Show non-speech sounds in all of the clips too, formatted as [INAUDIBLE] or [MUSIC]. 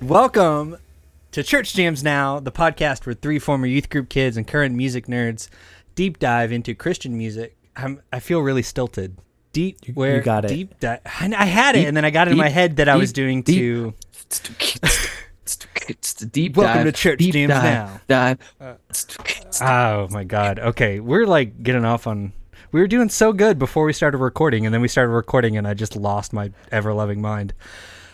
Welcome to Church Jams Now, the podcast where three former youth group kids and current music nerds deep dive into Christian music. I'm, I feel really stilted. Deep where you got it. deep di- I, I had it, and then I got it in my deep- head that I was deep- doing deep to It's the deep Welcome dive, to Church deep Jams dive, Now. Dive. Oh my god. Okay, we're like getting off on. We were doing so good before we started recording, and then we started recording, and I just lost my ever loving mind.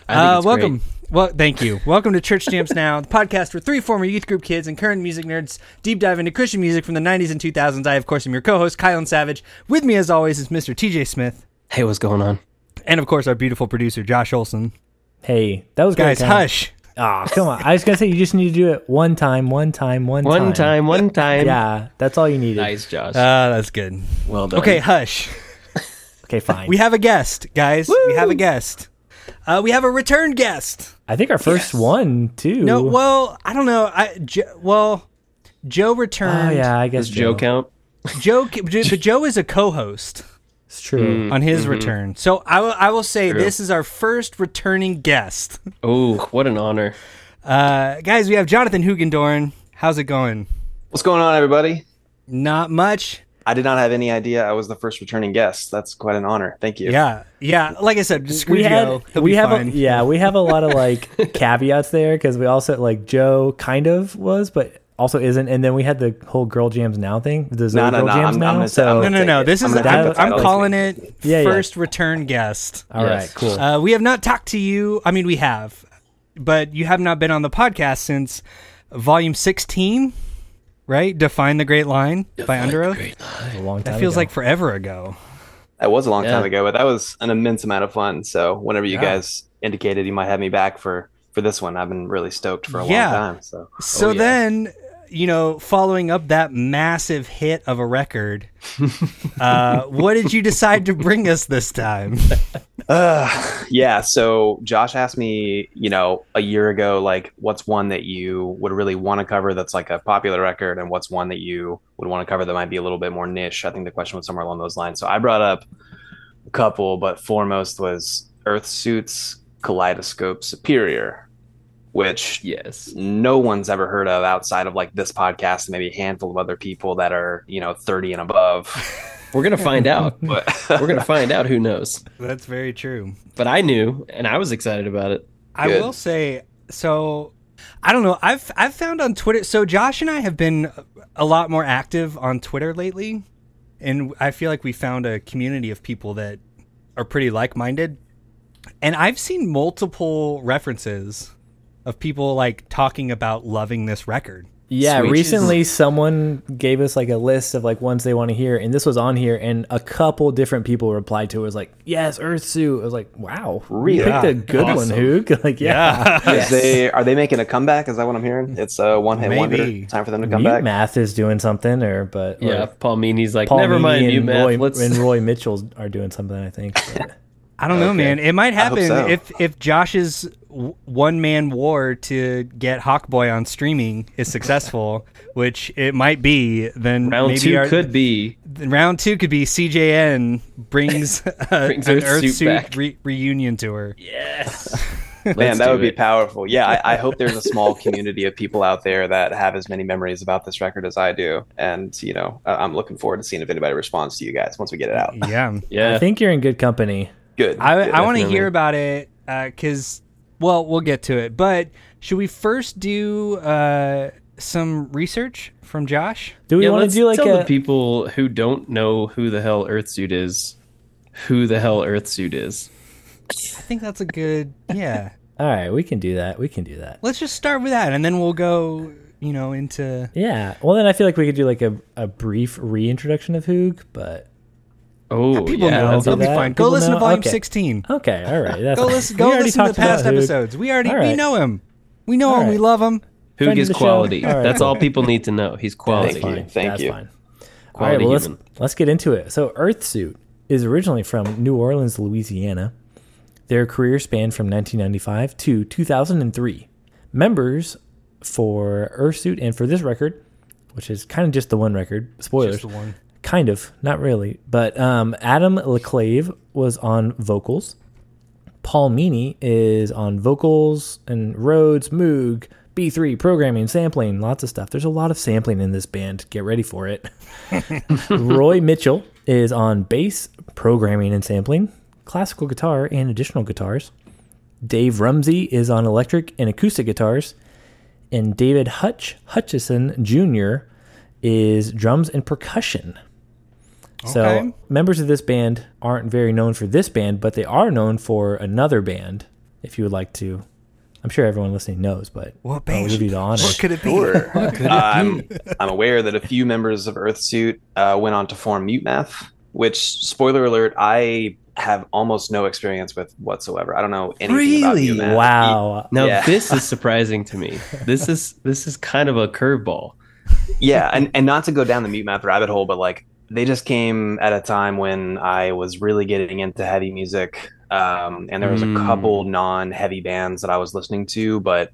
I think uh, it's welcome. great. Well, thank you. Welcome to Church Jams Now, the podcast where three former youth group kids and current music nerds deep dive into Christian music from the 90s and 2000s. I, of course, am your co host, Kylan Savage. With me, as always, is Mr. TJ Smith, Hey, what's going on? and, of course, our beautiful producer, Josh Olson. Hey, that was Guys, great. hush. Ah, come on. I was gonna say you just need to do it one time, one time, one time. Uh, One time, [LAUGHS] one time. Yeah, that's all you needed. Nice, Josh. Ah, that's good. Uh, well done. Okay, hush. Okay, fine. We have a guest, guys. We have a guest. Uh, we have a return guest. I think our first one too. No, well, I don't know. I Jo- well, Joe Oh returned. yeah, I guess Does Joe Joe. count? Joe, c- Jo- but Joe is a co-host It's true. Hmm. on his Mm-hmm. return. So I will, I will say True. this is our first returning guest, Oh, what an honor. uh, guys. We have Jonathan Hugendorn. How's it going? What's going on, everybody? Not much. I did not have any idea I was the first returning guest. That's quite an honor. Thank you. Yeah, yeah. Like I said, screw We Joe. had He'll we be have fine. a, yeah we have a lot of like caveats there because we also like Joe kind of was but also isn't and then we had the whole girl jams now thing the No, no, girl no, jams I'm- now I'm gonna say- I'm so no, no, take no. it. This I'm is gonna I'm, take the I'm title. calling it Yeah, yeah. first return guest. all right Yes. cool Uh, we have not talked to you. I mean, we have, but you have not been on the podcast since volume 16, right? Define the Oh, Great Line by Under Oath. a long time That feels ago. like forever ago. That was a long Yeah. time ago, but that was an immense amount of fun. So whenever you Yeah. guys indicated you might have me back for for this one, I've been really stoked for a Yeah. long time. So So yeah. then, you know, following up that massive hit of a [LAUGHS] record, uh, what did you decide to bring us this time? Uh, yeah. So Josh asked me, you know, a year ago, like, what's one that you would really want to cover that's like a popular record, and what's one that you would want to cover that might be a little bit more niche? I think the question was somewhere along those lines. So I brought up a couple, but foremost was Earth Suits Kaleidoscope Superior, which Yes. no one's ever heard of outside of like this podcast and maybe a handful of other people that are, you know, 30 and above. We're going to find out. But We're going to find out who knows. That's very true. But I knew, and I was excited about it. I Good. will say so. I don't know. I've I've found on Twitter. So Josh and I have been a lot more active on Twitter lately, and I feel like we found a community of people that are pretty like minded. And I've seen multiple references of people like talking about loving this [LAUGHS] record. Yeah, Switches. recently someone gave us like a list of like ones they want to hear, and this was on here, and a couple different people replied to it. it was like, "Yes, Earth Suit." I was like, "Wow, Really? you picked a good Awesome. one, Hoog." [LAUGHS] like, yeah, Is they are they making a comeback? Is that what I'm hearing? It's a one hit Maybe. wonder. Time for them to come Mute back. Math is doing something, or but Yeah, or Paul Meany's like, Paul never Meany mind you, and man. Roy, Let's and Roy Mitchell's are doing something. [LAUGHS] I think. but- I don't know, man. It might hope happen so. if if Josh's one man war to get Hawkboy on streaming is successful, [LAUGHS] which it might be. Then round maybe two our- could be. round two could be CJN brings, [LAUGHS] uh Brings an Earth Earth Suit Suit back. re- reunion tour. Yes. Man, do that would be it. powerful. Yeah, I, I hope there's a small community of people out there that have as many memories about this record as I do. And you know, I, I'm looking forward to seeing if anybody responds to you guys once we get it out. Yeah, Yeah. I think you're in good company. Good. I good. I want to definitely. hear about it because well we'll get to it, but should we first do uh, some research from Josh? Do we yeah, want let's to do like tell the a? people who don't know who the hell Earthsuit is, who the hell Earthsuit is. I think that's a [LAUGHS] good yeah. All right, we can do that. We can do that. Let's just start with that, and then we'll go you know into Yeah. Well, then I feel like we could do like a, a brief reintroduction of Hoog, but Oh, people yeah, know that's let's do they'll be that. fine. Go People listen to know? volume Okay. sixteen. Okay, all right. That's Go fine. listen. We Go already listen to the talked about past Hoog. episodes. We already All we right. know him. We know him. All We right. love him. Who Friend of gives the show. quality? All right. That's all people need to know. He's quality. That's fine. Thank That's you. fine. all Quality right, well, let's, human. let's get into it. So, Earthsuit is originally from New Orleans, Louisiana. Their career spanned from 1995 to 2003. Members for Earthsuit and for this record, which is kind of just the one record, spoilers. the one. Kind of, not really. But um, Adam LeClave was on vocals. Paul Meany is on vocals and Rhodes, Moog, B3, programming, sampling, lots of stuff. There's a lot of sampling in this band. Get ready for it. Roy Mitchell is on bass, programming, and sampling, classical guitar, and additional guitars. Dave Rumsey is on electric and acoustic guitars. And David Hutch Hutchison Jr. is drums and percussion. Okay. So members of this band aren't very known for this band, but they are known for another band. If you would like to, I'm sure everyone listening knows, but What I'll band? give you the honor. What could it be? I'm, I'm aware that a few members of Earthsuit uh, went on to form Mute Math, which, spoiler alert, I have almost no experience with whatsoever. I don't know anything about Really? Mute Math. Wow. Now Yeah. this [LAUGHS] is surprising to me. This is this is kind of a curveball. yeah and, and not to go down the mute math rabbit hole but like they just came at a time when i was really getting into heavy music um, and there was Mm. a couple non-heavy bands that i was listening to but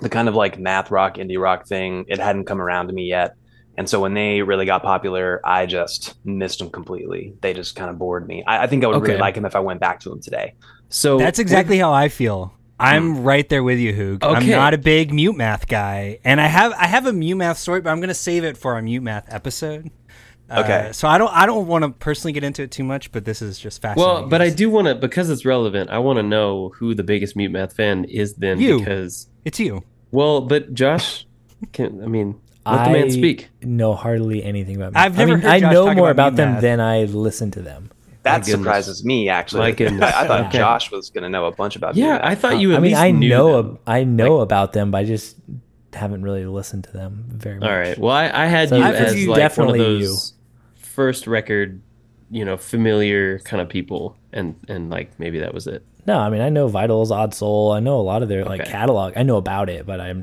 the kind of like math rock indie rock thing it hadn't come around to me yet and so when they really got popular i just missed them completely they just kind of bored me i, I think i would Okay. really like them if i went back to them today So Hmm. That's exactly how I feel. I'm right there with you, Hoog. I'm Okay. not a big mute math guy, and I have I have a mute math story, but I'm going to save it for our mute math episode. Uh, Okay. So I don't I don't want to personally get into it too much, but this is just fascinating. Well, but I do want to because it's relevant. I want to know who the biggest mute math fan is then You. because It's you. well, but Josh can I mean let the I man speak. Know hardly anything about. I've I never mean, heard I Josh know talk more about about, Meat them Math. than I listen to them. that goodness. surprises me actually My goodness. [LAUGHS] I, I thought Okay. josh was going to know a bunch about Mute Yeah, Math. I thought you. At I mean, least I knew know them. ab- I know about them, but I just haven't really listened to them very much. All right. Well, I, I had So you I as presume like definitely one of those first record, you know, familiar kind of people, and and like maybe that was it. No, I mean, I know Vitals, Odd Soul. I know a lot of their like Okay. catalog. I know about it, but I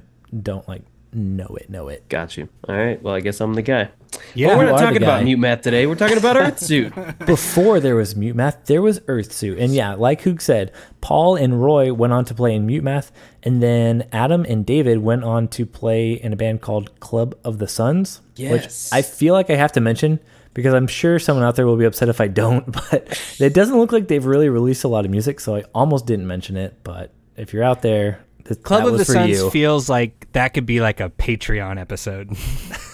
don't like know it. Know it. Got you. All right. Well, I guess I'm the guy. Yeah. But we're not You are the talking about guy. mute math today. We're talking about Earth suit. All Before there was Mute Math, there was Earth Suit. And yeah, like Hoog said, Paul and Roy went on to play in Mute Math, and then Adam and David went on to play in a band called Club of the Suns, Yes. which I feel like I have to mention because I'm sure someone out there will be upset if I don't, [LAUGHS] but it doesn't look like they've really released a lot of music, so I almost didn't mention it, but if you're out there, th- Club that of was the for Suns you. feels like that could be like a Patreon episode. [LAUGHS]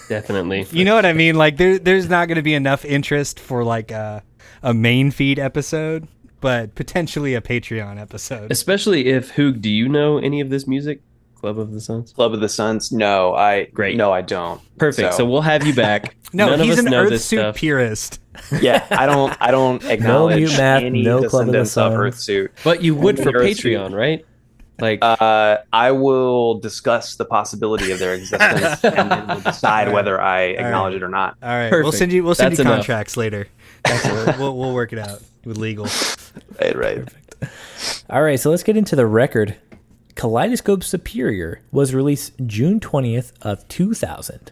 Definitely. you know what I mean? Like there there's not going to be enough interest for like a a main feed episode, but potentially a Patreon episode. Especially if Hoog, do you know any of this music? Club of the Suns. Club of the Suns? No, I Great. No, I don't. Perfect. So, So, we'll have you back. No, None he's of us an know Earth this suit stuff. purist. yeah, I don't. I [LAUGHS] don't acknowledge Mute Math, any no Club of the descendants of, Suns. Earthsuit. but you would Only for Earth Suit. Patreon, right? Like Uh, I will discuss the possibility of their existence and then we'll decide whether I acknowledge it or not. All right, we'll Perfect. send you we'll send That's you enough. contracts later. We'll, we'll we'll work it out with [LAUGHS] legal. Right, right. All right, so let's get into the record. Kaleidoscope Superior was released June 20th of 2000.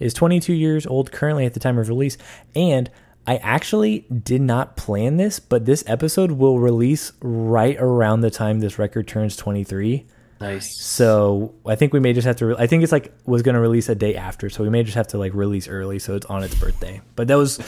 It is 22 years old currently at the time of release and I actually did not plan this, but this episode will release right around the time this record turns 23. nice. So I think we may just have to. Re- I think it's like was going to release a day after, so we may just have to like release early, so it's on its birthday. But that [LAUGHS] was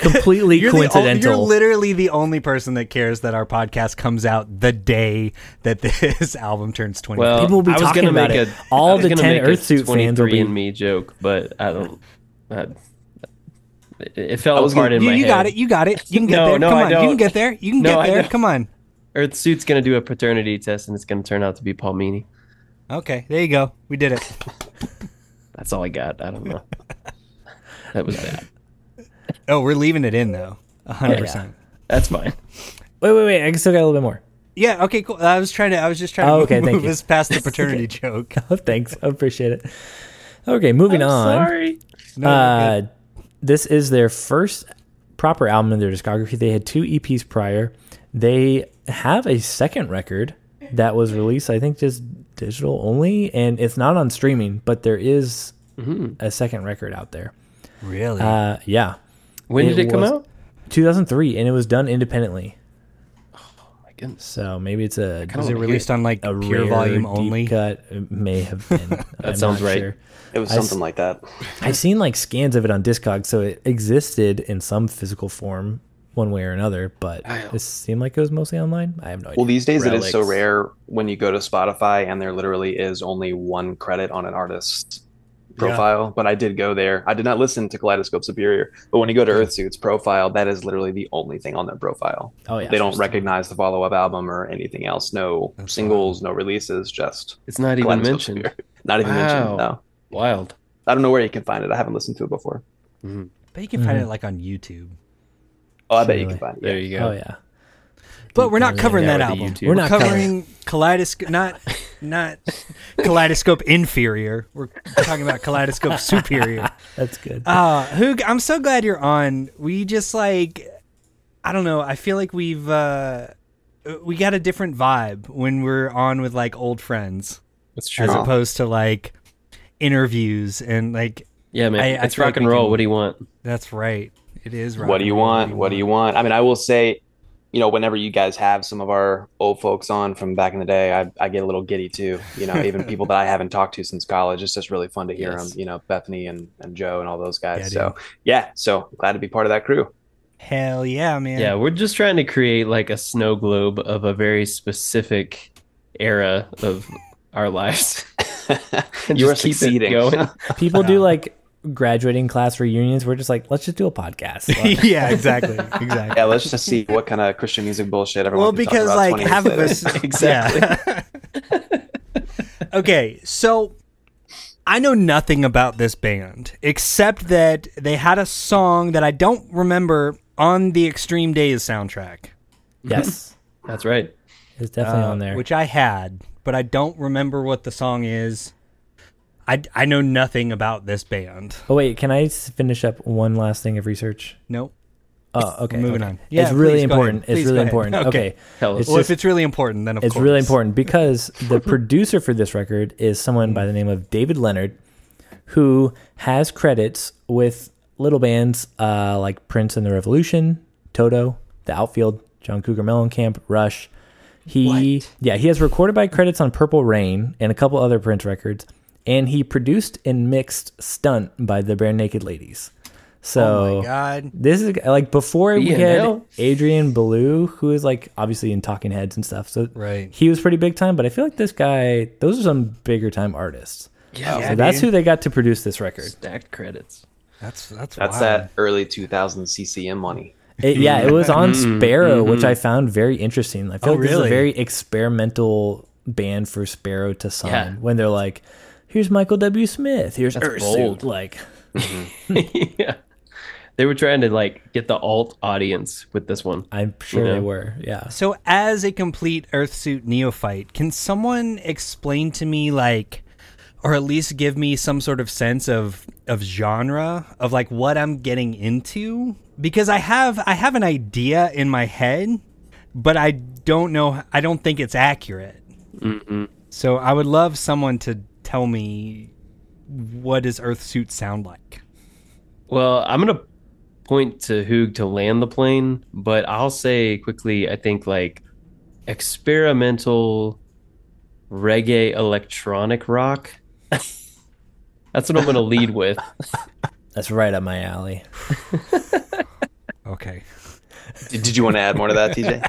completely You're, the, o- coincidental. you're literally the only person that cares that our podcast comes out the day that this [LAUGHS] album turns 20. Well, People will be I was talking gonna about make it. a- All I was the gonna 10 make a Earthsuit fans will be- 23 and me joke, but I don't. I, it fell I was apart gonna- in you my you head. got it. You got it. You can get No, there. no, Come I on. You can don't. get there. You can No, I get there. don't. Come on. Earthsuit's gonna do a paternity test, and it's gonna turn out to be Paul Meany. Okay, there you go. We did it. That's all I got. I don't know. that was bad. Oh, we're leaving it in though. 100%. Yeah. That's fine. wait, wait, wait! I still got a little bit more. okay, cool. I was trying to I was just trying to Oh, move, okay, thank move you. us past [LAUGHS] the paternity joke. [LAUGHS] Oh, thanks. I appreciate it. Okay, moving on. Sorry. No, Uh, this is their first proper album in their discography. They had two EPs prior. They have a second record that was released, I think, just digital only, and it's not on streaming, but there is a second record out there. really? Uh, yeah, When did It it come was- out? 2003, and it was done independently. My goodness. So maybe it's a was it released on like a pure rare volume deep only? cut? It may have been. that sounds right. It was I s- something like that. I've seen like scans of it on Discog, so it existed in some physical form one way or another, but this seemed like it was mostly online. I have no idea. Well, these days it is so Relics. rare when you go to Spotify and there literally is only one credit on an artist's profile. But I did go there. I did not listen to Kaleidoscope Superior, but when you go to Earthsuit's profile, that is literally the only thing on their profile. oh yeah, they don't recognize the follow-up album or anything else. No That's singles, no releases, just It's not even Kaleidoscope mentioned. Superior. [LAUGHS] Not even mentioned. Wow. No, Wild. I don't know where you can find it. I haven't listened to it before. But you can find Mm-hmm. it like on YouTube. Oh, I bet you can Really? find it. There you go. Oh yeah, But we're not Yeah, covering yeah, that with the album. YouTube. We're, We're not covering Kaleidoscope, not not Kaleidoscope Inferior. We're talking about [LAUGHS] Kaleidoscope Superior. that's good. Uh, Hoog, I'm so glad you're on. We just like, I don't know. I feel like we've uh, we got a different vibe when we're on with like old friends That's as opposed to like interviews and like. Yeah, man. I- I it's feel rock like and we roll. can- What do you want? That's right. It is. rock what do and you roll. want? What do you want? I mean, I will say, you know, whenever you guys have some of our old folks on from back in the day, I, I get a little giddy too. You know, even people that I haven't talked to since college, it's just really fun to hear Yes. them. You know, Bethany and, and Joe and all those Yeah, guys. dude. so yeah, so glad to be part of that crew. [LAUGHS] Hell yeah, man. Yeah, we're just trying to create like a snow globe of a very specific era of our lives. [LAUGHS] And you [LAUGHS] are just keep it succeeding. going. People do like graduating class reunions. We're just like, let's just do a podcast. [LAUGHS] Like, yeah. Exactly. Exactly. yeah, let's just see what kind of Christian music bullshit everyone. well can talk because about like 20 years half of later. [LAUGHS] us exactly [LAUGHS] okay so i know nothing about this band except that they had a song that i don't remember on the extreme days soundtrack yes, That's right. it's definitely uh, on there. which i had but i don't remember what the song is i, I know nothing about this band oh wait, can I s- finish up one last thing of research? nope Oh, okay. moving okay. on. Yeah, it's please go really ahead. important. It's Please really go ahead. important. [LAUGHS] Okay. Okay. Tell us. well just- if it's really important then of It's course really important because [LAUGHS] the producer for this record is someone by the name of David Leonard, who has credits with little bands uh, like Prince and the Revolution, Toto, The Outfield, John Cougar Mellencamp, Rush. He yeah he has recorded by credits on Purple Rain and a couple other Prince records, and he produced and mixed "Stunt" by the Bare Naked Ladies. So oh my god this is like before we had B&L. Adrian Ballou, who is like obviously in Talking Heads and stuff. So Right. he was pretty big time, but I feel like this guy, those are some bigger time artists. yeah, so that's who they got to produce this record. stacked credits. that's that's That's wild. that early 2000 CCM money. [LAUGHS] It- yeah, it was on Mm-hmm. Sparrow, which I found very interesting. I Oh, feel like this is really? a very experimental band for Sparrow to sign Yeah. when they're like, "Here's Michael W. Smith. Here's That's Earth bold. Suit." Like, yeah. They were trying to like get the alt audience with this one. I'm sure Yeah. they were. Yeah. So, as a complete Earthsuit neophyte, can someone explain to me, like, or at least give me some sort of sense of of genre of like what I'm getting into? Because I have I have an idea in my head, but I don't know. I don't think it's accurate. Mm-hmm. So, I would love someone to tell me what does Earthsuit sound like. Well, I'm gonna point to Hoog to land the plane, but I'll say quickly. I think like experimental reggae electronic rock. [LAUGHS] That's what I'm gonna lead with. That's right up my alley. Okay. Did, did you want to add more to [LAUGHS] that, TJ?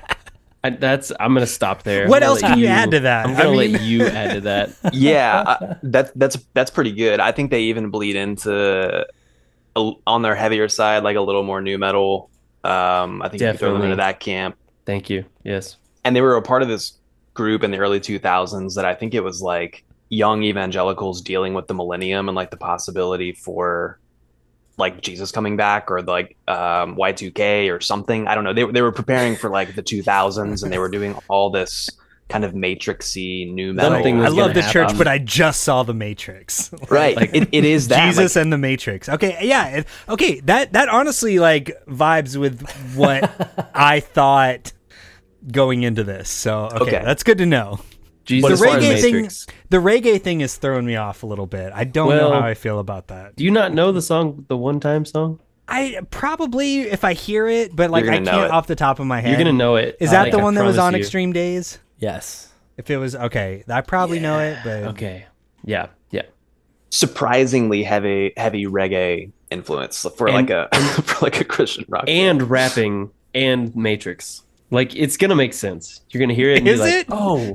I, that's I'm gonna stop there. What I'm gonna else let can you add to that? I'm gonna I let you add [LAUGHS] to that. yeah, I, that that's that's pretty good. I think they even bleed into a, on their heavier side, like a little more new metal. Um, I think you can throw them Definitely. into that camp. Thank you. Yes. And they were a part of this group in the early 2000s that I think it was like young evangelicals dealing with the millennium and like the possibility for like Jesus coming back or like um, Y2K or something. I don't know. They, they were preparing for like the 2000s and they were doing all this kind of matrixy new metal. Something was I gonna love the church, happen. but I just saw the Matrix. [LAUGHS] right. like- it, it is that. like, Jesus and the Matrix. Okay, yeah, it- okay. That that honestly like vibes with [LAUGHS] what I thought going into this. So okay, Okay. that's good to know. But Jesus as the far and as reggae thing, Matrix. the reggae thing is throwing me off a little bit. I don't Well- know how I feel about that. Do you not know the song, the one time song? I probably if I hear it, but like You're I gonna know can't it. off the top of my head. You're gonna know it. uh, Is that Like, the I one that was promise on you. Extreme Days? Yes. If it was okay, I probably know it, but Okay. Yeah. Yeah. surprisingly heavy heavy reggae influence for And- [LAUGHS] like a for like a Christian rock. And rapping and Matrix. Like it's gonna make sense. You're gonna hear it. And Is be like, it? Oh,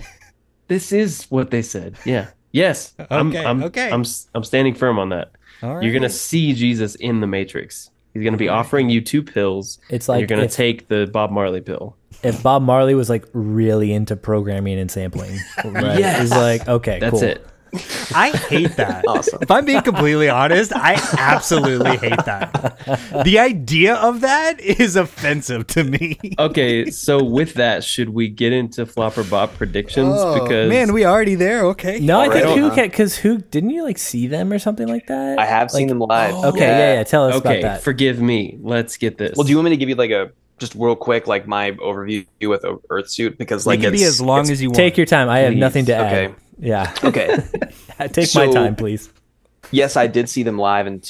this is what they said. Yeah. Yes. I'm, Okay, I'm, okay. I'm s- I'm standing firm on that. All right. You're gonna see Jesus in the Matrix. He's gonna be offering you two pills. It's and like you're gonna if- take the Bob Marley pill. If Bob Marley was like really into programming and sampling, right? Yes. He's like, okay, That's cool. it. I hate that. [LAUGHS] Awesome. If I'm being completely honest, I absolutely hate that. The idea of that is offensive to me. [LAUGHS] Okay. So with that, should we get into flop or bop predictions? because Oh, man, we already there. Okay. No, I think Alright. who can because who didn't you like see them or something like that? I have seen Like- oh, them live. Okay, yeah, yeah. Tell us okay. about that. Forgive me. Let's get this. Well, do you want me to give you like a just real quick like my overview with O- Earthsuit because It like can be it's- as long as you want. Take your time. I have Please. nothing to add. Okay. Yeah, [LAUGHS] [LAUGHS] okay. take my So- time, please. Yes, I did see them live in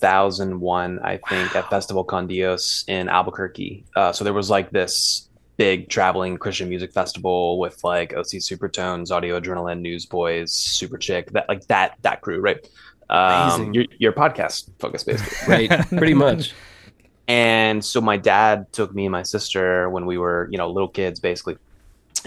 2001, I think, at Festival Condios in Albuquerque. Uh, so there was like this big traveling Christian music festival with like OC Supertones, Audio Adrenaline, Newsboys, Super Chick, that like that that crew, right? Um, Amazing. your, your podcast focus, basically. [LAUGHS] Right. Pretty much. And so my dad took me and my sister when we were, you know, little kids, basically.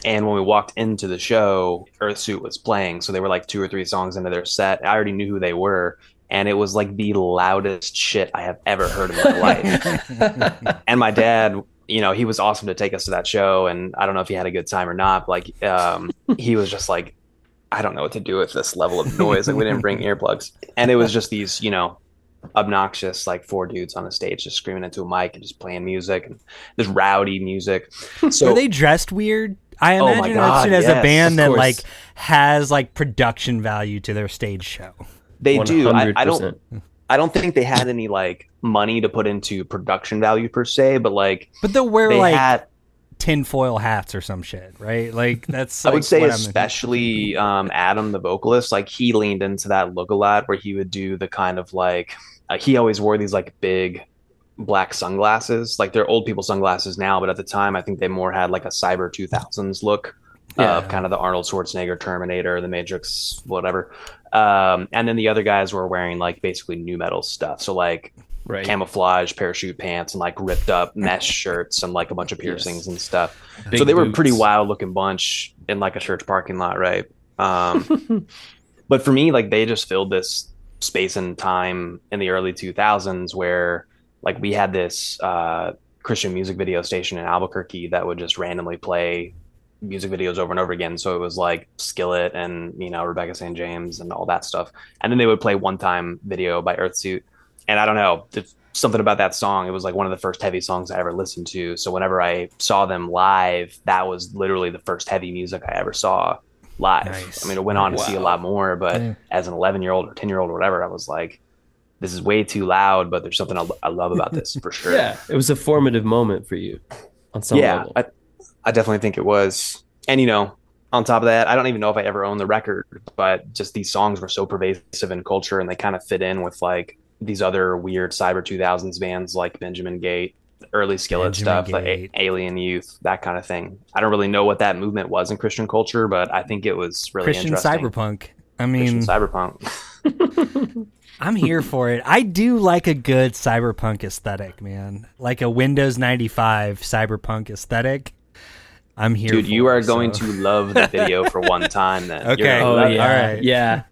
And when we walked into the show, Earthsuit was playing. So they were like two or three songs into their set. I already knew who they were. And it was like the loudest shit I have ever heard in my life. and my dad, you know, he was awesome to take us to that show. And I don't know if he had a good time or not. but, Like, um, he was just like, I don't know what to do with this level of noise. Like, we didn't bring earplugs. And it was just these, you know, obnoxious like four dudes on a stage just screaming into a mic and just playing music and this rowdy [LAUGHS] music. So Are they dressed weird? I Oh my imagine God, Eruption as a yes, band of that course. like has like production value to their stage show. they do. I, I 100%. don't. I don't think they had any like money to put into production value per se, but like But they'll wear they like had. tinfoil hats or some shit, right? Like that's I like, would say what I'm- especially um, Adam, the vocalist, like he leaned into that look a lot, where he would do the kind of like uh, he always wore these like big black sunglasses, like they're old people sunglasses now, but at the time I think they more had like a cyber two thousands look uh, Yeah. of kind of the Arnold Schwarzenegger Terminator, The Matrix, whatever. Um, and then the other guys were wearing like basically new metal stuff, so like Right. camouflage parachute pants and like [LAUGHS] ripped up mesh shirts and like a bunch of piercings and stuff Big so they were a boots. pretty wild looking bunch in like a church parking lot, right? Um, [LAUGHS] but for me, like they just filled this space and time in the early 2000s where like we had this uh, Christian music video station in Albuquerque that would just randomly play music videos over and over again. So it was like Skillet and you know Rebecca St. James and all that stuff, and then they would play one time video by Earthsuit, and I don't know. th- Something about that song. It was like one of the first heavy songs I ever listened to. So whenever I saw them live, that was literally the first heavy music I ever saw live. Nice. I mean, it went on to see a lot more, but Yeah. as an 11 year old or 10 year old or whatever, I was like, this is way too loud, but there's something I, lo- I love about this for [LAUGHS] sure. Yeah. It was a formative moment for you on some yeah, level. I, I definitely think it was. And you know, on top of that, I don't even know if I ever owned the record, but just these songs were so pervasive in culture, and they kind of fit in with like these other weird cyber 2000s bands like Benjamin Gate, early Skillet Benjamin stuff, like Gate. A- Alien Youth, that kind of thing. I don't really know what that movement was in Christian culture, but I think it was really Christian interesting. cyberpunk. I Christian mean, cyberpunk. I'm here for it. I do like a good cyberpunk aesthetic, man. Like a Windows 95 cyberpunk aesthetic. I'm here. Dude, for you are it, going so. to love the video for one [LAUGHS] time then. You're Okay. gonna Oh love it. yeah, all right. [LAUGHS] yeah.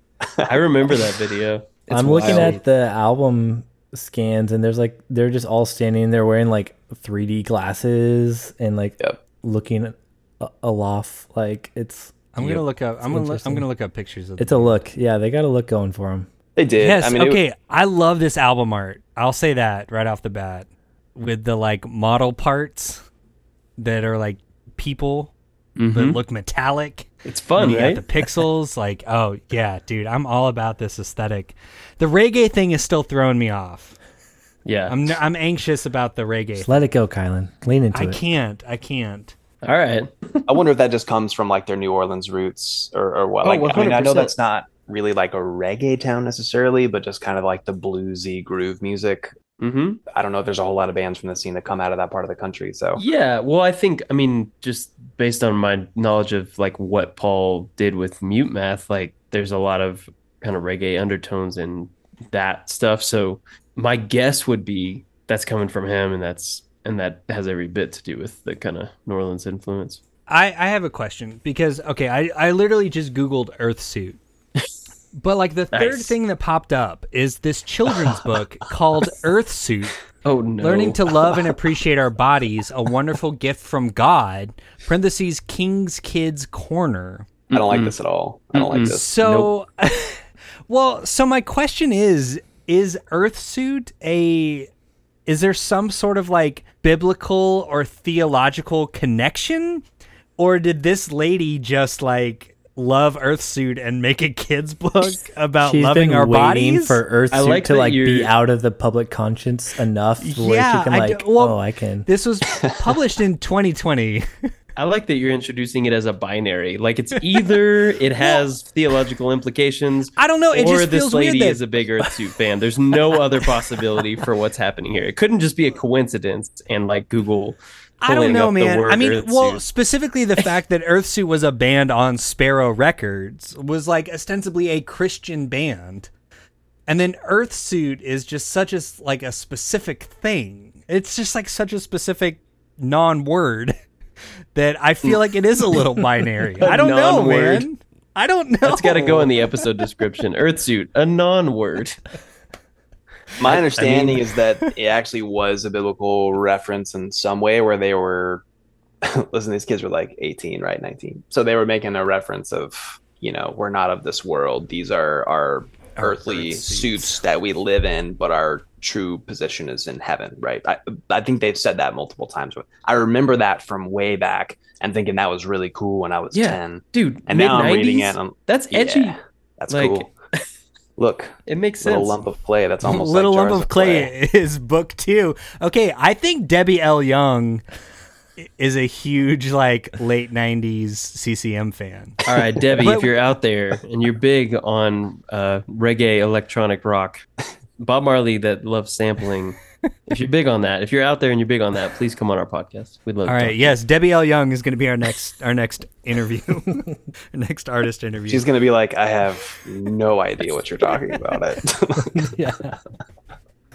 I remember that video. It's I'm looking wild. at the album scans, and there's like they're just all standing. They're wearing like 3D glasses and like Yep. looking a- aloft. Like it's I'm gonna look up. I'm gonna. Look, I'm gonna look up pictures of. it's a look. Yeah, they got a look going for them. They did. yes. I mean, it- okay. I love this album art. I'll say that right off the bat, with the like model parts that are like people Mm-hmm. that look metallic. It's fun, eh? You got right? the pixels, like, oh yeah, dude, I'm all about this aesthetic. The reggae thing is still throwing me off. yeah. I'm n- I'm anxious about the reggae. Just let it go, Kylan. Lean into I it. can't. I can't. All right. I wonder if that just comes from like their New Orleans roots or, or what. Like, I mean, I know 100%. that's not really like a reggae town necessarily, but just kind of like the bluesy groove music. Mm-hmm. I don't know if there's a whole lot of bands from the scene that come out of that part of the country. So Yeah. Well, I think I mean just based on my knowledge of like what Paul did with Mute Math, like there's a lot of kind of reggae undertones and that stuff. So my guess would be that's coming from him, and that's and that has every bit to do with the kind of New Orleans influence. I, I have a question because okay, I, I literally just Googled Earth suit. But like the third Nice. thing that popped up is this children's book called Earth Suit. Oh no! Learning to love and appreciate our bodies, a wonderful gift from God. Parentheses King's Kids Corner. I don't like this at all. I don't like this. So, [LAUGHS] well, so my question is: Is Earthsuit a? Is there some sort of like biblical or theological connection, or did this lady just like love Earthsuit and make a kids book about She's loving been our waiting bodies? for Earth I Suit like to that like be you're- out of the public conscience enough where Yeah, she can I like, do- well, oh, I can. this was published [LAUGHS] in 2020. I like that you're introducing it as a binary. Like it's [LAUGHS] either it has theological implications. I don't know, it or just this feels weird lady that- is a big Earth suit fan. There's no other possibility for what's happening here. It couldn't just be a coincidence and like Google. I don't pulling know, up the man. word I mean, Earth well, suit. specifically [LAUGHS] the fact that Earthsuit was a band on Sparrow Records was like ostensibly a Christian band, and then Earthsuit is just such a s- like a specific thing. It's just like such a specific non-word [LAUGHS] that I feel like it is a [LAUGHS] little binary. I don't know, non-word. man. I don't know. That's got to go in the episode description. Earthsuit, a non-word. My understanding is that it actually was a biblical reference in some way where they were [LAUGHS] listen, these kids were like 18, right? 19. So they were making a reference of, you know, we're not of this world. These are our earthly earth suits. suits. that we live in, but our true position is in heaven, right? I, I think they've said that multiple times. I remember that from way back and thinking that was really cool when I was Yeah. 10. Dude, And now I'm reading mid-nineties? it. and I'm, That's edgy. Yeah, that's Like- cool. Look, It makes sense. little lump of clay. That's [LAUGHS] almost Little like jars Lump of Clay [LAUGHS] is book two. Okay, I think Debbie L. Young is a huge like late '90s CCM fan. All right, Debbie, But- if you're out there and you're big on uh, reggae, electronic rock, Bob Marley that loves sampling, if you're big on that, if you're out there and you're big on that, please come on our podcast. We'd love All to. right, yes, Debbie L. Young is going to be our next our next interview, [LAUGHS] our next artist interview. She's gonna be like, I have no idea what you're talking about. It. [LAUGHS] yeah.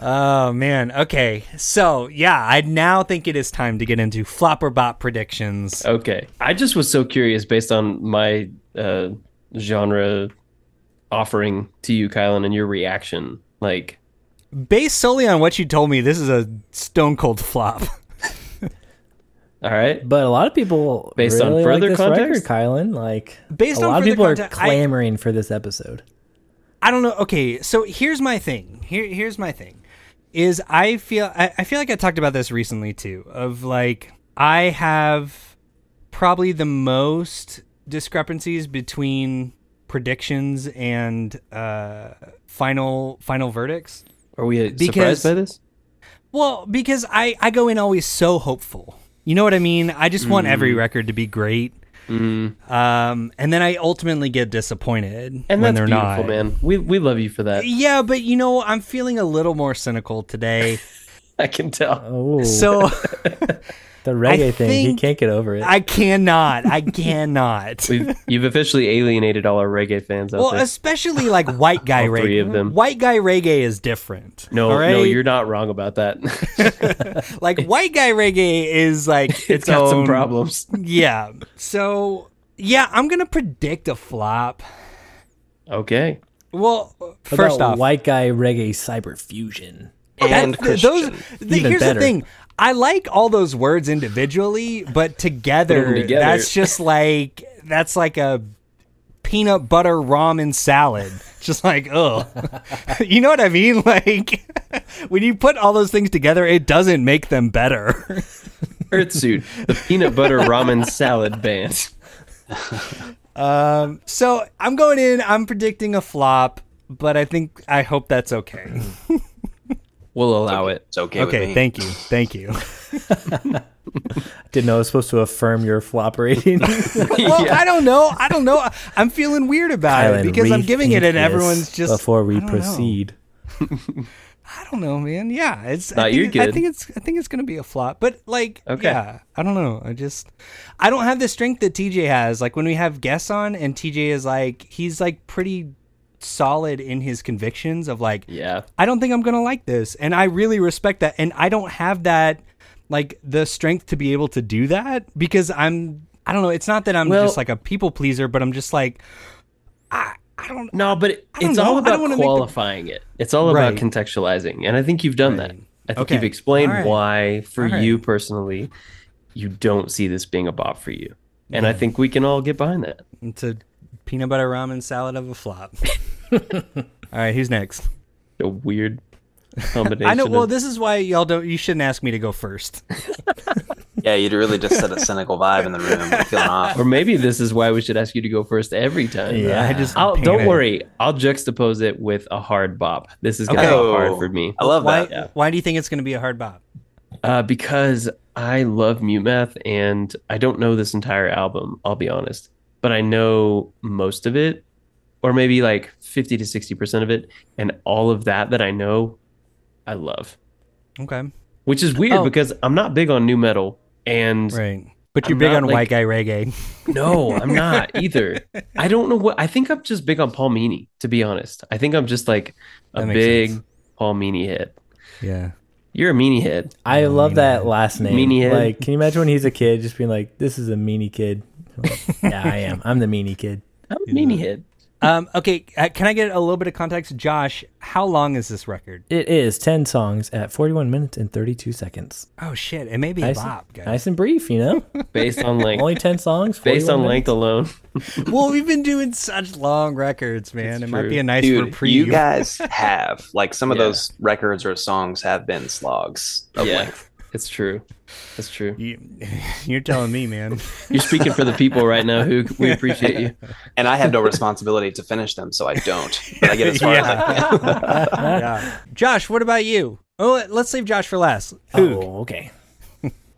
oh man, okay, so yeah, I now think it is time to get into flop or bop predictions. Okay. I just was so curious based on my uh, genre offering to you, Kylan, and your reaction. Like, Based solely on what you told me, this is a stone cold flop. [LAUGHS] all right. But a lot of people Based on really further like this context? record, Kylan. Like Based a on lot of further people context, are I- clamoring for this episode. I don't know. Okay, so here's my thing. Here, here's my thing. Is I feel I, I feel like I talked about this recently too. Of like I have probably the most discrepancies between predictions and uh, final final verdicts. Are we uh, Because- surprised by this? Well, because I I go in always so hopeful. You know what I mean? I just want every record to be great. Um, and then I ultimately get disappointed And when that's they're beautiful, not. man. We, we love you [LAUGHS] for that. Yeah, but you know, I'm feeling a little more cynical [LAUGHS] today. I can tell. Oh, So the reggae I thing, he think- can't get over it. I cannot. I cannot. We've, you've officially alienated all our reggae fans out Well, there. especially like white guy All reggae. three of them. White guy reggae is different. [LAUGHS] No, all right? no, you're not wrong [LAUGHS] about that. like white guy reggae is like its, it's got some own- problems. Yeah. So yeah, I'm gonna predict a flop. Okay. Well, What first about off, white guy reggae cyber fusion. and that- th- those. Christian. th- Even here's better. the thing. I like all those words individually, but together, 'em together. that's just like that's like a peanut butter ramen salad. just like oh, [LAUGHS] you know what I mean? [LAUGHS] Like when you put all those things together, it doesn't make them better. [LAUGHS] Earth suit, the peanut butter ramen salad band. um, so I'm going in. I'm predicting a flop, but I think I hope that's okay. We'll allow it. It's okay. with okay, me. thank you, thank you. Didn't know I was supposed to affirm your flop [LAUGHS] rating. Well, I don't know. I don't know. I'm feeling weird about it Kylan, because I'm giving it, rethink and this everyone's just. before I we don't know. proceed. I don't know, man. Yeah, it's. Nah, I, think it- you're I good. think it's. I think it's gonna be a flop. But like, Okay. yeah, I don't know. I just, I don't have the strength that TJ has. Like when we have guests on, and TJ is like, he's like pretty solid in his convictions of like, Yeah. I don't think I'm gonna like this, and I really respect that, and I don't have that. like the strength to be able to do that because I'm I don't know. It's not that I'm Well- just like a people pleaser, but I'm just like I I don't No, but it- don't it's know. all I don't about wanna make the- qualifying it. It's all Right. about contextualizing. And I think you've done Right. that. I think Okay. you've explained All right. why, for All right. you personally, you don't see this being a bop for you. And I Yeah. think we can all get behind that. it's a peanut butter ramen salad of a [LAUGHS] flop. All right, who's next? A weird [LAUGHS] combination. I know. Well, of- this is why y'all don't. You shouldn't ask me to go [LAUGHS] first. Yeah, you'd really just set a cynical vibe in the room, You're feeling off. or maybe this is why we should ask you to go first every time. I just. I'll, don't panic. worry. I'll juxtapose it with a hard bop. This is kind of Okay. hard for me I love Why? that. Why do you think it's going to be a hard bop? uh, because I love Mute Math and I don't know this entire album, I'll be honest, but I know most of it, or maybe like 50 to 60% of it. And all of that that I know, I love, Okay. which is weird Oh. because I'm not big on new metal. And Right. But you're I'm big not, on like- white guy reggae. no, I'm not [LAUGHS] either. I don't know what I think I'm just big on Paul Meany, to be honest. I think I'm just like a That makes big sense. Paul Meany head. [LAUGHS] Yeah. You're a meanie head. I love that last name. Meanie head. Like, can you imagine when he's a kid, just being like, "This is a [LAUGHS] meanie kid." Like, yeah, I am. I'm the meanie kid. I'm a meanie head. Um, okay. uh, Can I get a little bit of context, Josh? How long is this record? It is ten songs at 41 minutes and 32 seconds. Oh shit! It may be a Nice, bop, guys. nice and brief, [LAUGHS] you know. Based on Only length. 10 songs. Based 41 on minutes. length alone. well, we've been doing such long records, man. It's It might true. be a nice Dude, reprieve. you [LAUGHS] guys have like some of Yeah. those records or songs have been slogs. of yeah, length. it's true. That's true. [LAUGHS] you, are telling me, man. You're speaking for the people right now who we appreciate you. and I have no responsibility to finish them, so I don't. But I get as [LAUGHS] far as I can. [LAUGHS] Yeah. Josh, what about you? Oh, let- let's leave Josh for last. Who? Oh, okay.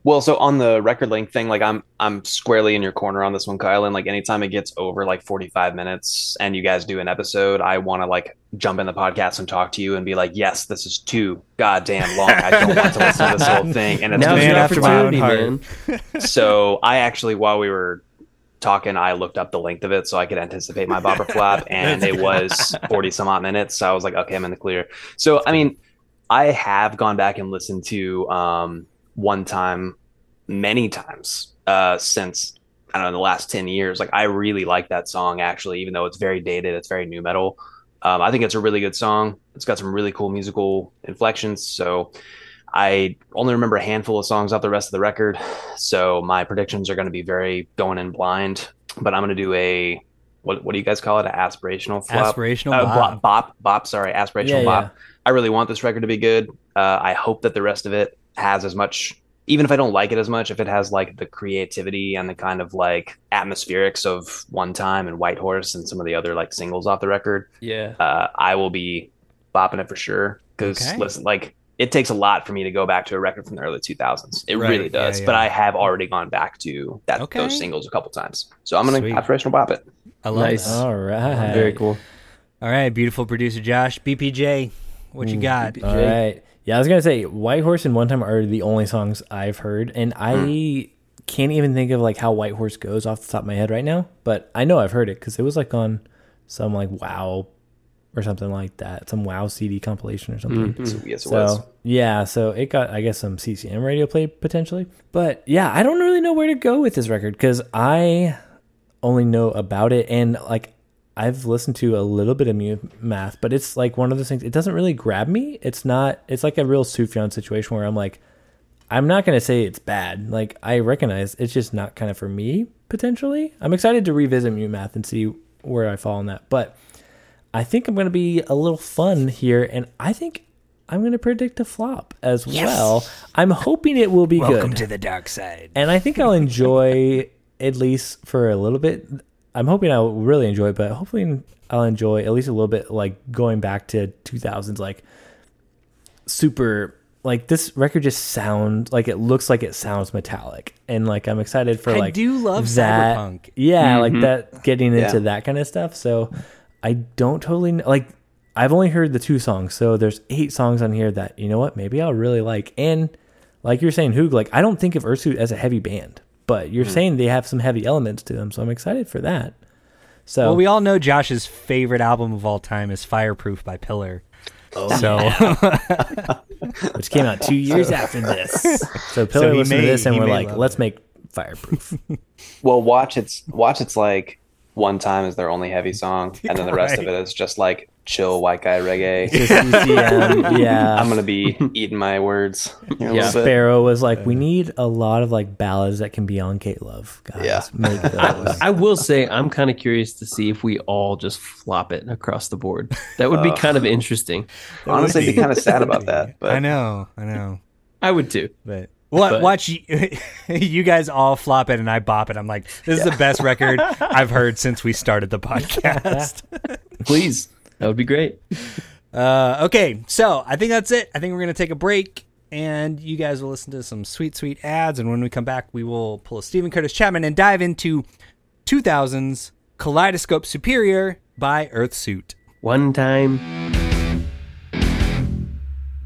Well, so on the record length thing, like I'm I'm squarely in your corner on this one, Kyle. And like anytime it gets over like 45 minutes and you guys do an episode, I want to like jump in the podcast and talk to you and be like, yes, this is too goddamn long. I don't want to listen to this whole thing. And it's Now Now's Man your been- after my own opportunity, heart. man. so I actually while we were talking, I looked up the length of it so I could anticipate my bopper flap, and it was forty some odd minutes. So I was like, okay, I'm in the clear. So I mean, I have gone back and listened to um, one time, many times uh, since I don't know the last ten years. Like I really like that song actually, even though it's very dated, it's very new metal. Um, I think it's a really good song. It's got some really cool musical inflections. So I only remember a handful of songs off the rest of the record. So my predictions are going to be very going in blind. But I'm going to do a what? What do you guys call it? An aspirational flop? Aspirational Uh, bop. bop. bop, bop, sorry, aspirational Yeah, bop. I really want this record to be good. Uh, I hope that the rest of it has as much, even if I don't like it as much, if it has like the creativity and the kind of like atmospherics of One Time and White Horse and some of the other like singles off the record, Yeah. uh, I will be bopping it for sure. Because Okay. listen, like it takes a lot for me to go back to a record from the early 2000s. It Right, really does. yeah, But yeah. I have already gone back to that Okay. those singles a couple times. So I'm gonna Sweet. aspirational bop it. I love Nice. that. All right. Very cool. All right, beautiful producer Josh. BPJ, what you got? All right. Yeah, I was gonna say White Horse and One Time are the only songs I've heard, and I can't even think of like how White Horse goes off the top of my head right now. But I know I've heard it because it was like on some like Wow or something like that, some Wow CD compilation or something. So Mm. yes, it was. So yeah, so it got I guess some CCM radio play potentially, but yeah, I don't really know where to go with this record because I only know about it and like I've listened to a little bit of Mu- Math, but it's like one of those things. It doesn't really grab me. It's not. It's like a real Sufjan situation where I'm like, I'm not gonna say it's bad. Like I recognize it's just not kind of for me potentially. I'm excited to revisit Mu Math and see where I fall on that, but. I think I'm going to be a little fun here, and I think I'm going to predict a flop as well. I'm hoping it will be Welcome good, to the dark side. and I think I'll enjoy [LAUGHS] at least for a little bit. I'm hoping I'll really enjoy, it, but hopefully I'll enjoy at least a little bit, like going back to 2000s, like super. Like this record just sounds like it looks like it sounds metallic, and like I'm excited for I like do love that, cyberpunk. yeah, like that getting into Yeah. that kind of stuff. So I don't totally know, like I've only heard the two songs, so there's eight songs on here that you know what maybe I'll really like. And like you're saying, Hoog, like I don't think of Ursuit as a heavy band, but you're saying they have some heavy elements to them, so I'm excited for that. So Well, we all know Josh's favorite album of all time is Fireproof by Pillar. Oh, so, which came out two years [LAUGHS] after this. So Pillar he listened may- to this and he we're may like, love let's make [LAUGHS] Fireproof. Well, watch it's watch it's like one time is their only heavy song, and then the rest of Right. it is just like chill white guy reggae. Just CCM, yeah. [LAUGHS] I'm gonna be eating my words. here a Yeah. little bit. Sparrow was like, we need a lot of like ballads that can be on K Love, guys. Yeah. [LAUGHS] Make those. I will say I'm kind of curious to see if we all just flop it across the board. That would be Uh. kind of interesting. Honestly, I'd be kind of sad about [LAUGHS] that. But I know, I know. I would too. But well, But- watch you, [LAUGHS] you guys all flop it and I bop it. I'm like, this is the best record I've heard since we started the podcast. Please. That would be great. uh, okay, so I think that's it. I think we're gonna take a break, and you guys will listen to some sweet, sweet ads. And when we come back, we will pull a Stephen Curtis Chapman and dive into 2000s Kaleidoscope Superior by Earthsuit. One time.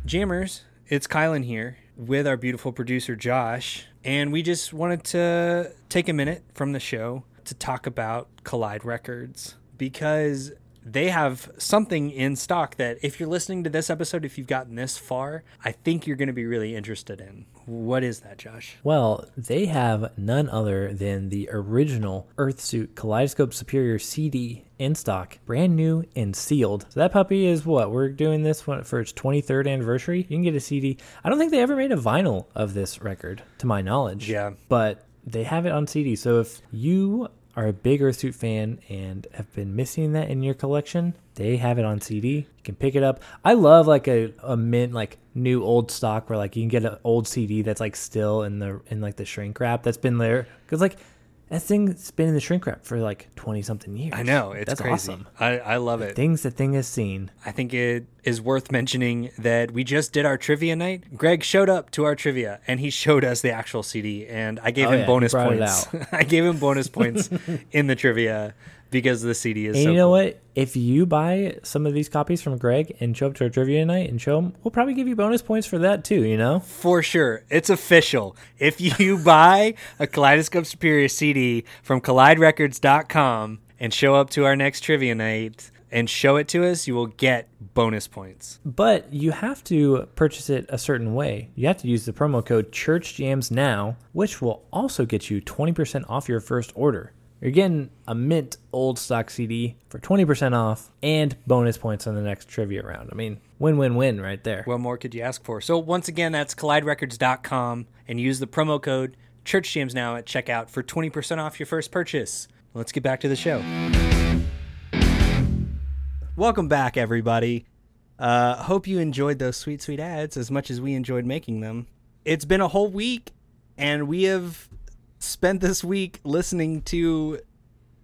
Jammers, it's Kylan here with our beautiful producer Josh, and we just wanted to take a minute from the show to talk about Collide Records because they have something in stock that if you're listening to this episode, if you've gotten this far, I think you're going to be really interested in. What is that, Josh? Well, they have none other than the original Earthsuit Kaleidoscope Superior CD in stock, brand new and sealed. So that puppy is what we're doing this one for its 23rd anniversary. You can get a CD. I don't think they ever made a vinyl of this record, to my knowledge. Yeah. but they have it on CD. So if you are a big Earthsuit fan and have been missing that in your collection, they have it on CD. You can pick it up. I love like a, a mint like new old stock where like you can get an old CD that's like still in the in like the shrink wrap that's been there because like that thing's been in the shrink wrap for like twenty something years. I know it's that's crazy. awesome. I, I love it. Things the thing has seen. I think it is worth mentioning that we just did our trivia night. Greg showed up to our trivia and he showed us the actual CD, and I gave Oh, him yeah, he bonus brought it points. [LAUGHS] I gave him [LAUGHS] bonus points in the trivia because the CD is. And so you know cool. what? If you buy some of these copies from Greg and show up to our trivia night and show them, we'll probably give you bonus points for that too. You know. For sure, it's official. If you [LAUGHS] buy a Kaleidoscope Superior CD from CollideRecords.com and show up to our next trivia night and show it to us, you will get bonus points. But you have to purchase it a certain way. You have to use the promo code ChurchJamsNow, which will also get you 20% off your first order. You're getting a mint old stock CD for 20% off and bonus points on the next trivia round. I mean, win win win right there. What more could you ask for? So once again, that's colliderecords.com and use the promo code ChurchJams now at checkout for 20% off your first purchase. Let's get back to the show. Welcome back, everybody. Uh, hope you enjoyed those sweet, sweet ads as much as we enjoyed making them. It's been a whole week, and we have spent this week listening to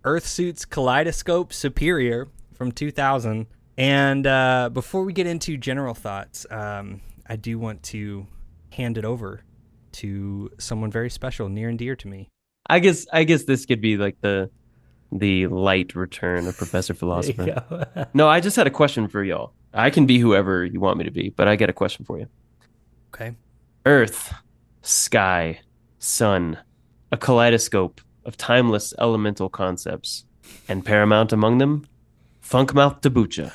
Earthsuit's Kaleidoscope Superior from 2000. And uh, before we get into general thoughts, um, I do want to hand it over to someone very special, near and dear to me. I guess I guess this could be like the the light return of Professor [LAUGHS] There you Philosopher. go. No, I just had a question for y'all. I can be whoever you want me to be, but I got a question for you. Okay. Earth, sky, sun, a kaleidoscope of timeless elemental concepts, and paramount among them, Funkmouth Dabucha.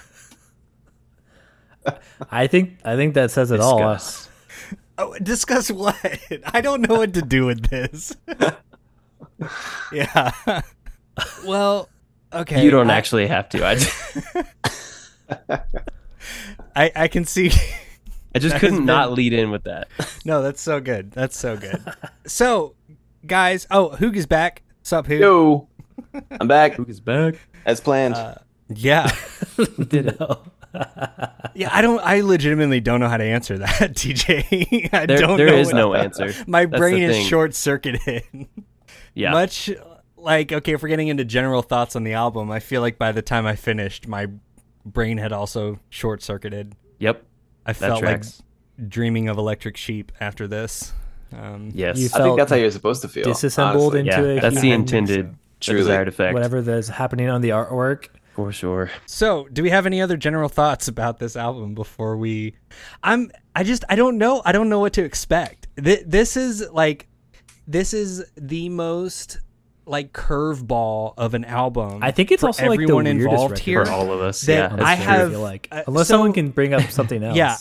I think I think that says it all. Uh, Discuss. Oh, discuss [LAUGHS] what? I don't know what to do with [LAUGHS] this. yeah. well, okay. You don't I- actually have to. I just, I, I can see. [LAUGHS] I [LAUGHS] just couldn't not lead in with that. no, that's so good. That's so [LAUGHS] good. so, guys. Oh, Hoog is back. Sup, Hoog? yo, I'm back Who's [LAUGHS] back? as planned. Yeah. ditto. Yeah, I don't. I legitimately don't know how to answer that, [LAUGHS] TJ. I There, don't. there know is what- no answer. My That's the brain is thing. short [LAUGHS] circuited. Yeah. Much like okay, if we're getting into general thoughts on the album, I feel like by the time I finished, my brain had also short circuited. Yep. I That felt like tracks. dreaming of Electric Sheep after this. Um, yes. You I think felt that's how you're supposed to feel. disassembled honestly. and- yeah. into a That's the human. intended the Truly. desired effect. Whatever that's happening on the artwork. For sure. So, do we have any other general thoughts about this album before we? I'm. I just. I don't know. I don't know what to expect. Th- this is like. This is the most like curveball of an album. I think it's for also, like, the everyone weirdest involved record. here. for all of us. that yeah, I that's true. have- feel like uh, unless so- someone can bring up something [LAUGHS] else. Yeah.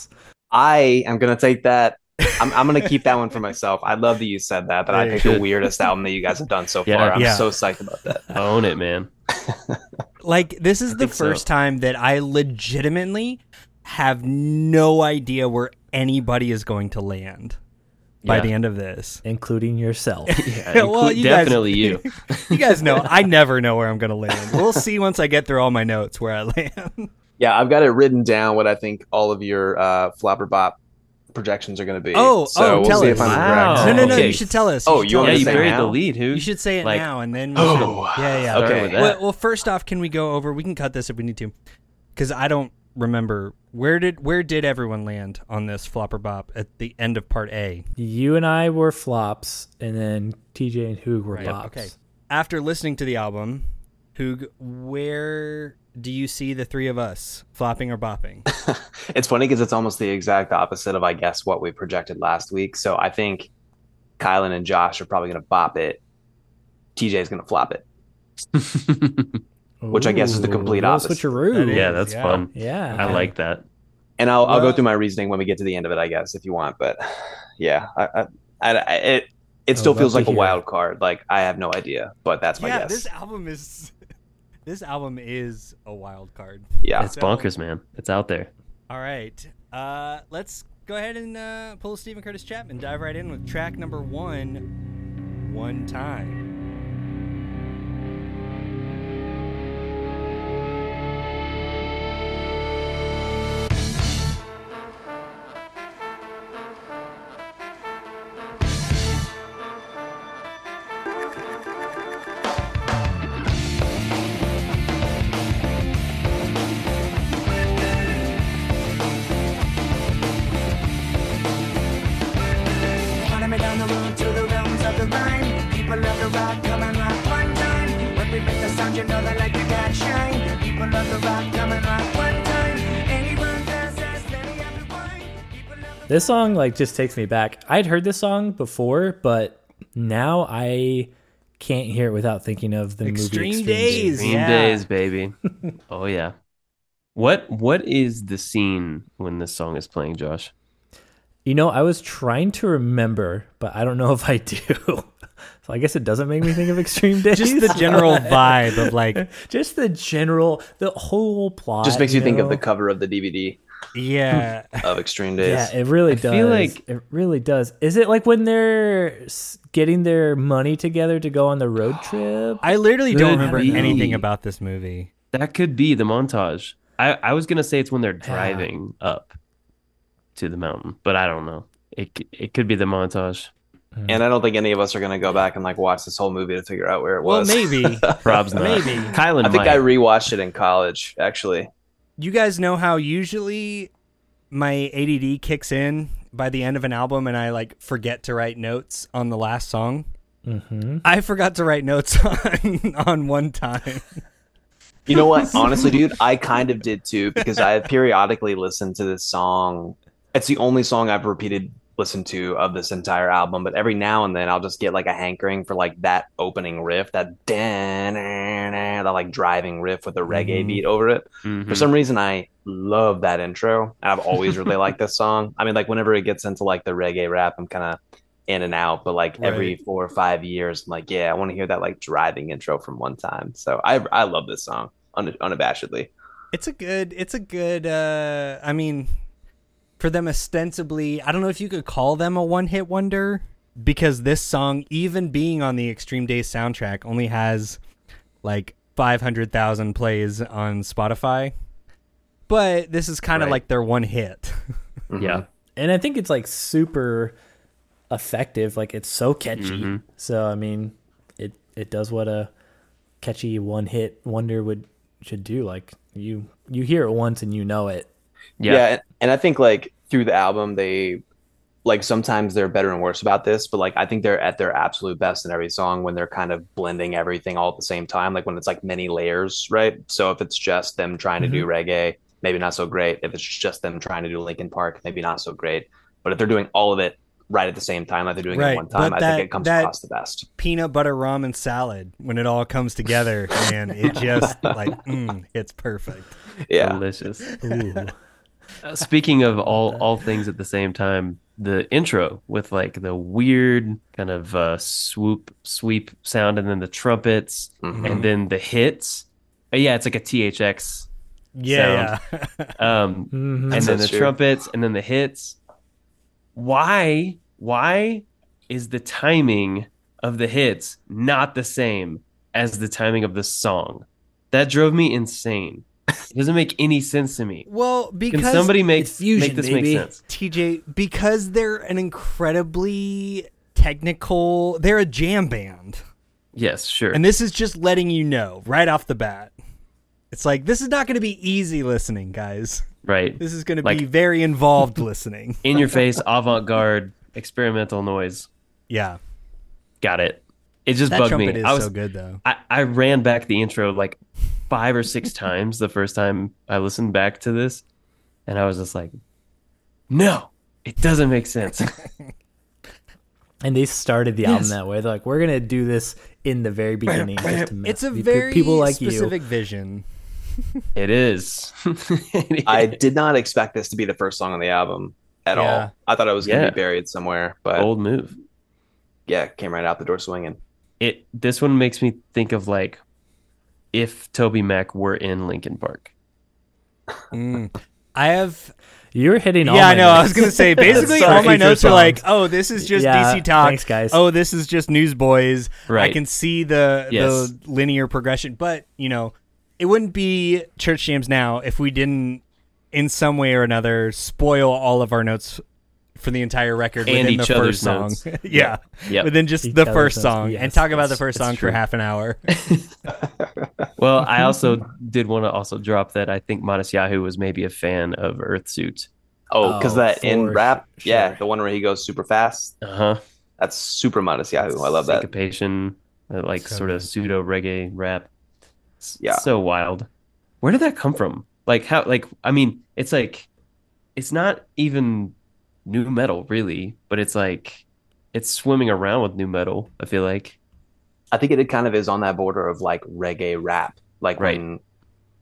I am gonna take that. I'm, I'm gonna keep that one for myself. I love that you said that. That I Yeah, picked you the should. weirdest album that you guys have done so Yeah. far. I'm Yeah. so psyched about that. [LAUGHS] own it, man. Like this is I the think so. first time that I legitimately have no idea where anybody is going to land by Yeah. the end of this. including yourself. Yeah, Well, inclu- you guys- definitely you. You guys know [LAUGHS] I never know where I'm going to land. We'll see once I get through all my notes where I land. Yeah, I've got it written down what I think all of your uh, flopper bop projections are gonna be. Oh, so oh, we'll tell see us. if I'm Wow. correct. no, no, no. okay. You should tell us. Oh, should you tell want yeah, us me to you say now. buried the now? lead. Who? You should say it Like- now, and then. we should- Oh, yeah, yeah. Start Okay. with that. Well, well, first off, can we go over? We can cut this if we need to, because I don't remember where did where did everyone land on this flopper bop at the end of part A. you and I were flops, and then TJ and Hoog were Right, bops. okay. After listening to the album, Hoog, where do you see the three of us flopping or bopping? It's funny because it's almost the exact opposite of, I guess, what we projected last week. So I think Kylan and Josh are probably going to bop it. TJ's going to flop it. Which I guess is the complete little opposite. Switcheroo. That yeah, is, that's yeah. fun. Yeah. I like that. And I'll, I'll Well- go through my reasoning when we get to the end of it, I guess, if you want. But yeah, I, I, I, I- it it Oh, I still would feels love like to a hear wild card. Like I have no idea, but that's my yeah, guess. this album is [LAUGHS] this album is a wild card. yeah, It's bonkers, man. It's out there. All right, uh, let's go ahead and uh, pull a Stephen Curtis Chapman, dive right in with track number one, one time. Follow me down the road to the realms of the rhyme. People love the rock, come and rock one time. When we make the sound, you know that like a god shine. People love the rock, come and rock one time. Anyone that says, let me have the wine. People love the This song like just takes me back. I'd heard this song before, but now I can't hear it without thinking of the Extreme movie Extreme Days. Dream Yeah. days, baby. oh yeah. What what is the scene when this song is playing, Josh? You know, I was trying to remember, but I don't know [LAUGHS] if I do. so I guess it doesn't make me think of Extreme [LAUGHS] Days. Just the general vibe of like, [LAUGHS] just the general, the whole plot just makes you think of know? the cover of the DVD yeah, of Extreme Yeah, Days. it really does. feel like- it really does. Is it like when they're s- getting their money together to go on the road trip? I literally don't Could remember be. anything about this movie. That could be the montage. I, I was gonna say it's when they're driving up to the mountain, but I don't know. It c- it could be the montage. Mm-hmm. and I don't think any of us are going to go back and like watch this whole movie to figure out where it Well, was. maybe Rob's not. Maybe. Kylan [LAUGHS] I think might. I rewatched it in college, actually. you guys know how usually my ADD kicks in by the end of an album and I like forget to write notes on the last song. Mm-hmm. I forgot to write notes [LAUGHS] on on one time. You know what? Honestly, dude, I kind of did too [LAUGHS] because I periodically listened to this song. It's the only song I've repeated listened to of this entire album, but every now and then I'll just get like a hankering for like that opening riff, that da- na- na- that like driving riff with a Mm-hmm. reggae Mhm. beat over it. Mhm. For some reason, I love that intro. and I've always really liked this song. I mean, like whenever it gets into like the reggae rap, I'm kind of in and out. But like every four or five years, I'm like, yeah, I want to hear that like driving intro from one time. So I I love this song un- unabashedly. It's a good it's a good uh I mean for them ostensibly, I don't know if you could call them a one-hit wonder because this song even being on the Extreme Days soundtrack only has like 500,000 plays on Spotify. But this is kind of Right. like their one hit. [LAUGHS] Yeah. And I think it's like super effective. Like it's so catchy. So I mean, it it does what a catchy one hit wonder would should do. Like you you hear it once and you know it. Yeah. Yeah. and, and I think like through the album they like sometimes they're better and worse about this, but like I think they're at their absolute best in every song when they're kind of blending everything all at the same time, like when it's like many layers, right? So if it's just them trying to do Mm-hmm. reggae, maybe not so great. If it's just them trying to do Linkin Park, maybe not so great. But if they're doing all of it right at the same time, like they're doing Right, it one time. but I that- think it comes that- across the best. peanut butter ramen salad when it all comes [LAUGHS] together and it just like mm, it's perfect Yeah. [LAUGHS] Delicious. Ooh. Uh, Speaking of all all things at the same time, the intro with like the weird kind of uh, swoop sweep sound, and then the trumpets, Mm-hmm. and then the hits. Uh, yeah, it's like a THX. yeah, yeah. Um, Mhm. and then so the true. trumpets and then the hits why why is the timing of the hits not the same as the timing of the song that drove me insane it doesn't make any sense to me well because can somebody make, it's fusion, make this baby. make sense tj because they're an incredibly technical they're a jam band yes sure and this is just letting you know right off the bat it's like this is not going to be easy listening guys right this is going to be Like- very involved listening in your face avant-garde experimental noise yeah got it it just that bugged trumpet me is i was so good though I, I ran back the intro like five or six times the first time I listened back to this, and I was just like, "No, it doesn't make [LAUGHS] sense." And they started the album Yes. that way. They're like, we're gonna do this in the very beginning. just to mess it's a with very people like specific vision [LAUGHS] it is. [LAUGHS] It I is. did not expect this to be the first song on the album at Yeah. all. I thought it was going to Yeah. be buried somewhere, but bold move. yeah, it came right out the door swinging. It this one makes me think of like if Toby Mac were in Lincoln Park. Mm. i have you. You're hitting. all yeah, my I know. I was notes. gonna [LAUGHS] say basically Sorry. all my Future notes are like, songs. oh, this is just Yeah, DC Talk. thanks, guys. Oh, this is just Newsboys. I Right. can see the Yes. the linear progression, but you know, it wouldn't be Church Jams now if we didn't, in some way or another, spoil all of our notes for the entire record And within each the first other's song. [LAUGHS] notes. yeah, Yep. within just Each the other's first notes. song Yes, and talk about the that's- first that's song true. for half an [LAUGHS] hour. Well, I also did want to also drop that I think Modest Yahoo was maybe a fan of Earthsuit. Oh, because Oh, that in for rap, sure. yeah, the one where he goes super fast. Uh Uh-huh. huh. That's super modest Yahoo. I love that. syncopation, uh, like So sort of good. pseudo reggae rap. It's Yeah. so wild. Where did that come from? Like how? Like I mean, it's like it's not even new metal really, but it's like it's swimming around with new metal. I feel like I think it kind of is on that border of like reggae rap, like Right. when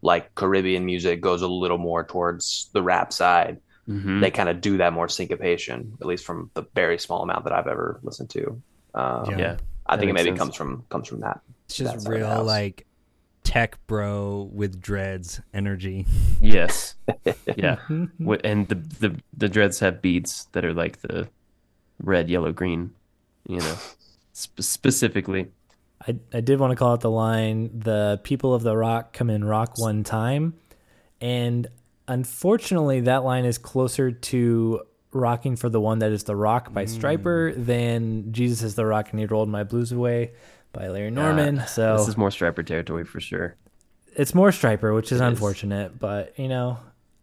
like Caribbean music goes a little more towards the rap side. Mm-hmm. They kind of do that more syncopation, at least from the very small amount that I've ever listened to. Um, Yeah. yeah, I that think it makes maybe sense. comes from comes from that. It's just That's our real house. like tech bro with dreads energy. [LAUGHS] yes, yeah. Wh- And the the the dreads have beads that are like the red, yellow, green. You know, sp- specifically. I, I did want to call out the line the people of the rock come in rock one time and unfortunately that line is closer to rocking for the one that is the rock Hmm. by striper than jesus is the rock and he rolled my blues away by larry norman Uh, so This is more striper territory for sure. it's more striper which is is. unfortunate but you know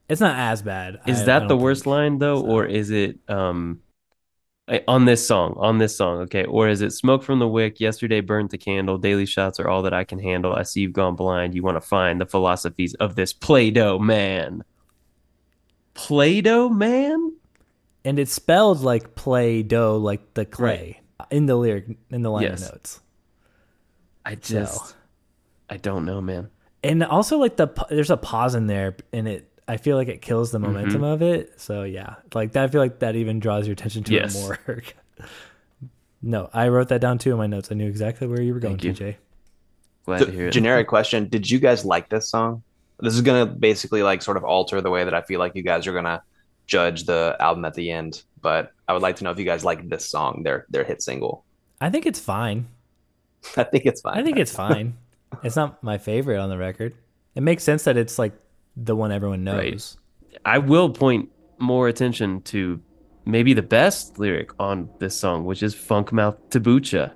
it's not as bad Is I- I that don't the worst think. line though, or is it um I- on this song? On this song, okay, or is it "Smoke from the Wick"? Yesterday burnt the candle. Daily shots are all that I can handle. I see you've gone blind. You want to find the philosophies of this Play-Doh man. Play-Doh man. and it's spelled like play dough like the clay uh, in the lyric in the liner Yes. notes I just, I don't know, man. and also like the pa- there's a pause in there and it i feel like it kills the Mm-hmm. momentum of it so yeah like that i feel like that even draws your attention to Yes. it more [LAUGHS] no i wrote that down too in my notes i knew exactly where you were going Thank you. tj Glad So, to hear it. generic question: Did you guys like this song? This is gonna basically like sort of alter the way that I feel like you guys are gonna judge the album at the end. But I would like to know if you guys like this song, their their hit single. [LAUGHS] i think it's fine I think it's fine. i [LAUGHS] think it's fine it's not my favorite on the record it makes sense that it's like the one everyone knows [LAUGHS] Right. I will point more attention to maybe the best lyric on this song, which is "Funk Mouth Tabucha."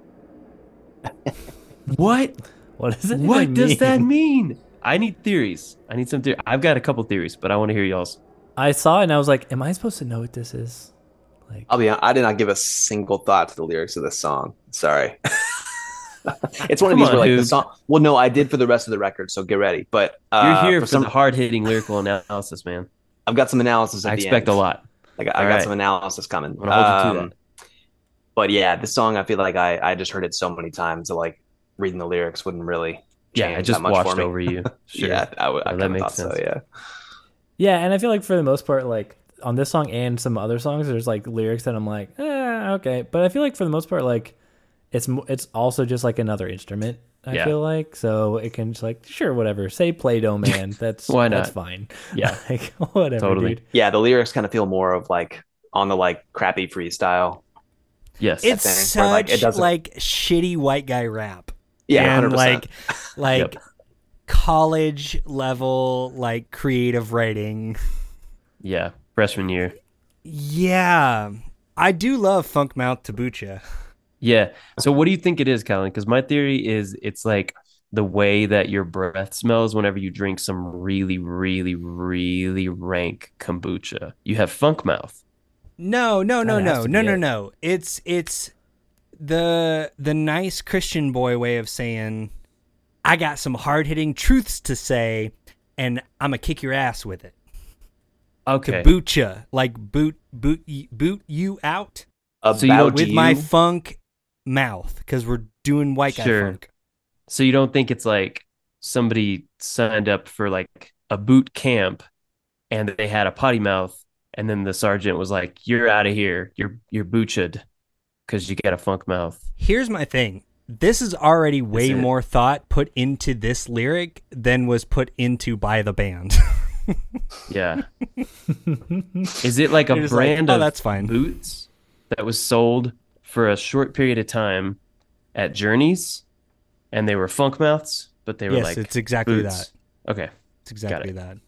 [LAUGHS] what? what does it What even does that mean? mean? I need theories. I need some theory. I've got a couple theories, but I want to hear y'all's. i saw it and i was like am i supposed to know what this is like I'll be honest, I did not give a single thought to the lyrics of this song. Sorry. [LAUGHS] it's one Come of these on, where like the Hoog. song well no, I did for the rest of the record, so get ready. But uh, You're here for for some the hard hitting lyrical analysis, man. I've got some analysis [LAUGHS] at I the expect end. a lot. Like I, All I got right. some analysis coming. I'm gonna hold you to Um, But yeah, this song I feel like I I just heard it so many times that like reading the lyrics wouldn't really change Yeah, I just that much for watched me. over [LAUGHS] you. Sure. Yeah, I, would- I Yeah, that kinda makes thought so. sense. Yeah, Yeah, and I feel like for the most part, like on this song and some other songs, there's like lyrics that I'm like, eh, okay. But I feel like for the most part, like it's mo- it's also just like another instrument. I Yeah. feel like so it can just like sure whatever say Play [LAUGHS] Doh Man. That's Why That's not? fine. Yeah. [LAUGHS] like whatever, Totally. dude. yeah. The lyrics kind of feel more of like on the like crappy freestyle. Yes. It's thing, where, like, such it doesn't- like shitty white guy rap. Yeah, and 100%. like like Yep. college level like creative writing. yeah. Freshman year. Yeah. I do love Funk Mount Tabucha. Yeah. So what do you think it is, Colin? Because my theory is it's like the way that your breath smells whenever you drink some really, really, really rank kombucha. You have funk mouth. No, no, no, That has no, to no, be no, it. no. It's it's the the nice Christian boy way of saying I got some hard hitting truths to say, and I'm gonna kick your ass with it. Okay. Kabucha, like boot boot y- boot you out about so you don't- with you. my funk mouth because we're doing white guy Sure. funk. So you don't think it's like somebody signed up for like a boot camp and they had a potty mouth and then the sergeant was like, You're out of here. You're you're butchered because you got a funk mouth. Here's my thing. This is already way it? more thought put into this lyric than was put into by the band. [LAUGHS] Yeah. Is it like a You're just like, brand "Oh, of that's fine." boots that was sold for a short period of time at Journeys and they were funk mouths, but they were yes, like it's exactly boots. that. Okay. It's exactly that.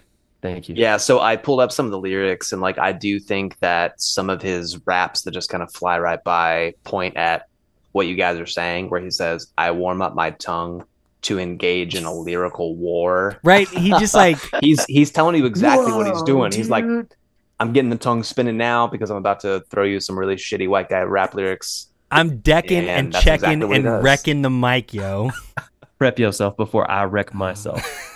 Thank you. Yeah, so I pulled up some of the lyrics, and like I do think that some of his raps that just kind of fly right by point at what you guys are saying, where he says, "I warm up my tongue to engage in a lyrical war." Right? He just [LAUGHS] like He's he's telling you exactly what he's doing. He's like, "I'm getting the tongue spinning now because I'm about to throw you some really shitty white guy rap lyrics." I'm decking Yeah, and that's checking exactly what he and does. wrecking the mic, [LAUGHS] yo. Prep yourself before I wreck myself. [LAUGHS]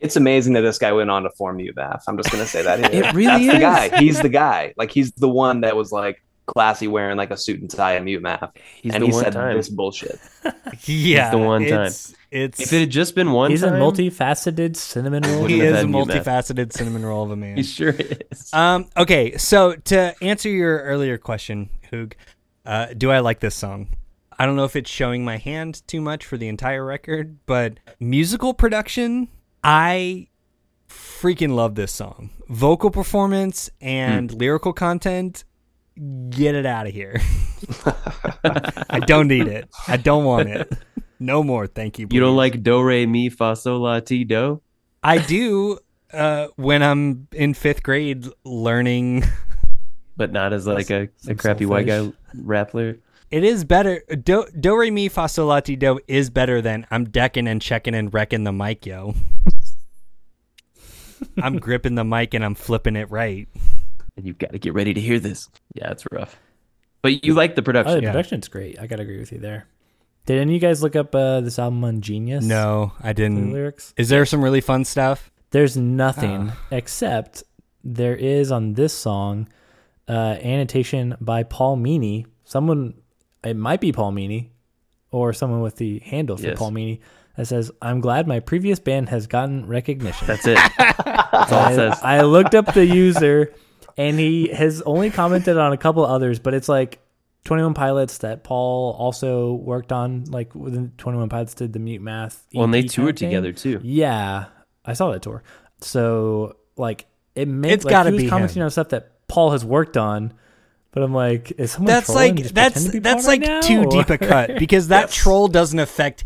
It's amazing that this guy went on to form UMath. I'm just gonna say that. here. It really That's the is. guy. He's the guy. Like he's the one that was like classy wearing like a suit and tie at UMath. He's and the he one said time. this bullshit. yeah. the one time. It's, it's If it had just been one He's time, a multifaceted cinnamon roll. he wouldn't have is a had you, Matt. multifaceted cinnamon roll of a man. [LAUGHS] he sure is. Um, okay, so to answer your earlier question, Hoog, uh, do I like this song? I don't know if it's showing my hand too much for the entire record, but musical production, I freaking love this song. Vocal performance Hmm. and lyrical content, get it out of here. [LAUGHS] I don't need it. I don't want it. No more, thank you. you don't please. like do re mi fa sol la ti do? I do uh, when I'm in fifth grade learning but not as like a, a Some crappy white guy selfish. rappler. It is better. Do, do re mi fa sol la ti do is better than I'm decking and checking and wrecking the mic, [LAUGHS] yo. I'm gripping the mic and I'm flipping it right. And you've got to get ready to hear this. Yeah, it's rough. But you like the Oh, the production. Yeah. production's great. I gotta agree with you there. Did any of you guys look up uh, this album on Genius? No, I The didn't. lyrics. Is there some really fun stuff? There's nothing Ah. except there is on this song uh, annotation by Paul Meany. Someone, it might be Paul Meany or someone with the handle for Yes. Paul Meany that says, I'm glad my previous band has gotten recognition. That's it. [LAUGHS] That's all it I, says. I looked up the user and he has only commented on a couple others, but it's like 21 Pilots that Paul also worked on. Like when 21 Pilots did the Mute Math. Well, and they EP kind toured of thing. together too. Yeah, I saw that tour. So like it made It's like, gotta he was be commenting him. on stuff that Paul has worked on, but I'm like, is someone That's trolling? like Just that's pretend to be that's Paul like right now? too deep a cut because that Yes. troll doesn't affect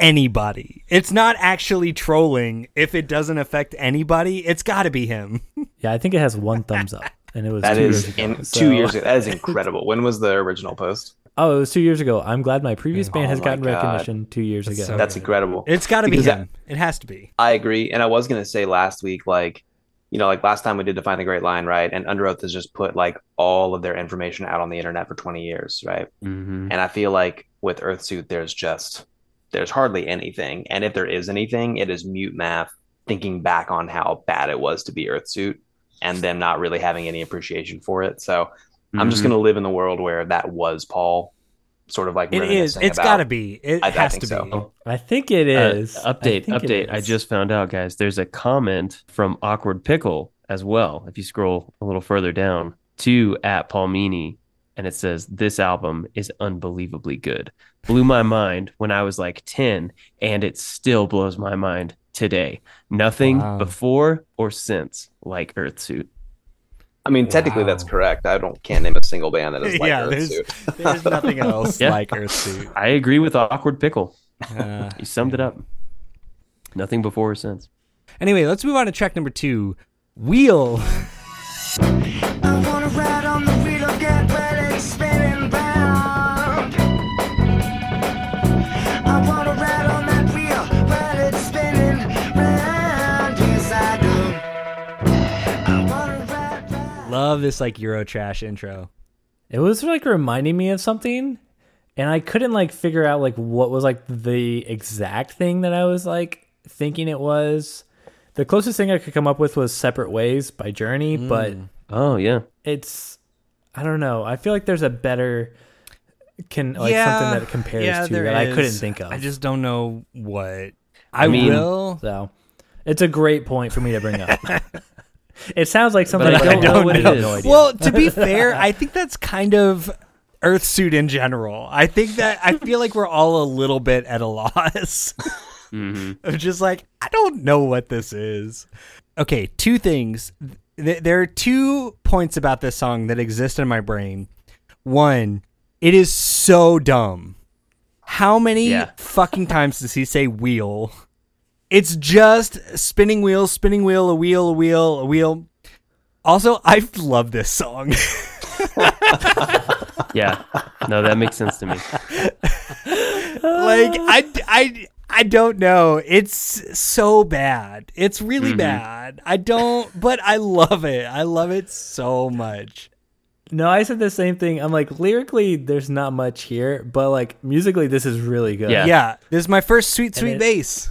anybody. It's not actually trolling if it doesn't affect anybody. It's got to be him. [LAUGHS] yeah, I think it has one thumbs up, and it was That two is years ago, in so- two years ago. That is incredible. When was the original post? Oh, it was two years ago. I'm glad my previous band Oh has my gotten God. recognition two years ago. so- That's Okay. incredible. It's got to be Because that- him. It has to be. I agree. And I was gonna say last week, like, you know, like last time we did Define the Great Line, right? And Under Oath has just put like all of their information out on the internet for 20 years, right? Mm-hmm, hmm And I feel like with Earthsuit, there's just there's hardly anything. And if there is anything, it is mute math thinking back on how bad it was to be Earthsuit and them not really having any appreciation for it. So I'm just Mhm. gonna live in the world where that was Paul, sort of like It is. reminiscing It's about- got to be. It I- I has think to so. be. Oh. I think it Uh, is. mm-hmm. I update, think it update. I is. just found out, guys. There's a comment from Awkward Pickle as well. If you scroll a little further down to at Palmini, and it says this album is unbelievably good. Blew my mind when I was like ten, and it still blows my mind today. Nothing Wow. before or since like Earthsuit. I mean, technically that's Wow. correct. I don't can't name a single band that is [LAUGHS] like yeah, Earth there's, Suit. there's nothing [LAUGHS] else Yeah. like Earthsuit. I agree with Awkward Pickle. Uh, You summed it up. Nothing before or since. anyway, let's move on to track number two, Wheel. [LAUGHS] I wanna ride on the wheel of God while it's spinning round. I wanna ride on that wheel while it's spinning round. Yes, I do. I wanna ride, ride. Love this like Euro trash intro. It was like reminding me of something, and I couldn't like figure out like what was like the exact thing that I was like thinking it was. The closest thing I could come up with was "Separate Ways" by Journey, but Oh yeah. it's I don't know. I feel like there's a better can like something that it compares yeah, to there that I is. couldn't think of. I just don't know what. I, mean- will. so it's a great point for me to [LAUGHS] bring up. it sounds like something But I don't, know what but it I have is. no idea. Well, to be fair, I think that's kind of Earthsuit in general. I think that I feel like we're all a little bit at a loss. Mm-hmm. hmm of just like I don't know what this is. Okay, two things. Th- there are two points about this song that exist in my brain. One, it is so dumb. How many Yeah. fucking times does he say wheel? It's just spinning wheel, spinning wheel, a wheel, a wheel, a wheel. Also, I love this song. [LAUGHS] Yeah. No, that makes sense to me. like I, I, I don't know. It's so bad. It's really bad. I don't, but I love it. I love it so much. No, I said the same thing. I'm like lyrically, there's not much here, but like musically, this is really good. Yeah. Yeah, this is my first sweet, sweet it- bass.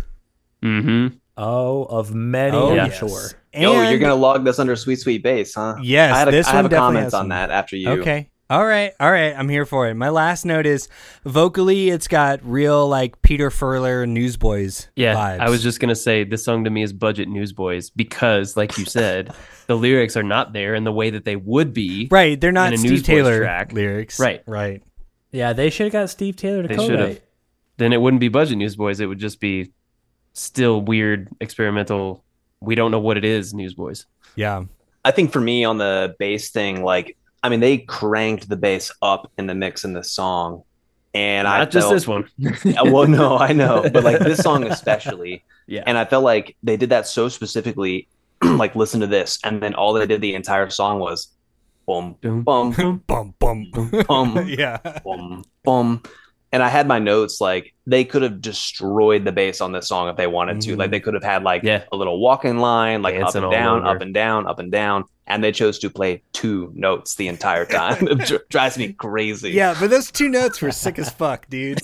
hmm Oh, of many, Oh, I'm yes. sure. And, oh, you're gonna log this under Sweet Sweet Bass, huh? Yes, I had a, this I have one a definitely comment has on some. that after you. Okay. All right. All right. I'm here for it. My last note is vocally, it's got real like Peter Furler Newsboys Yeah, vibes. I was just gonna say this song to me is budget newsboys because, like you said, the lyrics are not there in the way that they would be. right. They're not in a Steve Newsboys Taylor track. lyrics. Right. Right. Yeah, they should have got Steve Taylor to They co should have. write. Then it wouldn't be budget newsboys. It would just be still weird, experimental. We don't know what it is, newsboys. [LAUGHS] Yeah. I think for me on the bass thing, like I mean, they cranked the bass up in the mix in this song, and I not just felt- this one. Uh, well, no, I know, but like this song especially, [LAUGHS] Yeah. and I felt like they did that so specifically, [CLEARS THROAT] like listen to this, and then all they did the entire song was, boom, Dun, boom, dun. Bum bum. [LAUGHS] boom, yeah. boom, boom. And I had my notes like they could have destroyed the bass on this song if they wanted to. Mhm. Like they could have had like Yeah. a little walking line, like Dancing up all and down, over. up and down, up and down. And they chose to play two notes the entire time. [LAUGHS] it dri- drives me crazy. Yeah, but those two notes were sick as fuck, dude.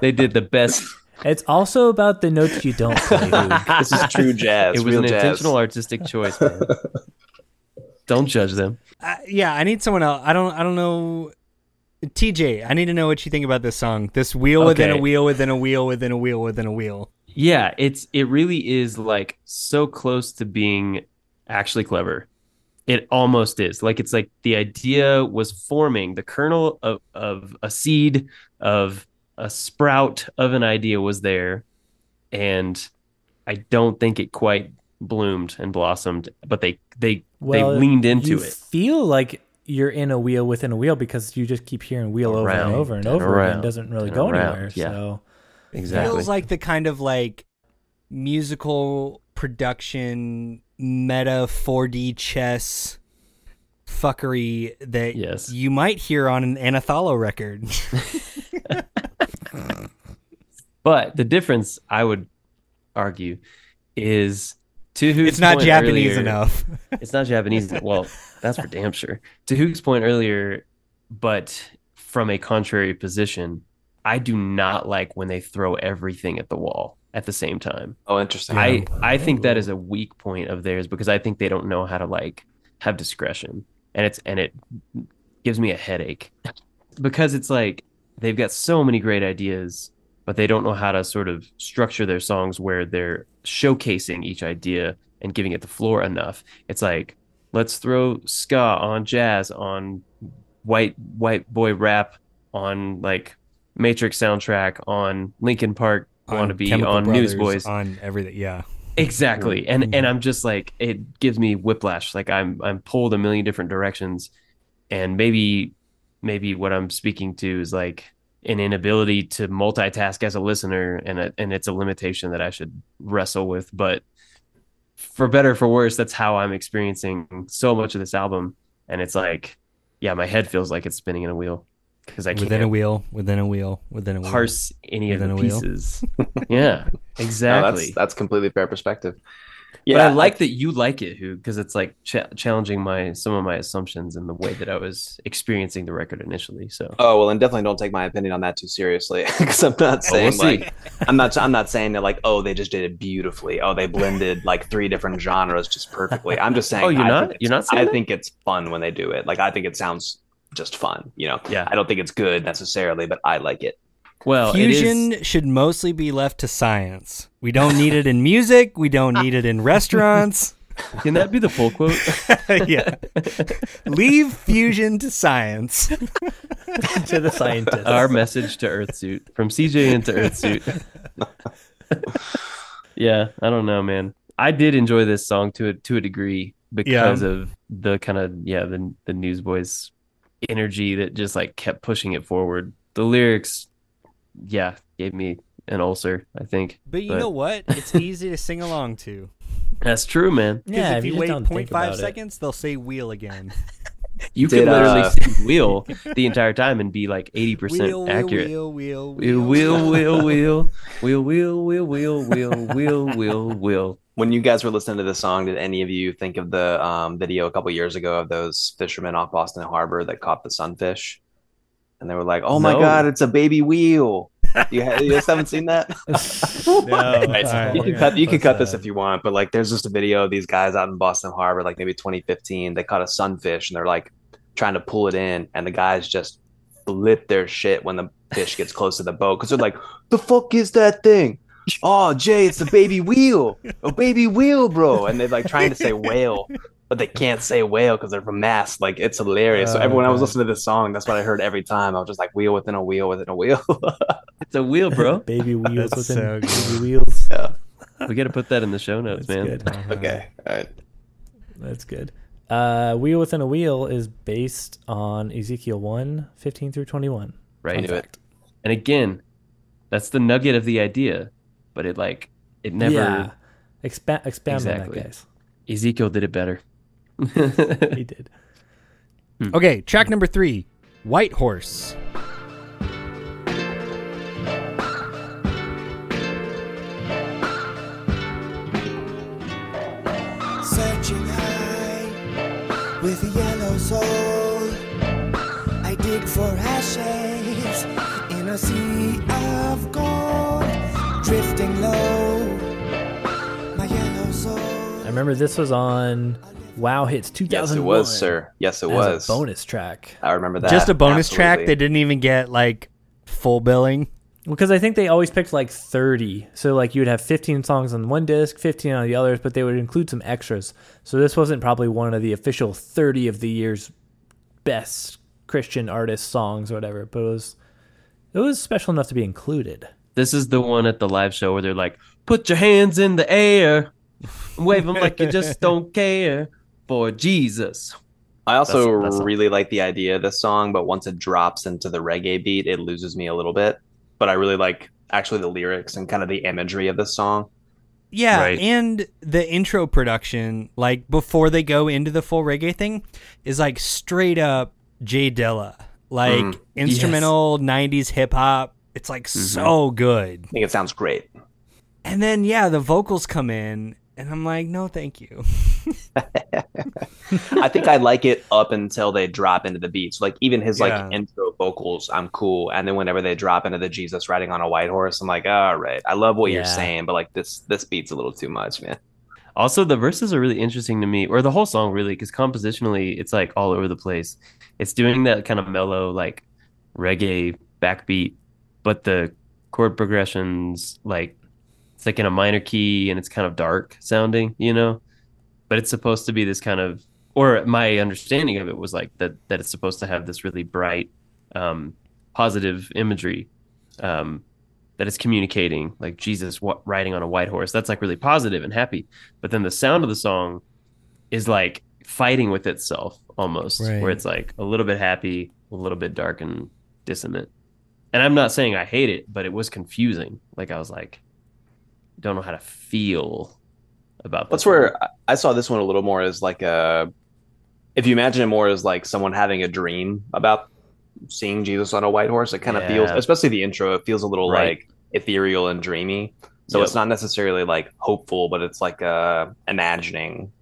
they did the [LAUGHS] best. It's also about the notes you don't [LAUGHS] play. dude. This is true jazz. it was real an jazz. intentional artistic choice. [LAUGHS] Man. don't judge them. Uh, yeah, I need someone else. I don't. I don't know. TJ, I need to know what you think about this song. This wheel within a Okay. wheel within a wheel within a wheel within a wheel. Yeah, it's it really is like so close to being actually clever. It almost is. Like it's like the idea was forming the kernel of, of a seed of a sprout of an idea was there. And I don't think it quite bloomed and blossomed, but they they Well, they leaned into you it. feel like you're in a wheel within a wheel because you just keep hearing wheel over Around, and over and turn over again. around, doesn't really turn go around, anywhere. yeah. [LAUGHS] So Feels like the kind of like musical production meta 4D chess fuckery that Yes. you might hear on an Anathollo record. [LAUGHS] But the difference I would argue is to who it's not Japanese enough. It's not Japanese. well, that's for damn sure. To Hoog's point earlier, but from a contrary position, I do not like when they throw everything at the wall at the same time. Oh, interesting. I I think that is a weak point of theirs because I think they don't know how to like have discretion. and it's and it gives me a headache [LAUGHS] because it's like they've got so many great ideas but they don't know how to sort of structure their songs where they're showcasing each idea and giving it the floor enough it's like let's throw ska on jazz on white white boy rap on like matrix soundtrack on linkin park on wannabe Chemical on Brothers, newsboys on everything. Yeah, Exactly. And and I'm just like it gives me whiplash. Like I'm I'm pulled a million different directions and maybe maybe what I'm speaking to is like an inability to multitask as a listener and a, and it's a limitation that I should wrestle with, but for better or for worse that's how I'm experiencing so much of this album and it's like yeah, my head feels like it's spinning in a wheel cuz I within a can't wheel, within a wheel, within a wheel. parse any of Within a the wheel. [LAUGHS] pieces. yeah, No, exactly. that's that's completely fair perspective. but I Yeah, like that you like it, who because it's like ch- challenging my some of my assumptions and the way that I was experiencing the record initially. So Oh well, and definitely don't take my opinion on that too seriously [LAUGHS] because I'm not saying Oh, we'll see. like I'm not I'm not saying that like oh they just did it beautifully oh they blended like three different genres just perfectly. I'm just saying Oh, you're I not? think it's- You're not saying I that? think it's fun when they do it. Like I think it sounds just fun. You know. Yeah. I don't think it's good necessarily, but I like it. well, Fusion It is, should mostly be left to science. We don't need it in music. We don't need it in [LAUGHS] restaurants. [LAUGHS] [LAUGHS] can that be the full quote? [LAUGHS] yeah, leave fusion to science. to the scientist. Our message to Earthsuit from CJ into Earthsuit. [LAUGHS] yeah, I don't know, man. I did enjoy this song to a to a degree because of the kind of yeah the the Newsboys energy that just like kept pushing it forward. The lyrics, yeah, gave me an ulcer. I think. But you know what? It's easy to sing along to. That's true, man. Because [LAUGHS] yeah, if you, just wait don't think 0.5 about it. [LAUGHS] seconds, they'll say wheel again. You Did, could literally uh, sing [LAUGHS] wheel the entire time and be like 80% Wheel, wheel, accurate. wheel, wheel, Wheel, [LAUGHS] wheel, wheel, wheel, wheel, wheel, wheel, wheel, wheel, wheel, wheel, wheel. When you guys were listening to this song, did any of you think of the um, video a couple years ago of those fishermen off Boston Harbor that caught the sunfish? And they were like, "Oh my No. God, it's a baby wheel." You, ha- you guys haven't seen that? Alright, sorry. you we're can gonna cut you can post cut this that. if you want, but like there's just a video of these guys out in Boston Harbor, like maybe 2015. They caught a sunfish and they're like trying to pull it in, and the guys just flip their shit when the fish gets close to the boat because they're like, "The fuck is that thing?" Oh, Jay, it's a baby wheel, a baby wheel, bro. And they're like trying to say whale, but they can't say whale because they're from Mass. Like it's hilarious. so Oh, everyone I was God. listening to this song, that's what I heard every time. I was just like wheel within a wheel within a wheel. [LAUGHS] It's a wheel, bro. Baby [LAUGHS] wheels That's within so good. baby wheels. We got to put that in the show notes, That's man. good. Uh-huh. okay, all right. That's good. Uh, wheel within a wheel is based on Ezekiel 1, 15 through 21. I Right. knew it. And again, that's the nugget of the idea, but it like, it never, Yeah. Expa- expound on Exactly. that, guys. Ezekiel did it better. He did. Okay, track number three White Horse. searching high with a yellow soul. I dig for ashes in a sea of gold, drifting low. My yellow soul. I remember this was on Wow Hits 2001. Yes, it was, sir. Yes, it As was. a bonus track. I remember that. Just a bonus track. They Ah, Absolutely. didn't even get like full billing. Because I think they always picked like 30. So, like, you would have 15 songs on one disc, 15 on the others, but they would include some extras. So, this wasn't probably one of the official 30 of the year's best Christian artist songs or whatever, but it was, it was special enough to be included. This is the one at the live show where they're like, put your hands in the air, wave them like you [LAUGHS] just don't care for Jesus. I also That's- that's- really like the idea of this song, but once it drops into the reggae beat, it loses me a little bit. But I really like actually the lyrics and kind of the imagery of this song. Yeah, Right. and the intro production, like before they go into the full reggae thing, is like straight up Jay Dilla, like Mm, instrumental '90s hip hop. It's like so good. I think it sounds great. And then yeah, the vocals come in, and I'm like, no, thank you. I think I like it up until they drop into the beats. Like even his Yeah. like intro vocals, I'm cool. And then whenever they drop into the Jesus riding on a white horse, I'm like, all right, I love what you're Yeah. saying, but like this this beat's a little too much, man. Also, the verses are really interesting to me, or the whole song really, because compositionally, it's like all over the place. It's doing that kind of mellow, like reggae backbeat, but the chord progressions, like it's like in a minor key and it's kind of dark sounding, you know. But it's supposed to be this kind of, or my understanding of it was like that that it's supposed to have this really bright, um, positive imagery. Um, that it's communicating like Jesus wa- riding on a white horse. That's like really positive and happy. But then the sound of the song is like fighting with itself almost, Right. where it's like a little bit happy, a little bit dark and dissonant. And I'm not saying I hate it, but it was confusing. Like I was like, don't know how to feel about That's this one. where I- I saw this one a little more as like a. If you imagine it more as like someone having a dream about seeing Jesus on a white horse, it kind of feels, Yeah. especially the intro, it feels a little Right. like ethereal and dreamy. So Yep. it's not necessarily like hopeful, but it's like uh, imagining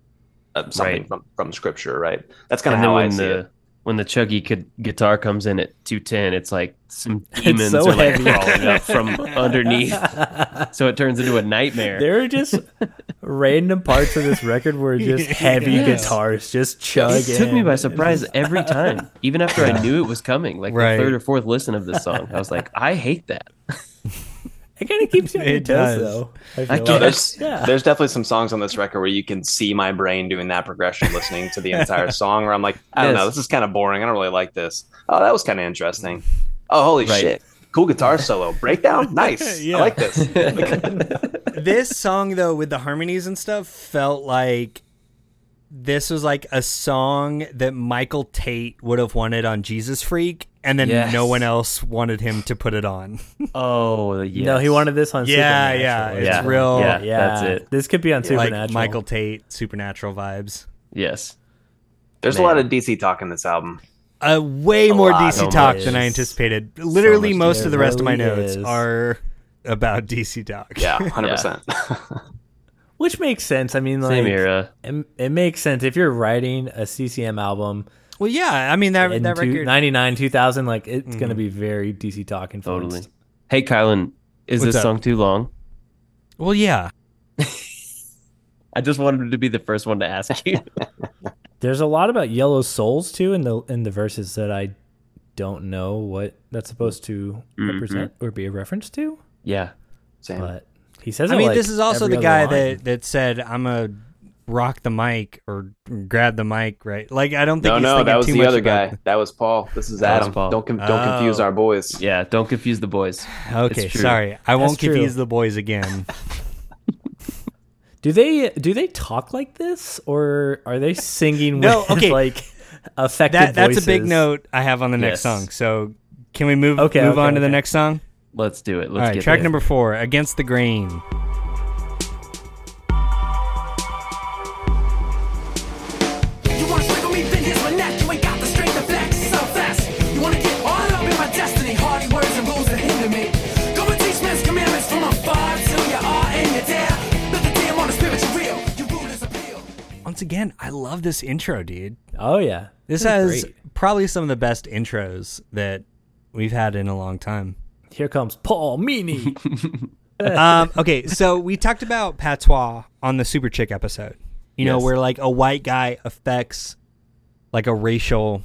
uh, something Right. from, from scripture, right? That's kind of and then how I when see the it. when the chuggy kid guitar comes in at 210, it's like [LAUGHS] some It's demons so are like heavy. crawling up from underneath. So it turns into a nightmare. [LAUGHS] There are just random parts of this record where [LAUGHS] just heavy Yes. guitars just chug. it took me in. by surprise every [LAUGHS] time, even after I knew it was coming. Like Right. the third or fourth listen of this song, I was like, I hate that. It kind of keeps you on your It toes, does. though. I I [LAUGHS] feel No, like. there's Yeah. there's definitely some songs on this record where you can see my brain doing that progression, listening to the entire song. Where I'm like, I don't Yes. know, this is kind of boring. I don't really like this. Oh, that was kind of interesting. Oh, holy Right. shit, cool guitar solo, breakdown, nice. Yeah. I like this. this song though with the harmonies and stuff felt like this was like a song that Michael Tate would have wanted on Jesus Freak and then Yes. no one else wanted him to put it on. Oh, yeah. No, he wanted this on Yeah, Supernatural. yeah, it's Yeah. real Yeah. Yeah, That's it. This could be on Supernatural. like Michael Tate supernatural vibes. Yes. There's a lot of DC talk in this album. A way more lot. DC So talk much. than I anticipated. Literally much most there of the rest of my really notes is. are about DC talk. [LAUGHS] Yeah, hundred percent. Which makes sense. I mean, like, Same era. It, it makes sense. If you're writing a CCM album Well, yeah, I mean that in that two- record 99, 2000, like, it's going to be very DC Talk influenced. Mm-hmm. Totally. Hey, Kylan, is What's this up? song too long? Well, yeah. I just wanted to be the first one to ask [LAUGHS] you. There's a lot about Yellow Souls, too, in the, in the verses that I don't know what that's supposed to represent or be a reference to, yeah. Same. but he says I it, mean, like, this is also the every other guy line. that that said, "I'm a rock the mic or grab the mic," right? Like, I don't think no, he's no, thinking that was too the much other about- guy. That was Paul. This is That was Adam. Paul. Don't com- don't confuse Oh. our boys. Yeah. Don't confuse the boys. Okay, It's true. sorry, I won't That's true. confuse the boys [LAUGHS] again. Do they do they talk like this, or [LAUGHS] are they singing No, with okay. like affected That that's a big voices? note I have on the next Yes. song. So, can we move Okay, move okay, on to the okay. next song? Let's do it. Let's All right, get track there. number four, "Against the Grain." You wanna strangle me, bend his my neck. You ain't got the strength to flex so fast. You wanna get all up in my destiny. Hardy words and rules that hinder me. Go and teach men's commandments from afar till you are and you dare. Let the damn on the spiritual real. Your rulers appeal. Once again, I love this intro, dude. Oh yeah, This is has great. probably some of the best intros that we've had in a long time. Here comes [LAUGHS] Paul Meany. um, okay, so we talked about patois on the Super Chick episode. You know, Yes. where like a white guy affects like a racial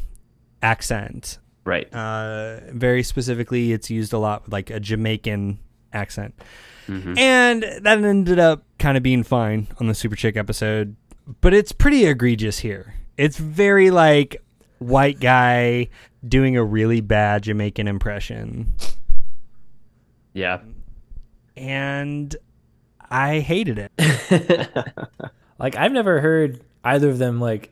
accent. Right. Uh, very specifically, it's used a lot with like a Jamaican accent. And that ended up kind of being fine on the Super Chick episode, but it's pretty egregious here. It's very like white guy doing a really bad Jamaican impression yeah. and I hated it. [LAUGHS] like I've never heard either of them like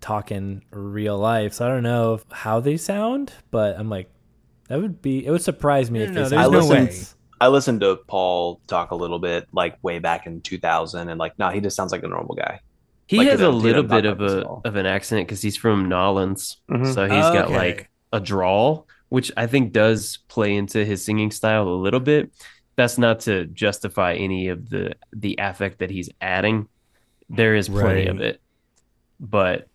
talk in real life, so I don't know if- how they sound, but I'm like that would be it would surprise me if no, they there's sound- no way. I listened to Paul talk a little bit, like way back in 2000, and like, no, he just sounds like a normal guy. He Like, has they a don't- they little don't talk bit of like this a at all. of an accent because he's from Nolans, Mhm. so he's got Mm-hmm. Okay. like a drawl, which I think does play into his singing style a little bit. That's not to justify any of the the affect that he's adding. There is plenty of Right. it, but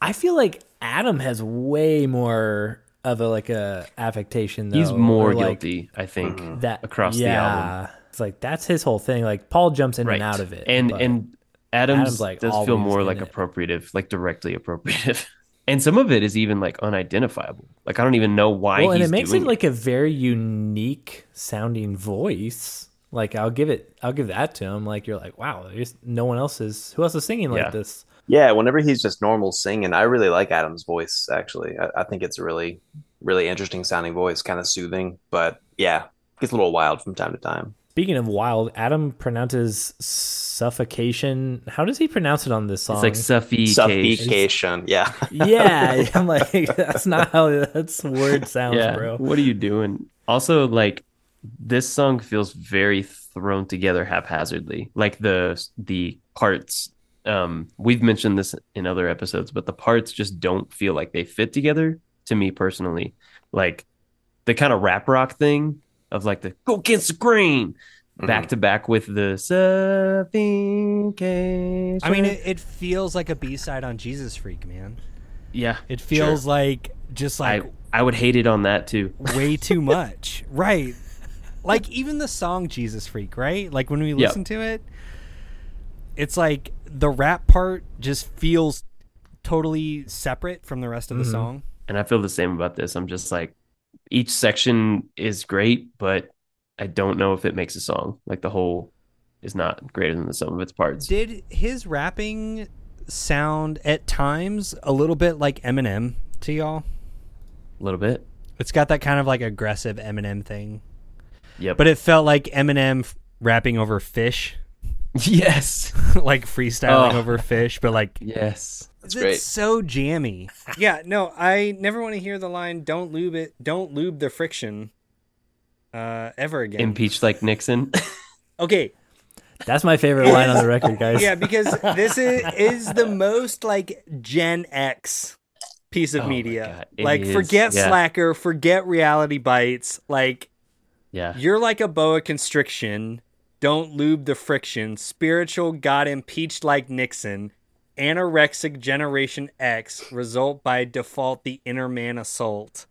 I feel like Adam has way more of a like a affectation though. he's more or, like, guilty, I think, Mm-hmm. that across the album. It's like that's his whole thing. Like Paul jumps in Right and out of it. and but- and Adams, Adams, like, does feel always more in like it. appropriative, like directly appropriative. [LAUGHS] and some of it is even like unidentifiable. Like I don't even know why well, and he's it makes doing it like a very unique sounding voice. Like I'll give it, I'll give that to him. Like you're like, wow, there's no one else is who else is singing like Yeah. this. Yeah, whenever he's just normal singing, I really like Adam's voice, actually. I, I think it's a really, really interesting sounding voice, kind of soothing, but yeah, gets a little wild from time to time. Speaking of wild, Adam pronounces suffocation. How does he pronounce it on this song? It's like Suffy Cage. Suffocation. Yeah. [LAUGHS] yeah, [LAUGHS] I'm like [LAUGHS] that's not how that's word sounds, Yeah. bro. What are you doing? Also, like this song feels very thrown together haphazardly. Like the the parts. Um, we've mentioned this in other episodes, but the parts just don't feel like they fit together to me personally. Like the kind of rap rock thing of like the go against the grain Mm-hmm. back to back with the suffocation. I mean, it, it feels like a B side on Jesus Freak, man. yeah, It feels like just I like I would hate it on that too. way too much, right? Like even the song Jesus Freak, right? Like when we listen to it, it's like the rap part just feels totally separate from the rest of the song. and I feel the same about this. I'm just like, each section is great, but I don't know if it makes a song. Like the whole is not greater than the sum of its parts. Did his rapping sound at times a little bit like Eminem to y'all? A little bit. It's got that kind of like aggressive Eminem thing, Yep. but it felt like Eminem f- rapping over fish, [LAUGHS] yes, [LAUGHS] like freestyling Oh. over fish, but like yes. [LAUGHS] That's That's great. so jammy. [LAUGHS] yeah, no, I never want to hear the line "Don't lube it, don't lube the friction," uh, ever again. Impeached like Nixon. [LAUGHS] [LAUGHS] okay, That's my favorite line on the record, guys. yeah, because this is is the most like Gen X piece of Oh my media. God, it Like, is, forget yeah. Slacker, forget Reality Bites. Like, yeah. you're like a boa constriction. Don't lube the friction. Spiritual got impeached like Nixon. Anorexic Generation X result by default the inner man assault.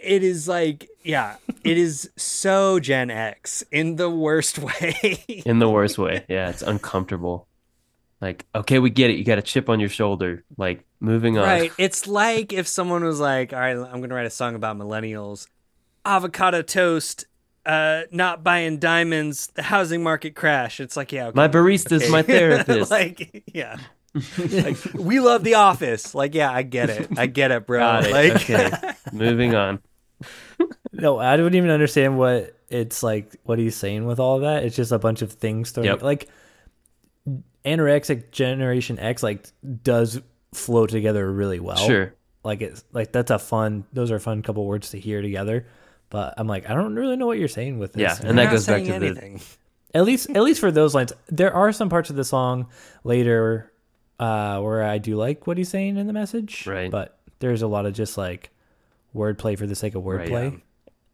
It is like, yeah, it is so Gen X in the worst [LAUGHS] way. In the worst way. Yeah. It's uncomfortable. Like, okay, we get it. You got a chip on your shoulder. Like, moving on. right. It's like if someone was like, all right, I'm going to write a song about millennials, avocado toast, uh, not buying diamonds, the housing market crash. It's like, yeah, okay. My barista's Okay. my [LAUGHS] [LAUGHS] therapist. like, yeah. like, we love The Office. Like, yeah, I get it. I get it, bro. Got it. Like, okay. Moving on. No, I don't even understand what it's like. What he's saying with all that, it's just a bunch of things. Thrown, Yep. Like anorexic generation X, like does flow together really well. Sure. like it's like that's a fun. Those are fun couple words to hear together. But I'm like, I don't really know what you're saying with this. Yeah. man. And we're that not goes back saying to the anything. at least at least for those lines there are some parts of the song later uh where i do like what he's saying in the message Right. but there's a lot of just like wordplay for the sake of wordplay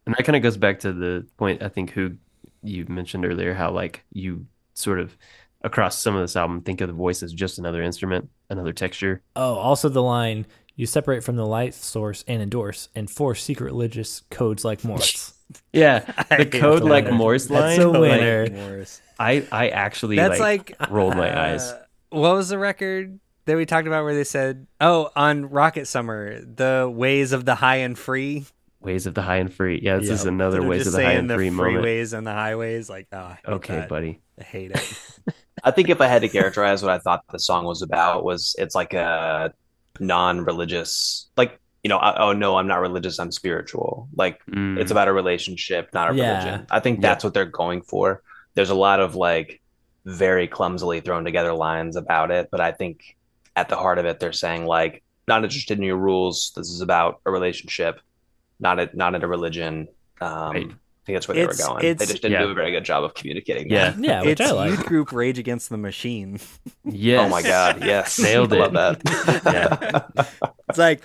And that kind of goes back to the point I think who you mentioned earlier, how like you sort of across some of this album think of the voice as just another instrument, another texture. oh also the line you separate from the light source and endorse and force secret religious codes like morse Yeah, [LAUGHS] the hate [LAUGHS] code that. like Morse line. That's a like, winner. I I actually That's like, like, rolled my eyes. uh, what was the record that we talked about where they said, oh, on Rocket Summer, the ways of the high and free? Ways of the High and Free. Yeah, this is Yeah. another They're Ways just of the High saying and the Free moment. freeways and the highways. Like, oh, I hate Okay, that. buddy. I hate it. I think if I had to characterize what I thought the song was about was it's like a non-religious, like, you know, I, oh no, I'm not religious, I'm spiritual. Like Mm. it's about a relationship, not a Yeah. religion. I think Yeah. that's what they're going for. There's a lot of like very clumsily thrown together lines about it, but I think at the heart of it, they're saying like, not interested in your rules. This is about a relationship, not a not in a religion. Um, Right. I think that's where they were It's- going. They it's- just didn't Yeah. do a very good job of communicating. Yeah. that. yeah it's which i like youth group Rage Against the Machine. Yes. Oh my god. Yes. Nailed I it. love that. [LAUGHS] Yeah. It's like,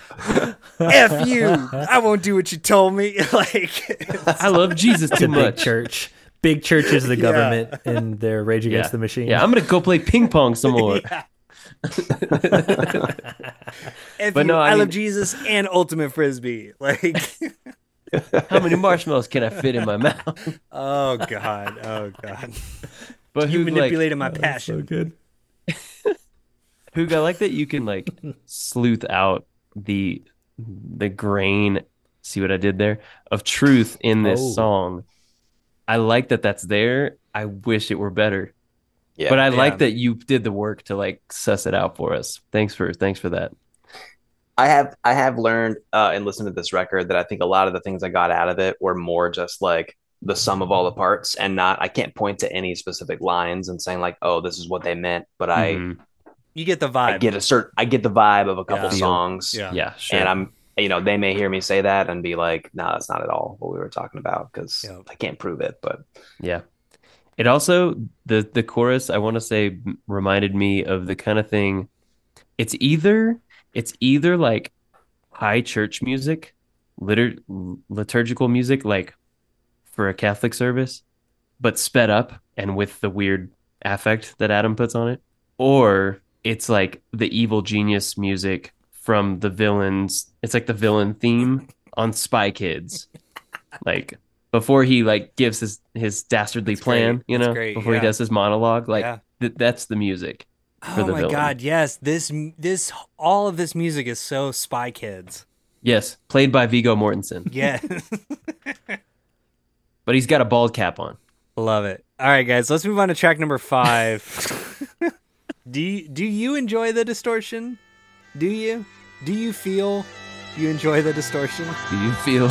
F you. I won't do what you told me. [LAUGHS] like, [LAUGHS] I love Jesus it's a too big much. church big church is the Yeah. government and their rage against Yeah. the machine Yeah, I'm gonna go play ping pong some more. F But you, no, I, I love mean- Jesus and Ultimate Frisbee. [LAUGHS] Like, How many marshmallows can I fit in my [LAUGHS] mouth? oh God. Oh God. But You who, like- manipulated my passion. so good Hoog, I like that you can like sleuth out the the grain. See what I did there of truth in this Oh. song. I like that that's there. I wish it were better, [LAUGHS] Yeah, but I yeah. like that you did the work to like suss it out for us. Thanks for thanks for that. I have I have learned uh, and listened to this record that I think a lot of the things I got out of it were more just like the sum of all the parts and not I can't point to any specific lines and saying like oh this is what they meant but I Mm-hmm. Mhm. You get the I vibe. get a certain I get the vibe of a couple Yeah. Feel. songs Yeah. yeah, sure. and I'm you know they may hear me say that and be like no that's not at all what we were talking about because Yep. I can't prove it but Yeah. It also the the chorus I want to say m- reminded me of the kind of thing it's either it's either like high church music, litur- liturgical music like for a Catholic service but sped up and with the weird affect that Adam puts on it or it's like the evil genius music from the villains. It's like the villain theme on Spy Kids. like before he like gives his his dastardly That's plan, great. you That's know, great, before yeah. he does his monologue, like Yeah. th- that's the music. for oh the my villain. god, yes. This m- this all of this music is so Spy Kids. Yes, played by Vigo Mortensen, Yeah. but he's got a bald cap on. [LAUGHS] Love it. All right, guys, let's move on to track number [LAUGHS] 5. do you, do you enjoy the distortion? Do you? Do you feel you enjoy the distortion? Do you feel?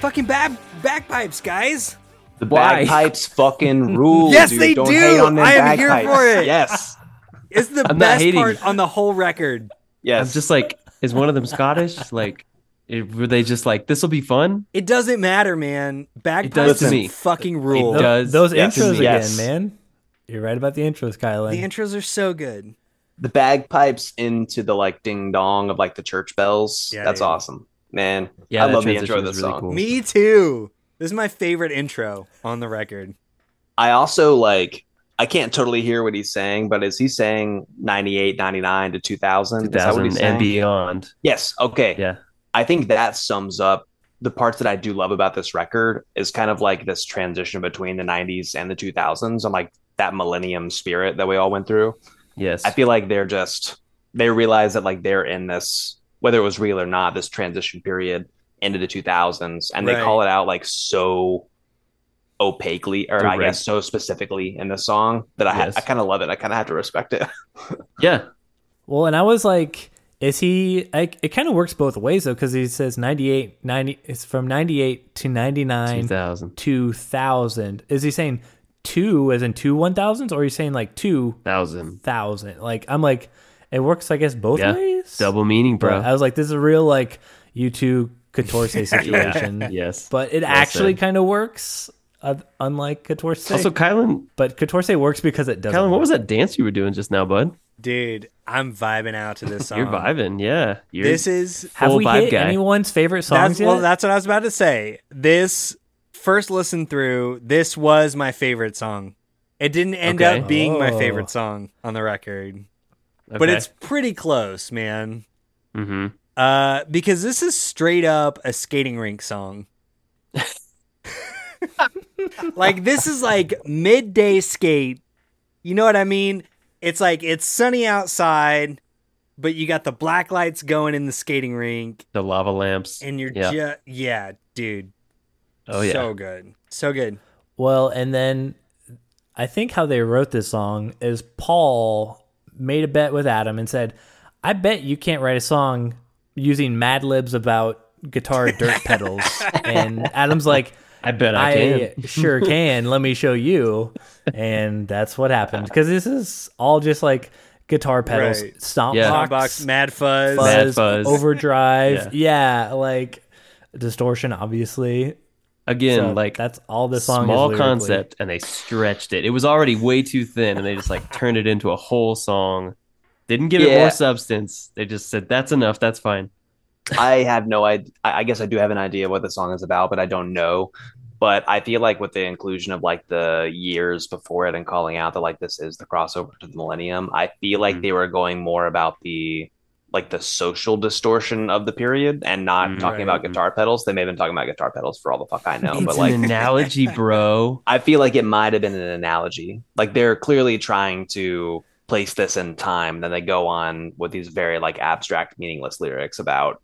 Fucking bab- backpipes, guys. the Why? [LAUGHS] bagpipes fucking rule Yes, dude. they Don't do. hate on them I am here bagpipes. for it. yes It's the I'm not best hating. part on the whole record. yes I'm just like, is one of them Scottish? Like, it, were they just like, this will be fun? It doesn't matter, man. does Bagpipes to me. fucking rule. It does. Those Yes. intros Yes. again, man. You're right about the intros, Kylan. The intros are so good. the bagpipes into the like ding dong of like the church bells. Yeah, That's dude. awesome, man. Yeah, I that love the intro of transition is this really song. cool. Me too. This is my favorite intro on the record. I also like. I can't totally hear what he's saying, but is he saying 98, 99 to 2000? Is that what 2000 he's and saying? beyond. yes. Okay. Yeah. I think that sums up the parts that I do love about this record is kind of like this transition between the 90s and the 2000s. I'm like that millennium spirit that we all went through. Yes. I feel like they're just they realize that like they're in this whether it was real or not this transition period into the 2000s and Right. they call it out like so opaquely or I Direct. guess so specifically in the song that I ha- Yes. I kind of love it. I kind of have to respect it. yeah. Well, and I was like, is he? I, it kind of works both ways though, because he says 98, 90. It's from 98 to 99, 2000. 2000. Is he saying two as in two one thousands, or are you saying like two 1000. thousand? Like I'm like, it works, I guess, both Yeah. ways. Double meaning, But bro. I was like, this is a real like you two [LAUGHS] Catorce situation. yes. But it Well actually said. kind of works, uh, unlike Catorce. also, Kylan, but Catorce works because it doesn't. Kylan, what work. was that dance you were doing just now, bud? Dude, I'm vibing out to this song. [LAUGHS] You're vibing, yeah. You're, This is Have full we vibe hit guy. anyone's favorite songs that's, yet? well, that's what I was about to say. This first listen through, this was my favorite song. It didn't end Okay. up being my Oh. favorite song on the record, okay. but it's pretty close, man. Mhm. Uh, because this is straight up a skating rink song. like this is like midday skate. You know what I mean? It's like it's sunny outside, but you got the black lights going in the skating rink, the lava lamps. and you're Yeah. yeah, yeah, dude, Oh yeah, so good, so good. Well, and then I think how they wrote this song is Paul made a bet with Adam and said, "I bet you can't write a song using Mad Libs about guitar [LAUGHS] dirt pedals." and Adam's like, I bet I, "I, can. [LAUGHS] sure can. Let me show you." And that's what happened because this is all just like guitar pedals, Right. stomp Yeah. Box, box, Mad Fuzz, Mad fuzz, Fuzz. overdrive, Yeah. yeah. like distortion, obviously. Again, So like that's all the song. is small lyrically. concept, and they stretched it. It was already way too thin, and they just like turned it into a whole song. Didn't give it Yeah. more substance. They just said that's enough. That's fine. I have no idea. I I guess I do have an idea what the song is about, but I don't know. But I feel like with the inclusion of like the years before it and calling out that like this is the crossover to the millennium, I feel like Mm. they were going more about the like the social distortion of the period and not Mm. talking Right. about guitar pedals. They may have been talking about guitar pedals for all the fuck I know, it's but an like analogy, bro. I feel like it might have been an analogy. Like they're clearly trying to place this in time. Then they go on with these very like abstract, meaningless lyrics about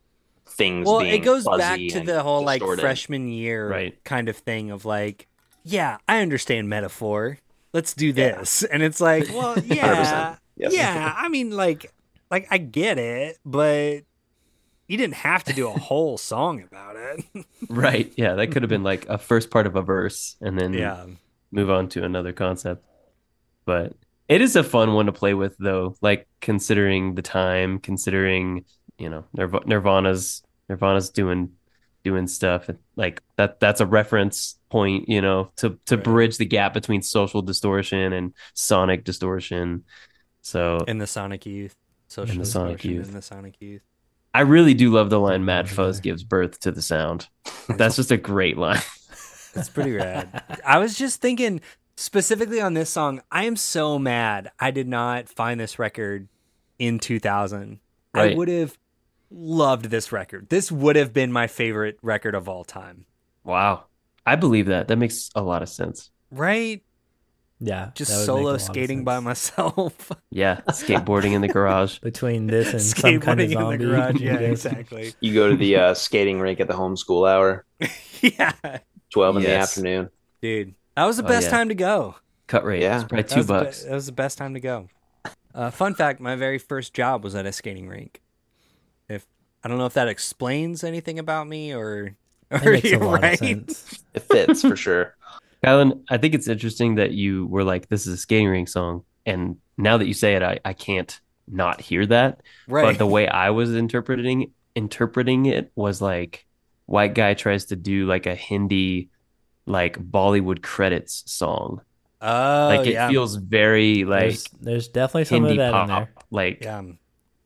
things. Well, being it goes fuzzy back to and the whole like distorted. freshman year Right. kind of thing of like, yeah, I understand metaphor. Let's do this. [LAUGHS] And it's like, well, yeah. 100%. Yes. Yeah, I mean like like I get it, but you didn't have to do a whole song about it. [LAUGHS] Right? Yeah, that could have been like a first part of a verse, and then yeah. move on to another concept. But it is a fun one to play with, though. Like considering the time, considering you know Nirv- Nirvana's Nirvana's doing doing stuff, and like that that's a reference point, you know, to to Right. bridge the gap between social distortion and sonic distortion. So In the Sonic Youth. Social In the Sonic distortion Youth. In the Sonic Youth. I really do love the line "Mad Fuzz gives birth to the sound." That's just a great line. It's pretty rad. I was just thinking specifically on this song, I am so mad I did not find this record in 2000. I Right. would have loved this record. This would have been my favorite record of all time. Wow, I believe that. That makes a lot of sense. Right? Yeah, that would Just make a lot solo of skating by sense. myself. [LAUGHS] Yeah, skateboarding in the garage. Between this [LAUGHS] and some kind of zombie, [LAUGHS] Yeah, Yes. exactly. [LAUGHS] You go to the uh, skating rink at the homeschool hour, yeah. twelve in the Yes. afternoon. Dude, that was the Oh, best yeah. time to go. Cut rate. Yeah. Yeah, probably That two was the be- bucks. that was the best time to go. Uh, fun fact: My very first job was at a skating rink. If I don't know if that explains anything about me or [LAUGHS] That or makes a you're lot right. of sense. It fits for sure. Kylan, I think it's interesting that you were like, "This is a skating rink song," and now that you say it, I, I can't not hear that. [LAUGHS] Right. But the way I was interpreting interpreting it was like, white guy tries to do like a Hindi, like Bollywood credits song. oh, like it yeah. feels very like there's, there's definitely some Hindi of that pop. in there. Like yeah.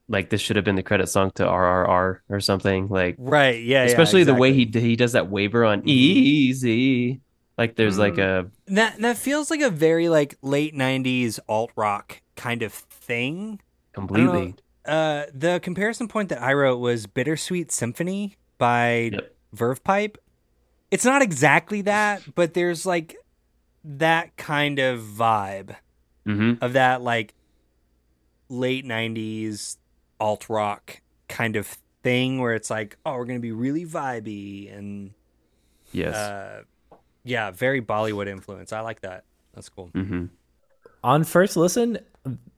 like this should have been the credit song to RRR or something. Like Right. Yeah. especially yeah, the way exactly. he d- he does that waiver on Mm-hmm. easy. Like there's like a that that feels like a very like late '90s alt rock kind of thing. completely Uh, the comparison point that I wrote was "Bittersweet Symphony" by Yep. Verve Pipe. It's not exactly that, [LAUGHS] but there's like that kind of vibe hmm of that like late '90s alt rock kind of thing, where it's like, oh, we're gonna be really vibey and yes. uh, yeah, very Bollywood influence. I like that. That's cool. hmm On first listen,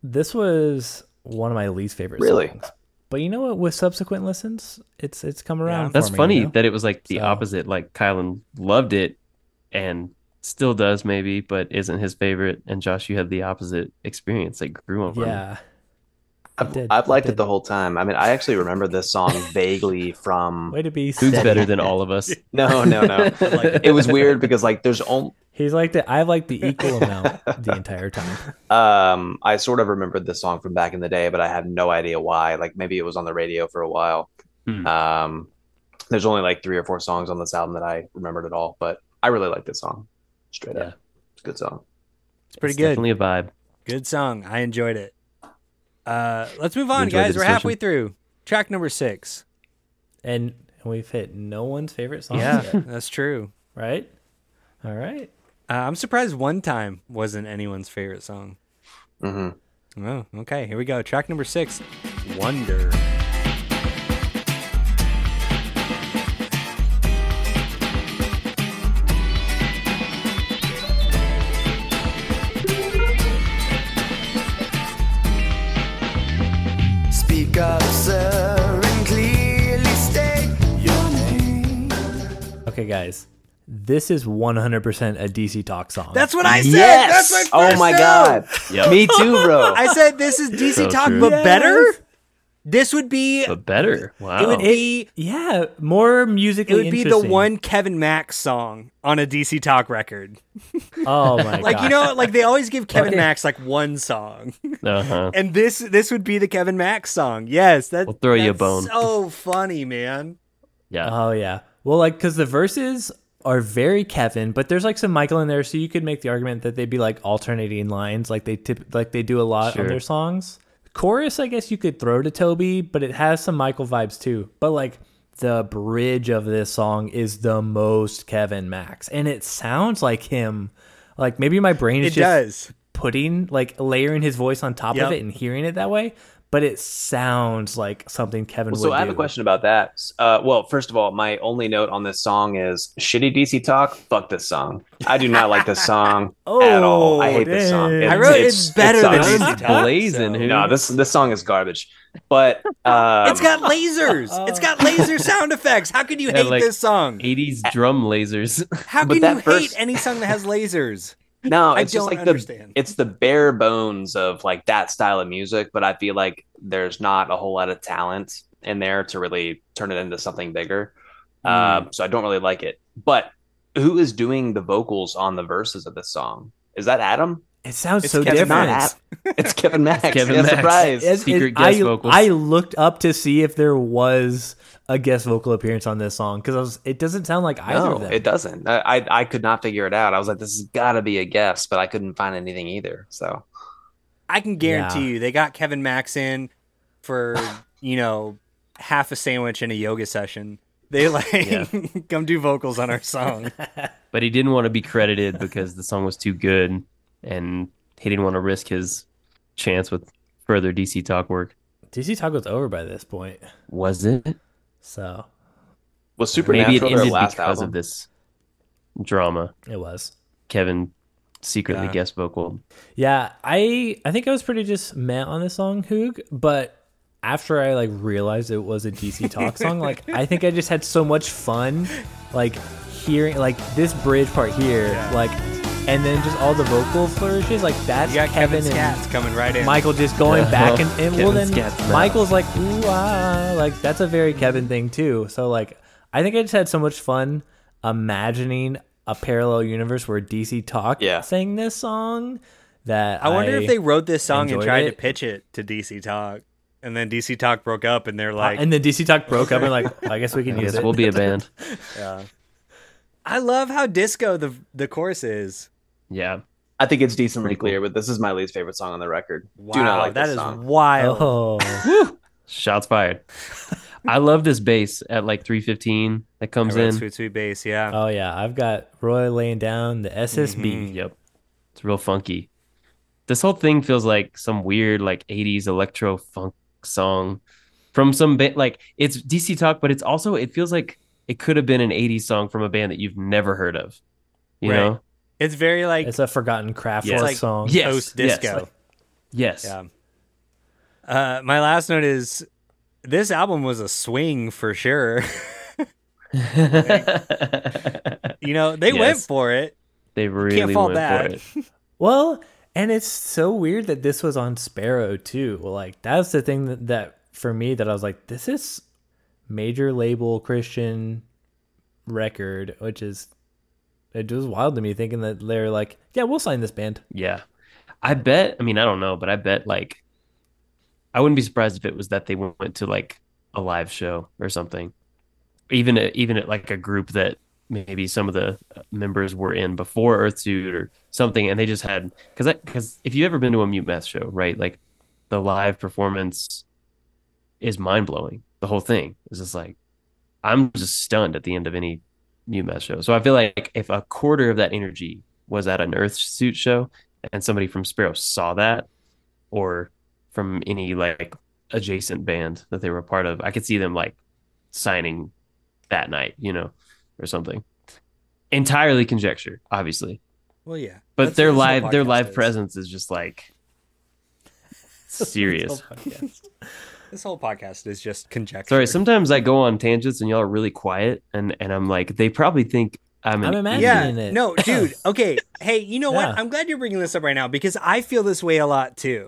this was one of my least favorite Really? songs. But you know what? With subsequent listens, it's it's come around. Yeah. for That's me, you funny know? that it was like the So- opposite. Like Kylan loved it and still does maybe, but isn't his favorite. And Josh, you had the opposite experience that grew on. yeah. I've, did, I've it liked did. it the whole time. I mean, I actually remember this song vaguely from. Way to be. Who's steady. [LAUGHS] better than all of us? No, no, [LAUGHS] no. It was weird because like there's only He's liked it. I've [LAUGHS] liked the equal amount the entire time. Um, I sort of remembered this song from back in the day, but I have no idea why. Like maybe it was on the radio for a while. Hmm. Um, there's only like three or four songs on this album that I remembered at all, but I really like this song. Straight Yeah. up, it's a good song. It's pretty It's good. Definitely a vibe. Good song. I enjoyed it. Uh, let's move on, Enjoyed the guys. We're discussion. halfway through. Track number six. And we've hit no one's favorite Oh. song Yeah. yet, That's true. right? All right. Uh, I'm surprised one time wasn't anyone's favorite song. hmm Oh, okay. Here we go. Track number six Wonder. Speak up, sir, and clearly state your name. Okay, guys. This is 100% a DC Talk song. That's what I said. Yes! That's my oh first my [LAUGHS] note. god. Yep. Me too, bro. I said this is DC So Talk, true. but Yes. better? This would be but better. Wow. it would be Yeah, more musically. it would be the interesting. one Kevin Max song on a DC Talk record. Oh [LAUGHS] my Like god! you know, like they always give Kevin Okay. Max like one song, uh-huh. and this this would be the Kevin Max song. Yes, that, We'll throw you a that's bone. So funny, man. Yeah. Um, Oh yeah. Well, like because the verses are very Kevin, but there's like some Michael in there, so you could make the argument that they'd be like alternating lines, like they tip, like they do a lot Sure. on their songs. Chorus, I guess you could throw to Toby, but it has some Michael vibes too. But like the bridge of this song is the most Kevin Max, and it sounds like him. Like maybe my brain is It just does. putting like layering his voice on top Yep. of it and hearing it that way. But it sounds like something Kevin Well, would so I have do. a question about that. Uh, well, first of all, my only note on this song is shitty DC talk. Fuck this song. I do not like this song at all. I Oh, hate this song. dang. I wrote it's, better than [LAUGHS] sucks. DC Talk. Blazing, so- who- No, this this song is garbage. But um, It's got lasers. It's got laser sound effects. How could you Yeah, hate like- this song? 80s drum lasers. [LAUGHS] How but can that you hate first- any song that has lasers? no. I It's just don't like understand. the it's the bare bones of like that style of music. But I feel like there's not a whole lot of talent in there to really turn it into something bigger. Mm. Um, so I don't really like it. But who is doing the vocals on the verses of this song? Is that Adam? It sounds It's so Kevin different. Max. [LAUGHS] It's [LAUGHS] Kevin Max. Kevin yeah, Max. surprise. As- Secret as guest I, vocals. I looked up to see if there was a guest vocal appearance on this song because it doesn't sound like either No, of them. it doesn't. I, I I could not figure it out. I was like, this has got to be a guess, but I couldn't find anything either. So I can guarantee Yeah. you they got Kevin Max in for, you know, half a sandwich and a yoga session. They like Yeah. [LAUGHS] come do vocals on our song. but he didn't want to be credited because the song was too good and he didn't want to risk his chance with further DC talk work. DC Talk was over by this point, Was it? so was Maybe it Supernatural their ended last because album? of this drama. it was. Kevin secretly Yeah. guest vocal. Yeah, I I think I was pretty just meh on this song, Hoog, but after I like realized it was a DC [LAUGHS] Talk song, like I think I just had so much fun like hearing like this bridge part here, like and then just all the vocal flourishes, like that's You got Kevin, and Scats coming right in. Michael just going [LAUGHS] Oh, back and, and well Kevin then Scat's mouth. Michael's like ooh ah like that's a very Kevin thing too. So like I think I just had so much fun imagining a parallel universe where DC Talk Yeah. sang this song that I wonder if they wrote this song and enjoyed tried to it. pitch it to DC Talk. And then DC Talk broke up and they're uh, like, and then DC Talk broke up and like I guess [LAUGHS] we can I use guess it. we'll be [LAUGHS] a band. I love how disco the the chorus is. Yeah. I think it's decently Pretty cool. clear, but this is my least favorite song on the record. Wow, Do not like that this is song. wild. oh Shots fired. I love this bass at like 315 that I comes wrote in. sweet sweet bass, yeah. oh yeah I've got Roy laying down the Mm-hmm. SSB Yep. It's real funky. This whole thing feels like some weird like 80s electro funk song from some band like it's DC Talk but it's also it feels like it could have been an 80s song from a band that you've never heard of. You Right. know? It's very like it's a forgotten Kraftwerk It's like- song Yes. post disco. Yes. Yeah. Uh, my last note is this album was a swing for sure. [LAUGHS] [LAUGHS] you know, they went Yes. for it. they really Can't fall went back. for it. Well, and it's so weird that this was on Sparrow too. Well, like that's the thing that, that for me that I was like, this is major label Christian record, which is it was wild to me thinking that they're like, yeah, we'll sign this band. Yeah. I bet, I mean, I don't know, but I bet like I wouldn't be surprised if it was that they went went to like a live show or something. Even a, even at like a group that maybe some of the uh, members were in before Earthsuit or something and they just had cuz cuz if you've ever been to a Mute Math show, right? Like the live performance is mind-blowing. The whole thing is just like I'm just stunned at the end of any Mute Math show. So I feel like if a quarter of that energy was at an Earthsuit show, and somebody from Sparrow saw that or from any like adjacent band that they were a part of, I could see them like signing that night, you know, or something. Entirely conjecture, obviously. Well, yeah. But That's their what this whole live their podcast live is. presence is [LAUGHS] just like serious. Oh, This whole podcast is just conjecture. Sorry, sometimes I go on tangents and y'all are really quiet and and I'm like they probably think I'm an e-, I'm imagining yeah. it. [LAUGHS] No, dude. Okay. Hey, you know Yeah. [LAUGHS] what? I'm glad you're bringing this up right now because I feel this way a lot too.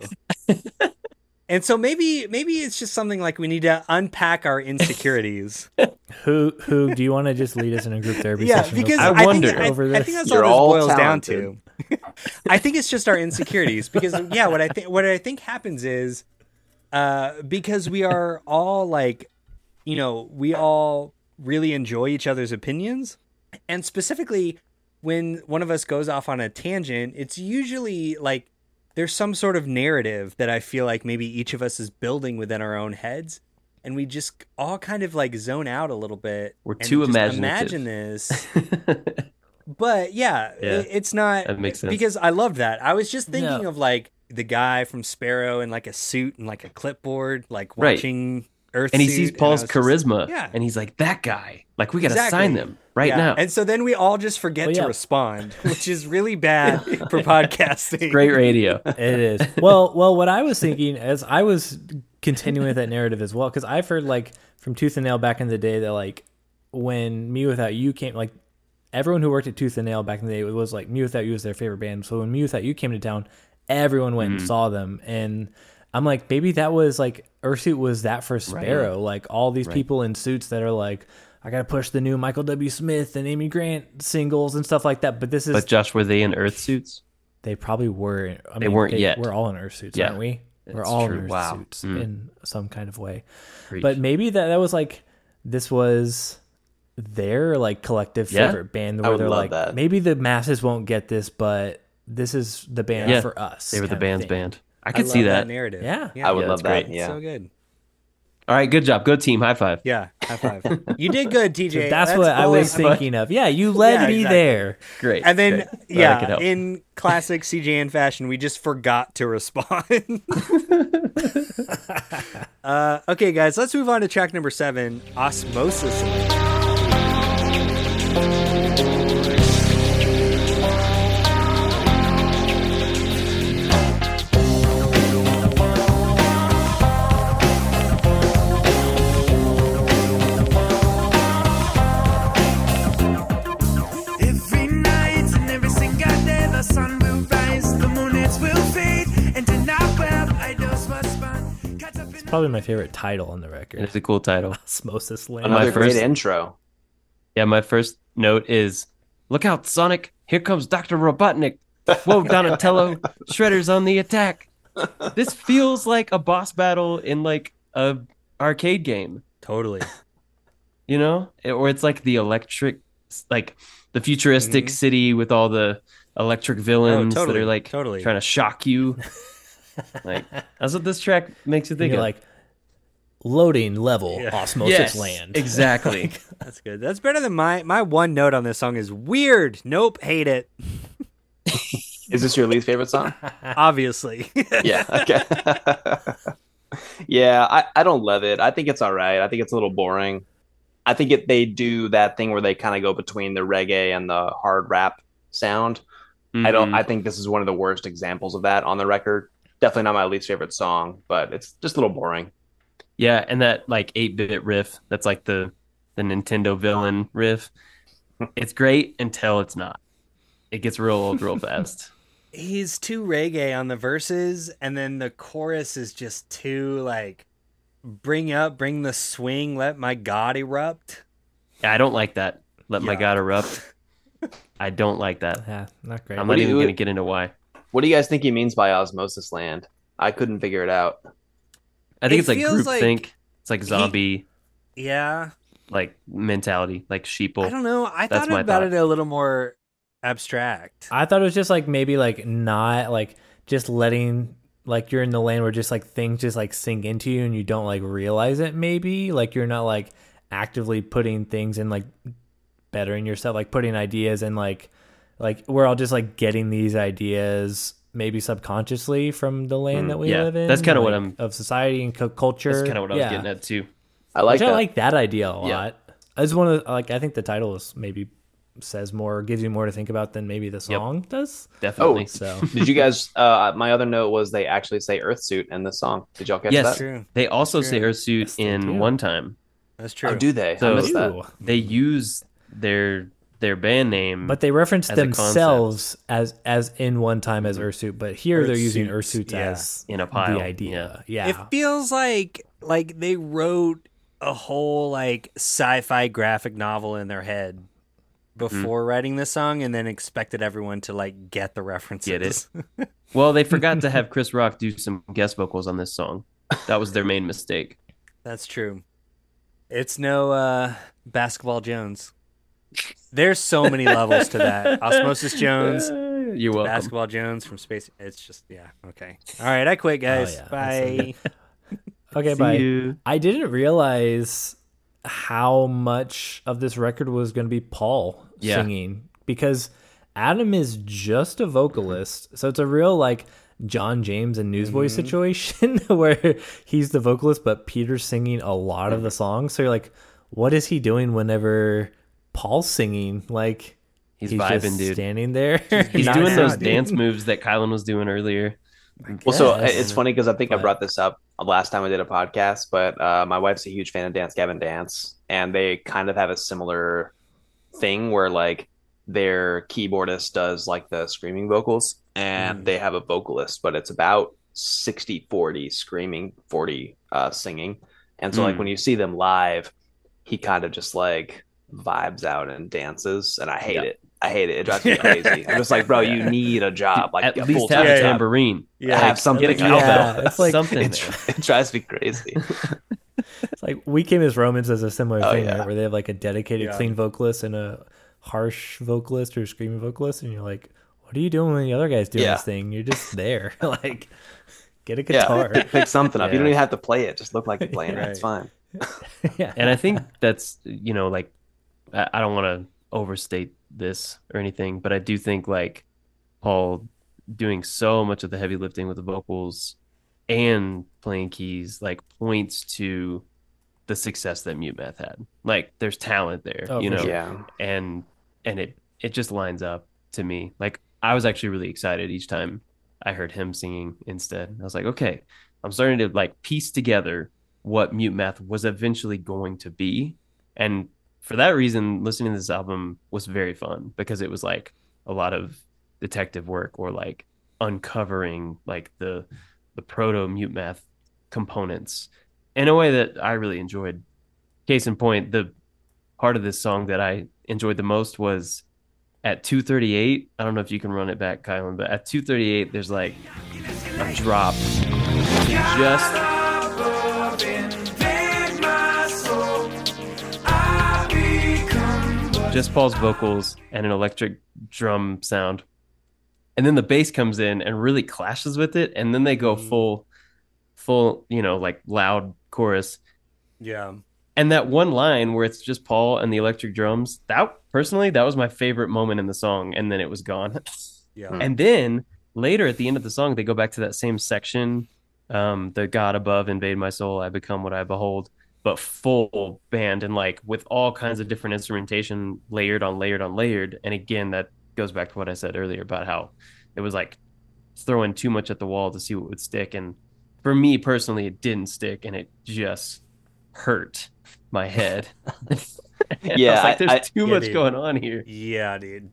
And so maybe maybe it's just something like we need to unpack our [LAUGHS] insecurities. Who who do you want to just lead us in a group therapy yeah, session? real because quick? I, I wonder. think, I, Over I this. think that's You're all all this boils down talented. to. [LAUGHS] I think it's just our insecurities because yeah, what I think what I think happens is uh, because we are all like, you know, we all really enjoy each other's opinions, and specifically when one of us goes off on a tangent, it's usually like there's some sort of narrative that I feel like maybe each of us is building within our own heads. And we just all kind of like zone out a little bit. We're and too just imaginative. Imagine [LAUGHS] this, but yeah, Yeah. it- it's not That makes sense. because I loved that. I was just No. thinking of like the guy from Sparrow in like a suit and like a clipboard, like Right. watching Earth, and he Suit, sees I was Paul's just- charisma, yeah. and he's like, "That guy, like, we got to Exactly. sign them right Yeah. now." and so then we all just forget Well, to yeah. [LAUGHS] respond, which is really bad for podcasting. [LAUGHS] Great radio. It is. Well, well, what I was thinking as I was continuing with that narrative as well, because I've heard like from Tooth and Nail back in the day that like when Me Without You came, like everyone who worked at Tooth and Nail back in the day was like Me Without You was their favorite band. So when Me Without You came to town, everyone went and saw them. And I'm like, maybe that was like Ursuit was that for Sparrow, like all these people in suits that are like. I gotta push the new Michael W. Smith and Amy Grant singles and stuff like that. But this is But Josh, were they in Earth suits? they probably were. I mean, They weren't yet. We're all in Earth suits, Yeah. aren't we? we're That's all in true. Earth Wow. suits Mm. in some kind of way. Preach. But maybe that that was like this was their like collective Yeah. favorite band. I Where would they're love like, that. maybe the masses won't get this, but this is the band Yeah. for us. they were the kind of band's thing. band. I I could love see that. narrative. Yeah. I would Yeah, that's love that. great. Yeah. so good. All right, good job, good team. High five. Yeah, high [LAUGHS] five. you did good, So TJ. that's, what I was always fun. thinking of. Yeah, you led Yeah, me exactly. there. Great. And then, Good. Glad I could yeah, help. in classic CJN fashion, we just forgot to [LAUGHS] respond. [LAUGHS] uh, okay, guys, let's move on to track number seven Osmosis. Every night and every single day, the sun will rise, the moonlights will fade, and in our web, I just was fun. Caught up in Probably my favorite title on the And record. it's a cool [LAUGHS] title. Osmosis Land. Another My great first- intro. Yeah, my first note is look out, Sonic. Here comes Dr. Robotnik. [LAUGHS] Whoa, Donatello. Shredder's on the attack. This feels like a boss battle in like a arcade game, Totally. you know? Or it's like the electric like the futuristic Mm-hmm. Mhm. city with all the electric Oh, villains totally, that are like totally. trying to shock [LAUGHS] you. like that's what this track makes you think You're of. [LAUGHS] like loading level Yeah. Osmosis yes, Land. Exactly. That's good. That's better than my my one note on this song is weird. Nope, hate it. Is this your least favorite [LAUGHS] song? Obviously. yeah. Okay. [LAUGHS] yeah, I, I don't love it. I think it's all right. I think it's a little boring. I think it they do that thing where they kind of go between the reggae and the hard rap sound. Mm-hmm. I don't. I think this is one of the worst examples of that on the record. Definitely not my least favorite song, but it's just a little boring. Yeah, and that like eight bit riff that's like the the Nintendo villain riff. It's great until it's not. It gets real old [LAUGHS] real fast. He's too reggae on the verses, and then the chorus is just too like bring up, bring the swing, let my god erupt. I don't like that. Let my Yeah. god erupt. I don't like that. Yeah, not great. I'm What not do even you- gonna get into why. What do you guys think he means by osmosis land? I couldn't figure it out. I It think it's like feels group like think. It's like zombie Yeah. like mentality, like sheeple. I don't know. I That's thought my about thought. it a little more abstract. I thought it was just like maybe like not like just letting like you're in the land where just like things just like sink into you and you don't like realize it maybe like you're not like actively putting things in like bettering yourself like putting ideas in like like we're all just like getting these ideas maybe subconsciously from the land Mm, that we yeah. live in That's kinda what like, I'm- of society and cu- culture That's kind of what I was Yeah. getting at too. I like Which that. I like that idea a Yeah. lot. I just want to like. I think the title is maybe says more, gives you more to think about than maybe the song does. Definitely. [LAUGHS] So Did [LAUGHS] you guys? Uh, my other note was they actually say Earth suit in this song. Did y'all catch Yes. that? True. They also That's say true. Ursuit they in do. one time. That's true. Oh, do they? I So- [LAUGHS] missed that. Ooh. They use their their band name. But they reference As a themselves as as in one time as Ursuit, but here they're using Ursuits, Ursuits yeah. as In a pile, The idea, yeah. It feels like like they wrote a whole like sci-fi graphic novel in their head Mm-hmm. before writing this song and then expected everyone to like get the references. Get it. well, they forgot to have Chris Rock do some guest vocals on this song. That was their main mistake. That's true. It's no uh basketball Jones. There's so many levels to [LAUGHS] that. Osmosis Jones, Uh, You're welcome. Basketball Jones from Space. It's just yeah, okay. All right, I quit, guys. yeah, Bye. [LAUGHS] okay, See bye. you. I didn't realize how much of this record was going to be Paul Yeah. singing because Adam is just a vocalist. So it's a real like John James and Newsboy Mm-hmm. situation [LAUGHS] where he's the vocalist, but Peter's singing a lot of the songs. So you're like, what is he doing whenever Paul's singing? Like, He's vibing, just dude. standing there. [LAUGHS] He's Not doing now, those dude. dance moves that Kylan was doing earlier. Well, so uh, Yes. it's funny because I think But- I brought this up last time we did a podcast, but uh, my wife's a huge fan of Dance Gavin Dance, and they kind of have a similar thing where like their keyboardist does like the screaming vocals, Mm. and they have a vocalist, but it's about 60 40 screaming, 40 uh, singing. And so, like, Mm. when you see them live, he kind of just like vibes out and dances, and I hate Yeah. it. I hate it. [LAUGHS] It drives me crazy. I'm just like, bro, you need a Ah, job, like At a least have full-time a job. tambourine. Yeah, have something. Get a out there. Yeah, it's like- something. It, there. it drives me crazy. It's like Weekend is Romance is a similar Oh, thing, yeah. right? Where they have like a dedicated Yeah. clean vocalist and a harsh vocalist or screaming vocalist, and you're like, what are you doing when the other guy's doing Yeah. this thing? You're just there. [LAUGHS] like, get a yeah, [LAUGHS] guitar. [LAUGHS] pick something up. You Yeah. don't even have to play it. Just look like you're playing it. It's fine. Yeah. and I [LAUGHS] think that's you know like I, I don't want to overstate this or anything, but I do think like Paul doing so much of the heavy lifting with the vocals and playing keys like points to the success that Mute Math had. Like there's talent there, Oh, you for know, sure. Yeah, and and it it just lines up to me. Like I was actually really excited each time I heard him singing instead. I was like, okay, I'm starting to like piece together what Mute Math was eventually going to be. And for that reason, listening to this album was very fun because it was like a lot of detective work or like uncovering like the the proto mute math components in a way that I really enjoyed. Case in point, the part of this song that I enjoyed the most was at 2:38. I don't know if you can run it back, Kylan, but at 2:38, there's like a drop. Just just Paul's vocals and an electric drum sound. And then the bass comes in and really clashes with it. And then they go full, full, you know, like loud chorus. yeah. And that one line where it's just Paul and the electric drums, that personally, that was my favorite moment in the song. And then it was gone. [LAUGHS] Yeah. Mm-hmm. And then later at the end of the song, they go back to that same section. Um, the God above invade my soul, I become what I behold, but full band and like with all kinds of different instrumentation layered on layered on layered. And again, that goes back to what I said earlier about how it was like throwing too much at the wall to see what would stick. And for me personally, it didn't stick and it just hurt my [LAUGHS] head. [LAUGHS] And I Yeah, was like, there's I- I- too Yeah, much dude. going on here. Yeah, dude.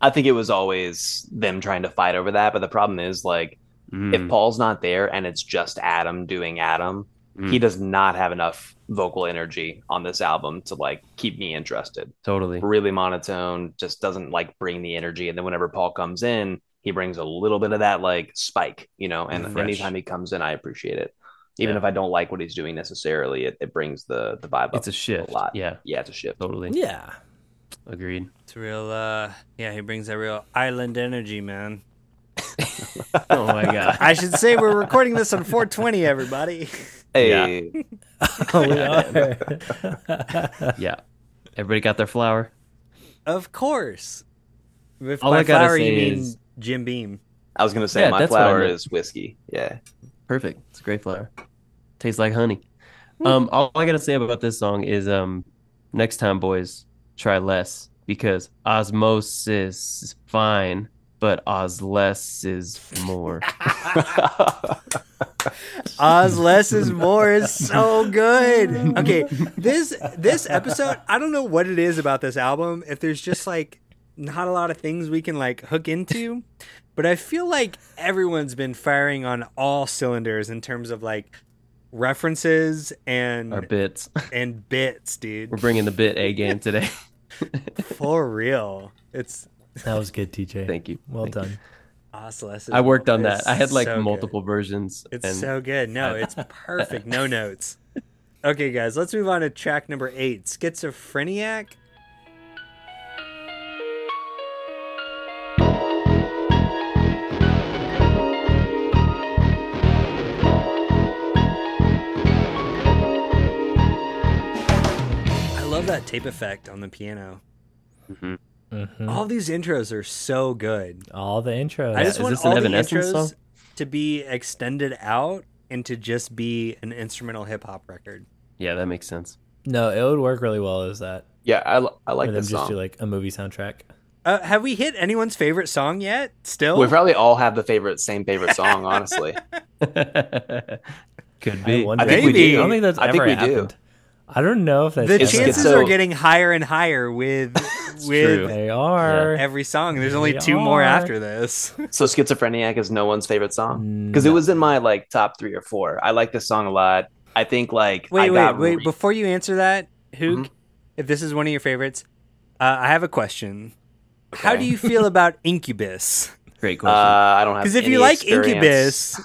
I think it was always them trying to fight over that. But the problem is, like, if Mm, Paul's not there and it's just Adam doing Adam, he mm, does not have enough vocal energy on this album to like keep me interested. totally. Really monotone, just doesn't like bring the energy. And then whenever Paul comes in, he brings a little bit of that like spike, you know. And Fresh. anytime he comes in, I appreciate it. Even Yeah. if I don't like what he's doing necessarily, it, it brings the the vibe up. It's a shift. lot. Yeah, yeah, it's a shift. totally. yeah. [LAUGHS] Agreed. It's real uh yeah, he brings that real island energy, man. Oh [LAUGHS] my god. I should say we're recording this on [LAUGHS] 420, everybody. Hey, Oh, we are. yeah. Everybody got their flower. Of course. If All by I gotta flower you say mean is- Jim Beam. I was gonna say Yeah, my that's what I flower meant. is whiskey. Yeah, Perfect. It's a great flower. Tastes like honey. Hmm. Um, all I gotta say about this song is um, next time, boys, try less because osmosis is fine, but os less is more. Oz less is more is [LAUGHS] so good. Okay, this this episode, I don't know what it is about this album. If there's just like not a lot of things we can like hook into, but I feel like everyone's been firing on all cylinders in terms of like references [LAUGHS] Our and bits. and bits, dude. We're bringing the bit A game [LAUGHS] today. For real, it's That was good, TJ. Thank you. Well Thank you. done. Oz less. Is I worked more on is that. I had like so good. multiple versions. It's and so good. No, it's perfect. No notes. Okay, guys, let's move on to track number eight Schizophreniac. I love that tape effect on the piano. Mhm. All these intros are so good. All the intros. Mm-hmm. I just is want this an all the Evanescence intros song? to be extended out and to just be an instrumental hip hop record. yeah, that makes [LAUGHS] sense. [LAUGHS] no, it would work really well as that. Yeah, I, l- I like Or them this just song. do like a movie soundtrack. Uh, have we hit anyone's favorite song yet? Still, we probably all have the favorite, same favorite [LAUGHS] song, honestly. Could be. wonder- I think we Maybe. do. I don't think that's I think ever we do. happened. I don't know if that's the ever It's- chances it's so- are getting higher and higher [LAUGHS] with true. with They are. every song. There's only They two more are. after this. [LAUGHS] So Schizophreniac is no one's favorite song Mm, because it was in my like top three or four. I like this song a lot. I think like I Wait, wait, got Mm-hmm. wait! re- Before you answer that, Hook, if this is one of your favorites, uh, I have a question. How Okay. do you [LAUGHS] feel about Incubus? Great uh, question. I don't have Because if any you like experience. Incubus,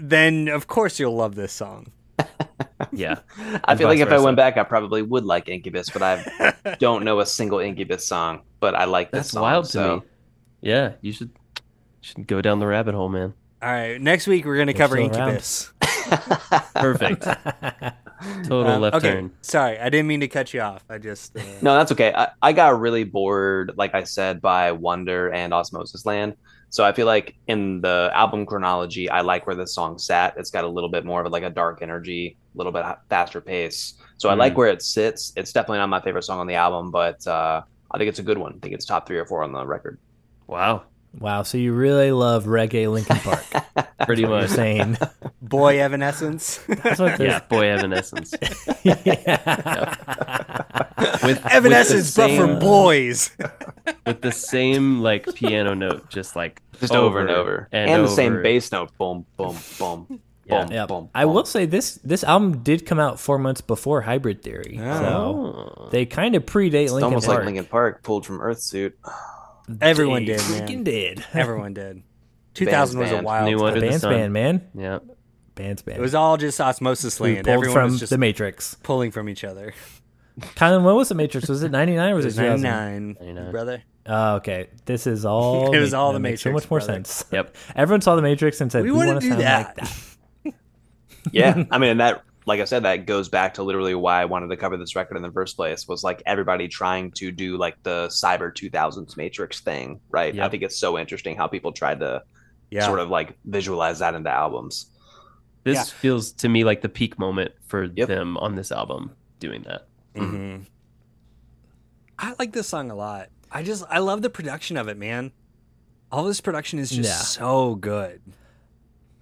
then of course you'll love this song. [LAUGHS] yeah. I feel like vice if I versa. went back, I probably would like Incubus, [LAUGHS] but I don't know a single Incubus song. But I like this That's song, wild to so- me. Yeah, you should should go down the rabbit hole, man. All right, next week we're going to They're cover still around. Incubus. Perfect. [LAUGHS] [LAUGHS] Total Um, left okay, turn. sorry, I didn't mean to cut you off. I just uh, [LAUGHS] No, that's okay. I, I got really bored, like I said, by Wonder and Osmosis Land. So I feel like in the album chronology, I like where this song sat. It's got a little bit more of like a dark energy, a little bit h- faster pace. So I like Mhm. where it sits. It's definitely not my favorite song on the album, but uh, I think it's a good one. I think it's top three or four on the record. Wow. wow, so you really love reggae Linkin Park. [LAUGHS] That's Pretty what you're much. [LAUGHS] saying. boy Evanescence. That's what Yeah, this- boy [LAUGHS] Evanescence. [LAUGHS] With Evanescence, with the but for same- uh, boys. [LAUGHS] [LAUGHS] with the same like piano note, just like Just over, and over. And, the same over. bass note. Boom, [LAUGHS] boom, boom, Yeah. boom, Yep. boom. I boom. will say this this album did come out four months before Hybrid Theory. So Oh. they kind of predate It's Linkin almost Park. like Linkin Park pulled from [LAUGHS] Earth Suit. Everyone did, They freaking man. did. Everyone did. 2000 was a band. wild New time. Under the Band's Sun. band, man. Yeah. Band's band. It was all just osmosis We land. pulled Everyone from was just the Matrix. pulling from each other. Kylan, when was the [LAUGHS] Matrix? Was it ninety nine or was it 2000? 99, 99. brother. Oh, okay. This is [LAUGHS] all. It was all that the Matrix, makes So much more brother. sense. Yep. [LAUGHS] Everyone saw the Matrix and said, We "We, wanna want to do sound that." like that." yeah i mean and that like i said that goes back to literally why i wanted to cover this record in the first place was like everybody trying to do like the cyber 2000s matrix thing right i Yep. think it's so interesting how people tried to [LAUGHS] Yeah. sort of like visualize that into albums This Yeah. feels to me like the peak moment for Yep. them on this album doing that. hmm I like this song a lot. I just, I love the production of it, man. All this production is just Yeah. so good.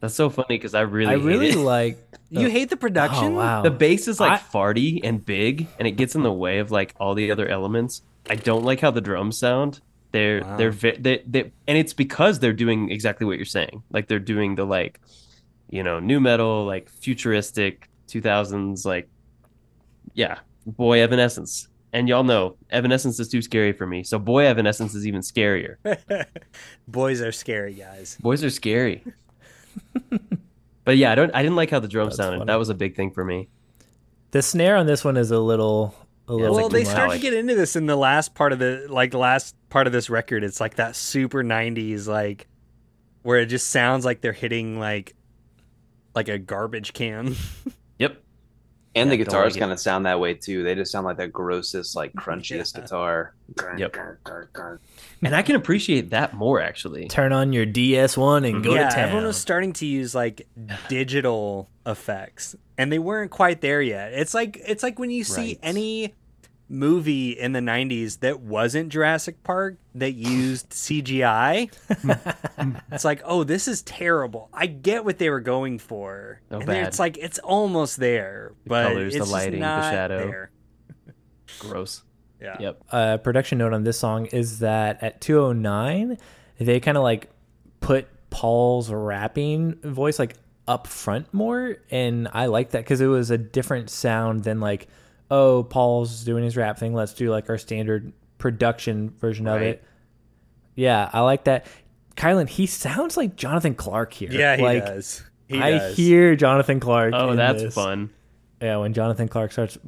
That's so funny because I really, I hate really it. like. You hate the Oh production? wow. the bass is like I- farty and big, and it gets in the way of like all the other elements. I don't like how the drums sound. They're Wow. they're ve- they, they and it's because they're doing exactly what you're saying. Like they're doing the like, you know, new metal, like futuristic 2000s, like yeah, boy Evanescence. And y'all know Evanescence is too scary for me. So boy Evanescence is even scarier. Boys are scary, guys. Boys are scary. but yeah, I don't. I didn't like how the drums That's sounded. funny. That was a big thing for me. The snare on this one is a little. A little Well, too they much. started to get into this in the last part of the like the last part of this record. It's like that super '90s, like where it just sounds like they're hitting like like a garbage can. Yep. Yeah, and the don't guitars like it. kind of sound that way too they just sound like the grossest [LAUGHS] like crunchiest guitar Yep. And I can appreciate that more actually. turn on your DS1 and go yeah, to town. everyone was starting to use like digital effects, and they weren't quite there yet. It's like it's like when you see Right. any movie in the 90s that wasn't Jurassic Park that used [LAUGHS] CGI. it's like, oh, this is terrible. I get what they were going for. So and then bad. It's like, it's almost there. The but colors, it's the just lighting, the not shadow. there. Gross. Yeah. Yep. uh, production note on this song is that at 209 they kind of like put paul's rapping voice like up front more and i like that because it was a different sound than like oh paul's doing his rap thing let's do like our standard production version of Right. it yeah i like that kylan he sounds like jonathan clark here Yeah, he like does. He i does. hear jonathan clark [LAUGHS] Oh, in that's this. fun. yeah when jonathan clark starts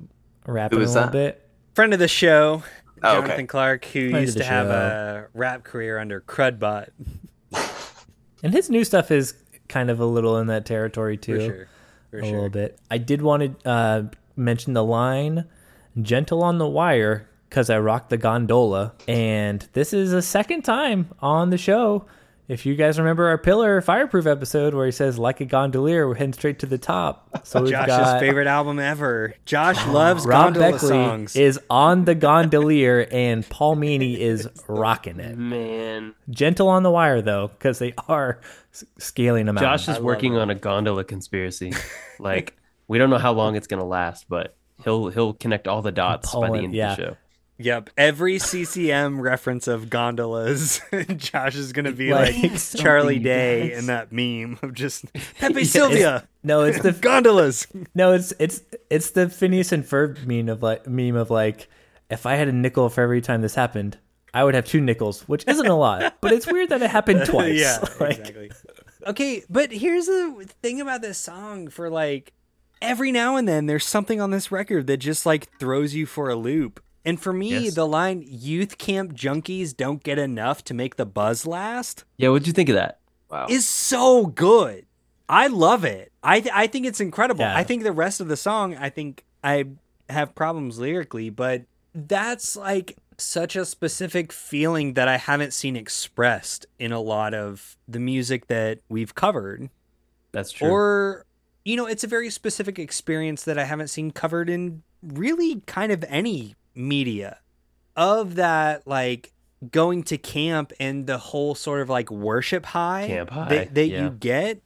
rapping a Who is little that? bit friend of the show, Oh, okay. Jonathan Clark, who of used the to have show. a rap career under Crudbot. And his new stuff is kind of a little in that territory too, For sure. For a sure. little bit. I did want to uh, mention the line "gentle on the wire" because I rock the gondola, and this is a second time on the show. If you guys remember our pillar fireproof episode where he says "like a gondolier," we're heading straight to the top. So we've [LAUGHS] Josh's got favorite album ever. [SIGHS] Josh loves Rob gondola Beckley songs. is on the gondolier, and Paul Meany is rocking it. Man. Gentle on the wire though, because they are s- scaling them out. Josh is working on a gondola [LAUGHS] conspiracy. like we don't know how long it's gonna last, but he'll he'll connect all the dots by the Pulling- end yeah. of the show. Yep, every CCM reference of gondolas, [LAUGHS] Josh is gonna be like, [LAUGHS] Like Charlie something, Day guys. in that meme of [LAUGHS] just Pepe Sylvia No, it's [LAUGHS] the [LAUGHS] gondolas. No, it's it's it's the Phineas and Ferb meme of like meme of like if I had a nickel for every time this happened, I would have two nickels, which isn't a lot, but it's weird that [LAUGHS] it happened twice. yeah, [LAUGHS] Like, exactly. Okay, but here's the thing about this song: for like every now and then, there's something on this record that just like throws you for a loop. And for me, Yes. the line "Youth camp junkies don't get enough to make the buzz last." Yeah, what'd you think of that? Wow. is so good. I love it. I th- I think it's incredible. Yeah. I think the rest of the song, I think I have problems lyrically, but that's like such a specific feeling that I haven't seen expressed in a lot of the music that we've covered That's true. or you know, it's a very specific experience that I haven't seen covered in really kind of any media of that like going to camp and the whole sort of like worship high Camp high, that, that yeah. you get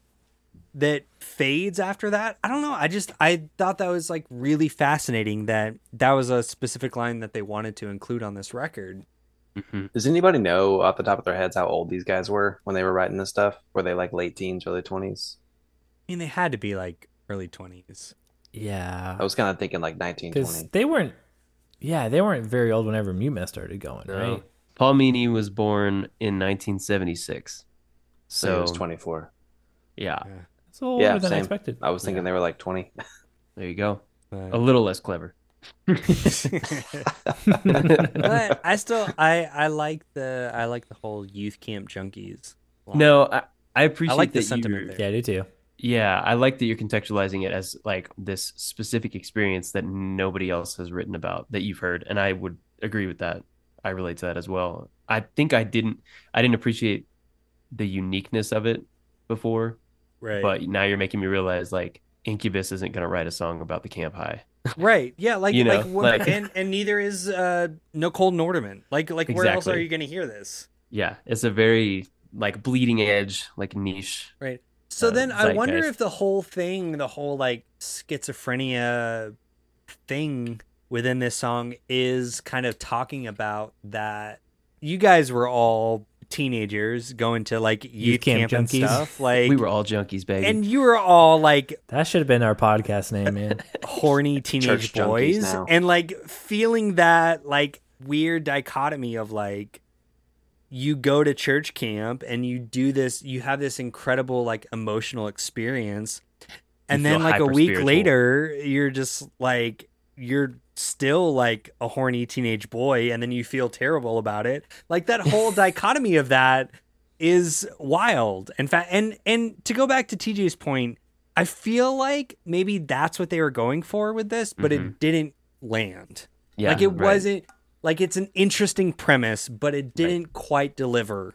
that fades after that. I don't know. I just I thought that was like really fascinating that that was a specific line that they wanted to include on this record. Mhm. Does anybody know off the top of their heads how old these guys were when they were writing this stuff? Were they like late teens, early twenties? I mean, they had to be like early 20s. I yeah, was kind of thinking like nineteen because twenty. they weren't. Yeah, they weren't very old whenever Muma started going, No. right? Paul Meany was born in 1976. So he So was twenty four. yeah, It's a little Yeah, older than I same. expected. I was thinking they were like twenty. there you go. Uh, A little less clever. but I still I I like the I like the whole youth camp junkies. line. No, I, I appreciate like the that sentiment you're- there. Yeah, I do too. Yeah, I like that you're contextualizing it as like this specific experience that nobody else has written about that you've heard, and I would agree with that. I relate to that as well. I think I didn't I didn't appreciate the uniqueness of it before, right, but now you're making me realize like Incubus isn't going to write a song about the camp high. right, yeah, like You like, know, what, like- and and neither is uh Nicole Norderman. Like like where else are Exactly. you going to hear this? Yeah, it's a very like bleeding edge, like niche. Right. So Uh, then I wonder zeitgeist. if the whole thing, the whole like schizophrenia thing within this song is kind of talking about that you guys were all teenagers going to like youth, camp camp, and junkies. stuff like [LAUGHS] We were all junkies, baby. and you were all like That should have been our podcast [LAUGHS] name, man. horny teenage Church junkies boys now. and like feeling that like weird dichotomy of like you go to church camp and you do this you have this incredible like emotional experience and You then feel like a week hyper-spiritual. later you're just like you're still like a horny teenage boy and then you feel terrible about it like that whole dichotomy of that is wild in fact and and to go back to tj's point i feel like maybe that's what they were going for with this but it didn't land Mm-hmm. yeah, like it right. wasn't like it's an interesting premise but it didn't quite deliver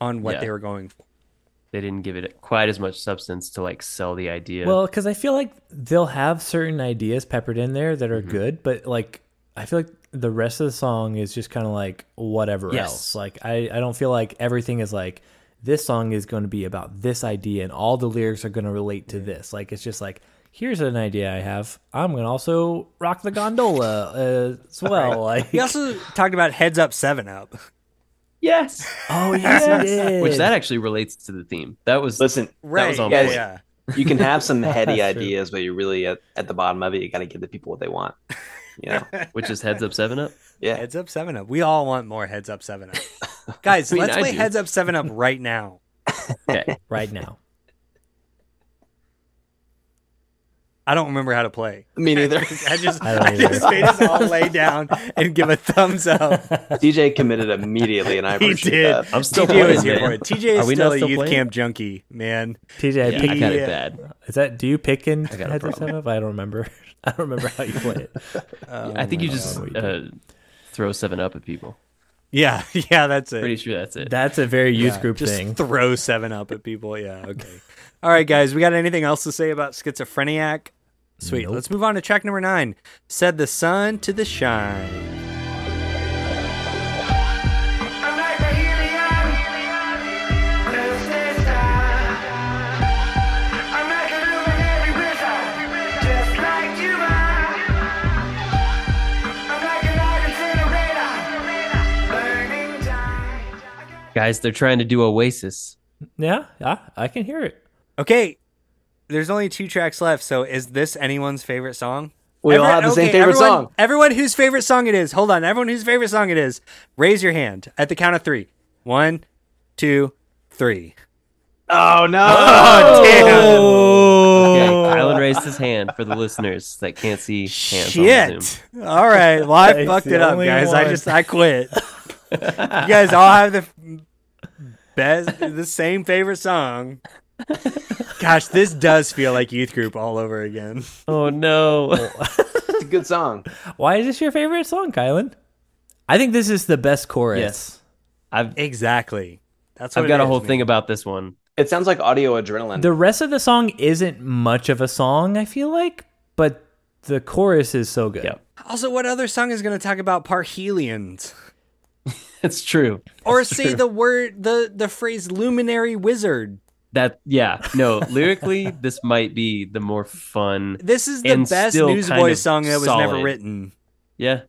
on what Yeah. they were going for They didn't give it quite as much substance to like sell the idea. Well, Mm-hmm. because I feel like they'll have certain ideas peppered in there that are good, but like I feel like the rest of the song is just kind of like whatever Yes. else. Like I, I don't feel like everything is like this song is going to be about this idea and all the lyrics are going to relate to this. Like it's just like here's an idea I have. I'm going to also rock the gondola uh, as [LAUGHS] well. Like He also talked about heads up, seven up. Yes. [LAUGHS] oh yes, he did. Which that actually relates to the theme. That was Listen, Right. was on yeah, point. yeah. you can have some heady That's true. ideas, but you're really at, at the bottom of it. You got to give the people what they want. You know? which is heads up seven up. Yeah. Heads up, seven up. We all want more heads up, seven [LAUGHS] up. Guys, I mean, let's I play do. heads up, seven up right now. Okay. right now. I don't remember how to play. Me neither. [LAUGHS] I just, I don't I, just either. made us all lay down and give a thumbs up. [LAUGHS] [LAUGHS] DJ committed immediately, and I He appreciate did. that. Oh, I'm still TJ playing, was here man. for it. TJ Are is we still not a still youth playing? camp junkie, man. TJ, Yeah, pick I got Yeah. it bad. Is that do you pick in I got a heads or problem. seven up? I don't remember. [LAUGHS] I don't remember how you play it. I think you my just God, what uh, throw seven up at people. Yeah, [LAUGHS] yeah, that's it. Pretty sure that's it. That's a very youth Yeah, group just thing. Throw seven up at people. Yeah. Okay. All right, guys. We got anything else to say about schizophreniac? Sweet. Nope. Let's move on to track number nine. Said the sun to the shine. I'm like a helium on the station. I'm like a luminary wizard, just like you are. I'm like an art incinerator, burning time. Guys, they're trying to do Oasis. Yeah, yeah, I can hear it. Okay. There's only two tracks left. So is this anyone's favorite song? We all Everyone- have the same okay, favorite everyone, song. Everyone whose favorite song it is. Hold on. Everyone whose favorite song it is. Raise your hand at the count of three. One, two, three. Oh no! Oh. Okay, Kylan raised his hand for the listeners that can't see hands on Zoom. Shit. All right. Well, [LAUGHS] I That's fucked the it up, only guys. I one. just I [LAUGHS] quit. you guys all have the f- best, the same favorite song. Gosh, this does feel like youth group all over again. Oh no! It's a good song. Why is this your favorite song, Kylan? I think this is the best chorus. Yes. I've Exactly. That's what I've got it a is, whole man. thing about this one. [LAUGHS] It sounds like audio adrenaline. The rest of the song isn't much of a song, I feel like, but the chorus is so good. Yep. Also, what other song is going to talk about parhelions? It's true. Or say the word the the phrase luminary wizard. That yeah. No, lyrically, this might be the more fun. This is the And best still kind Newsboys of song that was never solid. written. Yeah.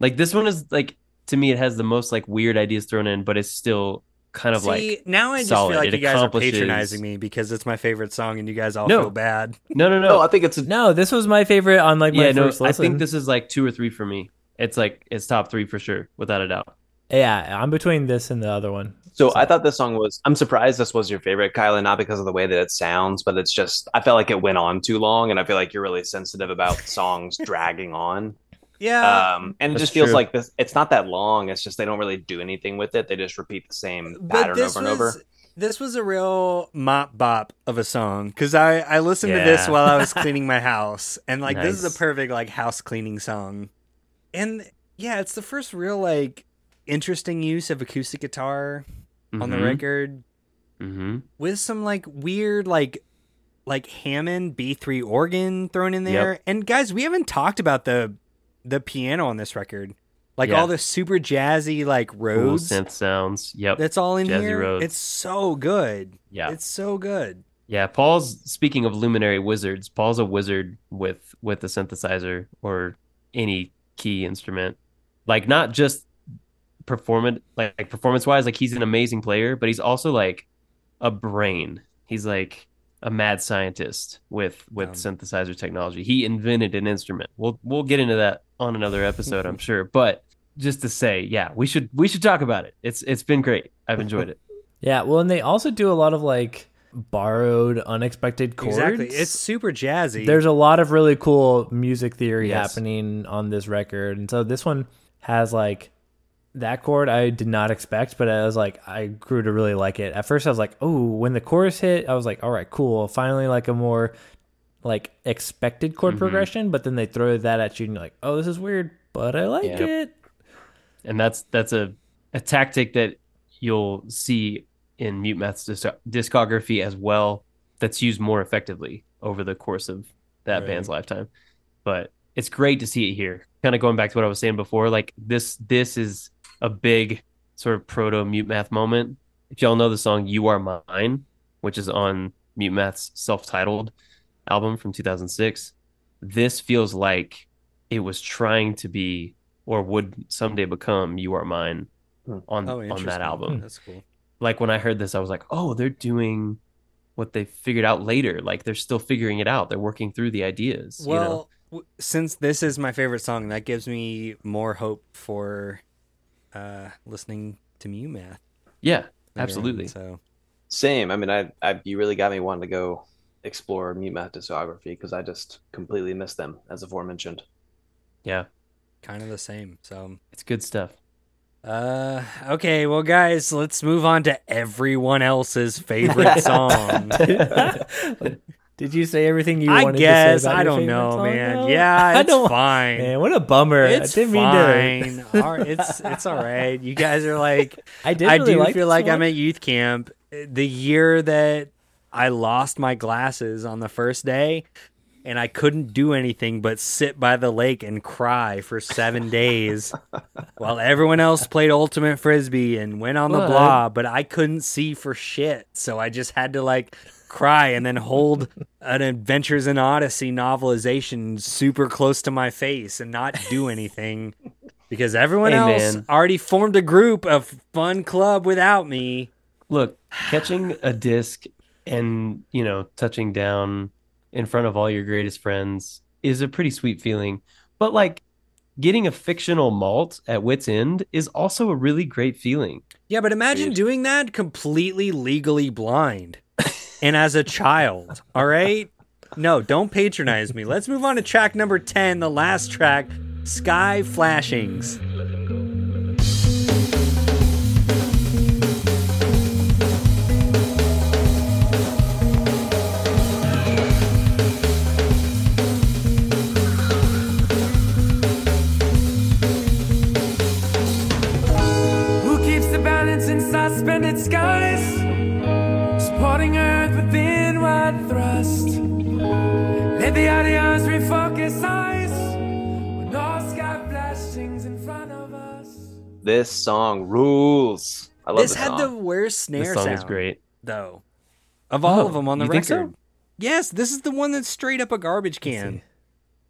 Like this one is like to me it has the most like weird ideas thrown in, but it's still kind of See, like now I just solid. feel like It you guys are accomplishes- patronizing me because it's my favorite song, and you guys all No. feel bad. no no no. no, I think it's a, No, this was my favorite on like my yeah, no, first I listen. think this is like two or three for me. It's like it's top three for sure, without a doubt. Yeah, I'm between this and the other one. So I thought this song was. I'm surprised this was your favorite, Kyla, not because of the way that it sounds, but it's just. I felt like it went on too long, and I feel like you're really sensitive about [LAUGHS] songs dragging on. Uh, Yeah, Um, and it That's just feels true. like this. It's not that long. It's just they don't really do anything with it. They just repeat the same but pattern this over and over. was this was a real mop bop of a song because I I listened to this Yeah. while I [LAUGHS] was cleaning my house, and like this is a Nice. perfect like house cleaning song, and yeah, it's the first real like interesting use of acoustic guitar on the record Mm-hmm. with some like weird like like Hammond B3 organ thrown in Yep. there. And guys, we haven't talked about the the piano on this record. Like Yeah. all the super jazzy like Cool Rhodes synth sounds. Yep. that's all in Jazzy here. Rhodes. It's so good. yeah. It's so good. Yeah. Paul's speaking of luminary wizards, Paul's a wizard with with a synthesizer or any key instrument. Like not just performant like, like performance wise, like he's an amazing player, but he's also like a brain. He's like a mad scientist with with Um, synthesizer technology. He invented an instrument. We'll we'll get into that on another episode, I'm sure. But just to say, yeah, we should we should talk about it. It's it's been great. I've enjoyed it. Yeah, well, and they also do a lot of like borrowed, unexpected chords. Exactly. It's super jazzy. There's a lot of really cool music theory Yes. happening on this record. And so this one has like that chord I did not expect, but I was like, I grew to really like it. At first, I was like, oh, when the chorus hit, I was like, all right, cool. Finally, like a more like expected Mm-hmm. chord progression. But then they throw that at you and you're like, oh, this is weird, but I like Yeah. it. and that's that's a a tactic that you'll see in mute math's dis- discography as well that's used more effectively over the course of that Right. band's lifetime but it's great to see it here. Kind of going back to what I was saying before, like this this is a big sort of proto mute math moment. If y'all know the song "You Are Mine," which is on Mute Math's self-titled album from 2006, this feels like it was trying to be or would someday become "You Are Mine" Hmm. on Oh, on that interesting. album That's cool. like when I heard this, I was like, oh, they're doing what they figured out later. Like they're still figuring it out. They're working through the ideas. you know? Well, w- since this is my favorite song, that gives me more hope for uh, listening to Mew Math. later yeah, on, absolutely. So Same. I mean, I, I you really got me wanting to go explore Mute Math discography because I just completely missed them, as aforementioned. Yeah, kind of the same. So it's good stuff. uh, okay, well, guys, let's move on to everyone else's [LAUGHS] favorite song. [LAUGHS] Did you say everything you I wanted to guess say? about I your don't favorite know, song, man. though? Yeah, [LAUGHS] I it's don't. fine. Man, what a bummer! It's I didn't fine. mean to. All right, it's it's all right. You guys are like I did. I really do like feel this like one. I'm at youth camp. The year that I lost my glasses on the first day and I couldn't do anything but sit by the lake and cry for [LAUGHS] seven days while everyone else played ultimate frisbee and went on the But- blah, but I couldn't see for shit. So I just had to like cry and then hold an Adventures in Odyssey novelization super close to my face and not do anything because everyone Hey, else man. already formed a group, a fun club without me. Look, catching a disc and you know touching down in front of all your greatest friends is a pretty sweet feeling. But like getting a fictional malt at wits end is also a really great feeling. Yeah, but imagine Dude. doing that completely legally blind and as a child. All right? No, don't patronize me. Let's move on to track number 10, the last track, Sky Flashings. Who keeps the balance in suspended skies? Supporting earth within wide thrust. Let the audience refocus eyes. When all sky flashings in front of us. This song rules. I love This had the song. worst snare This song sound, is great. though, of all Oh, of them on the you record. think so? Yes, this is the one that's straight up a garbage can.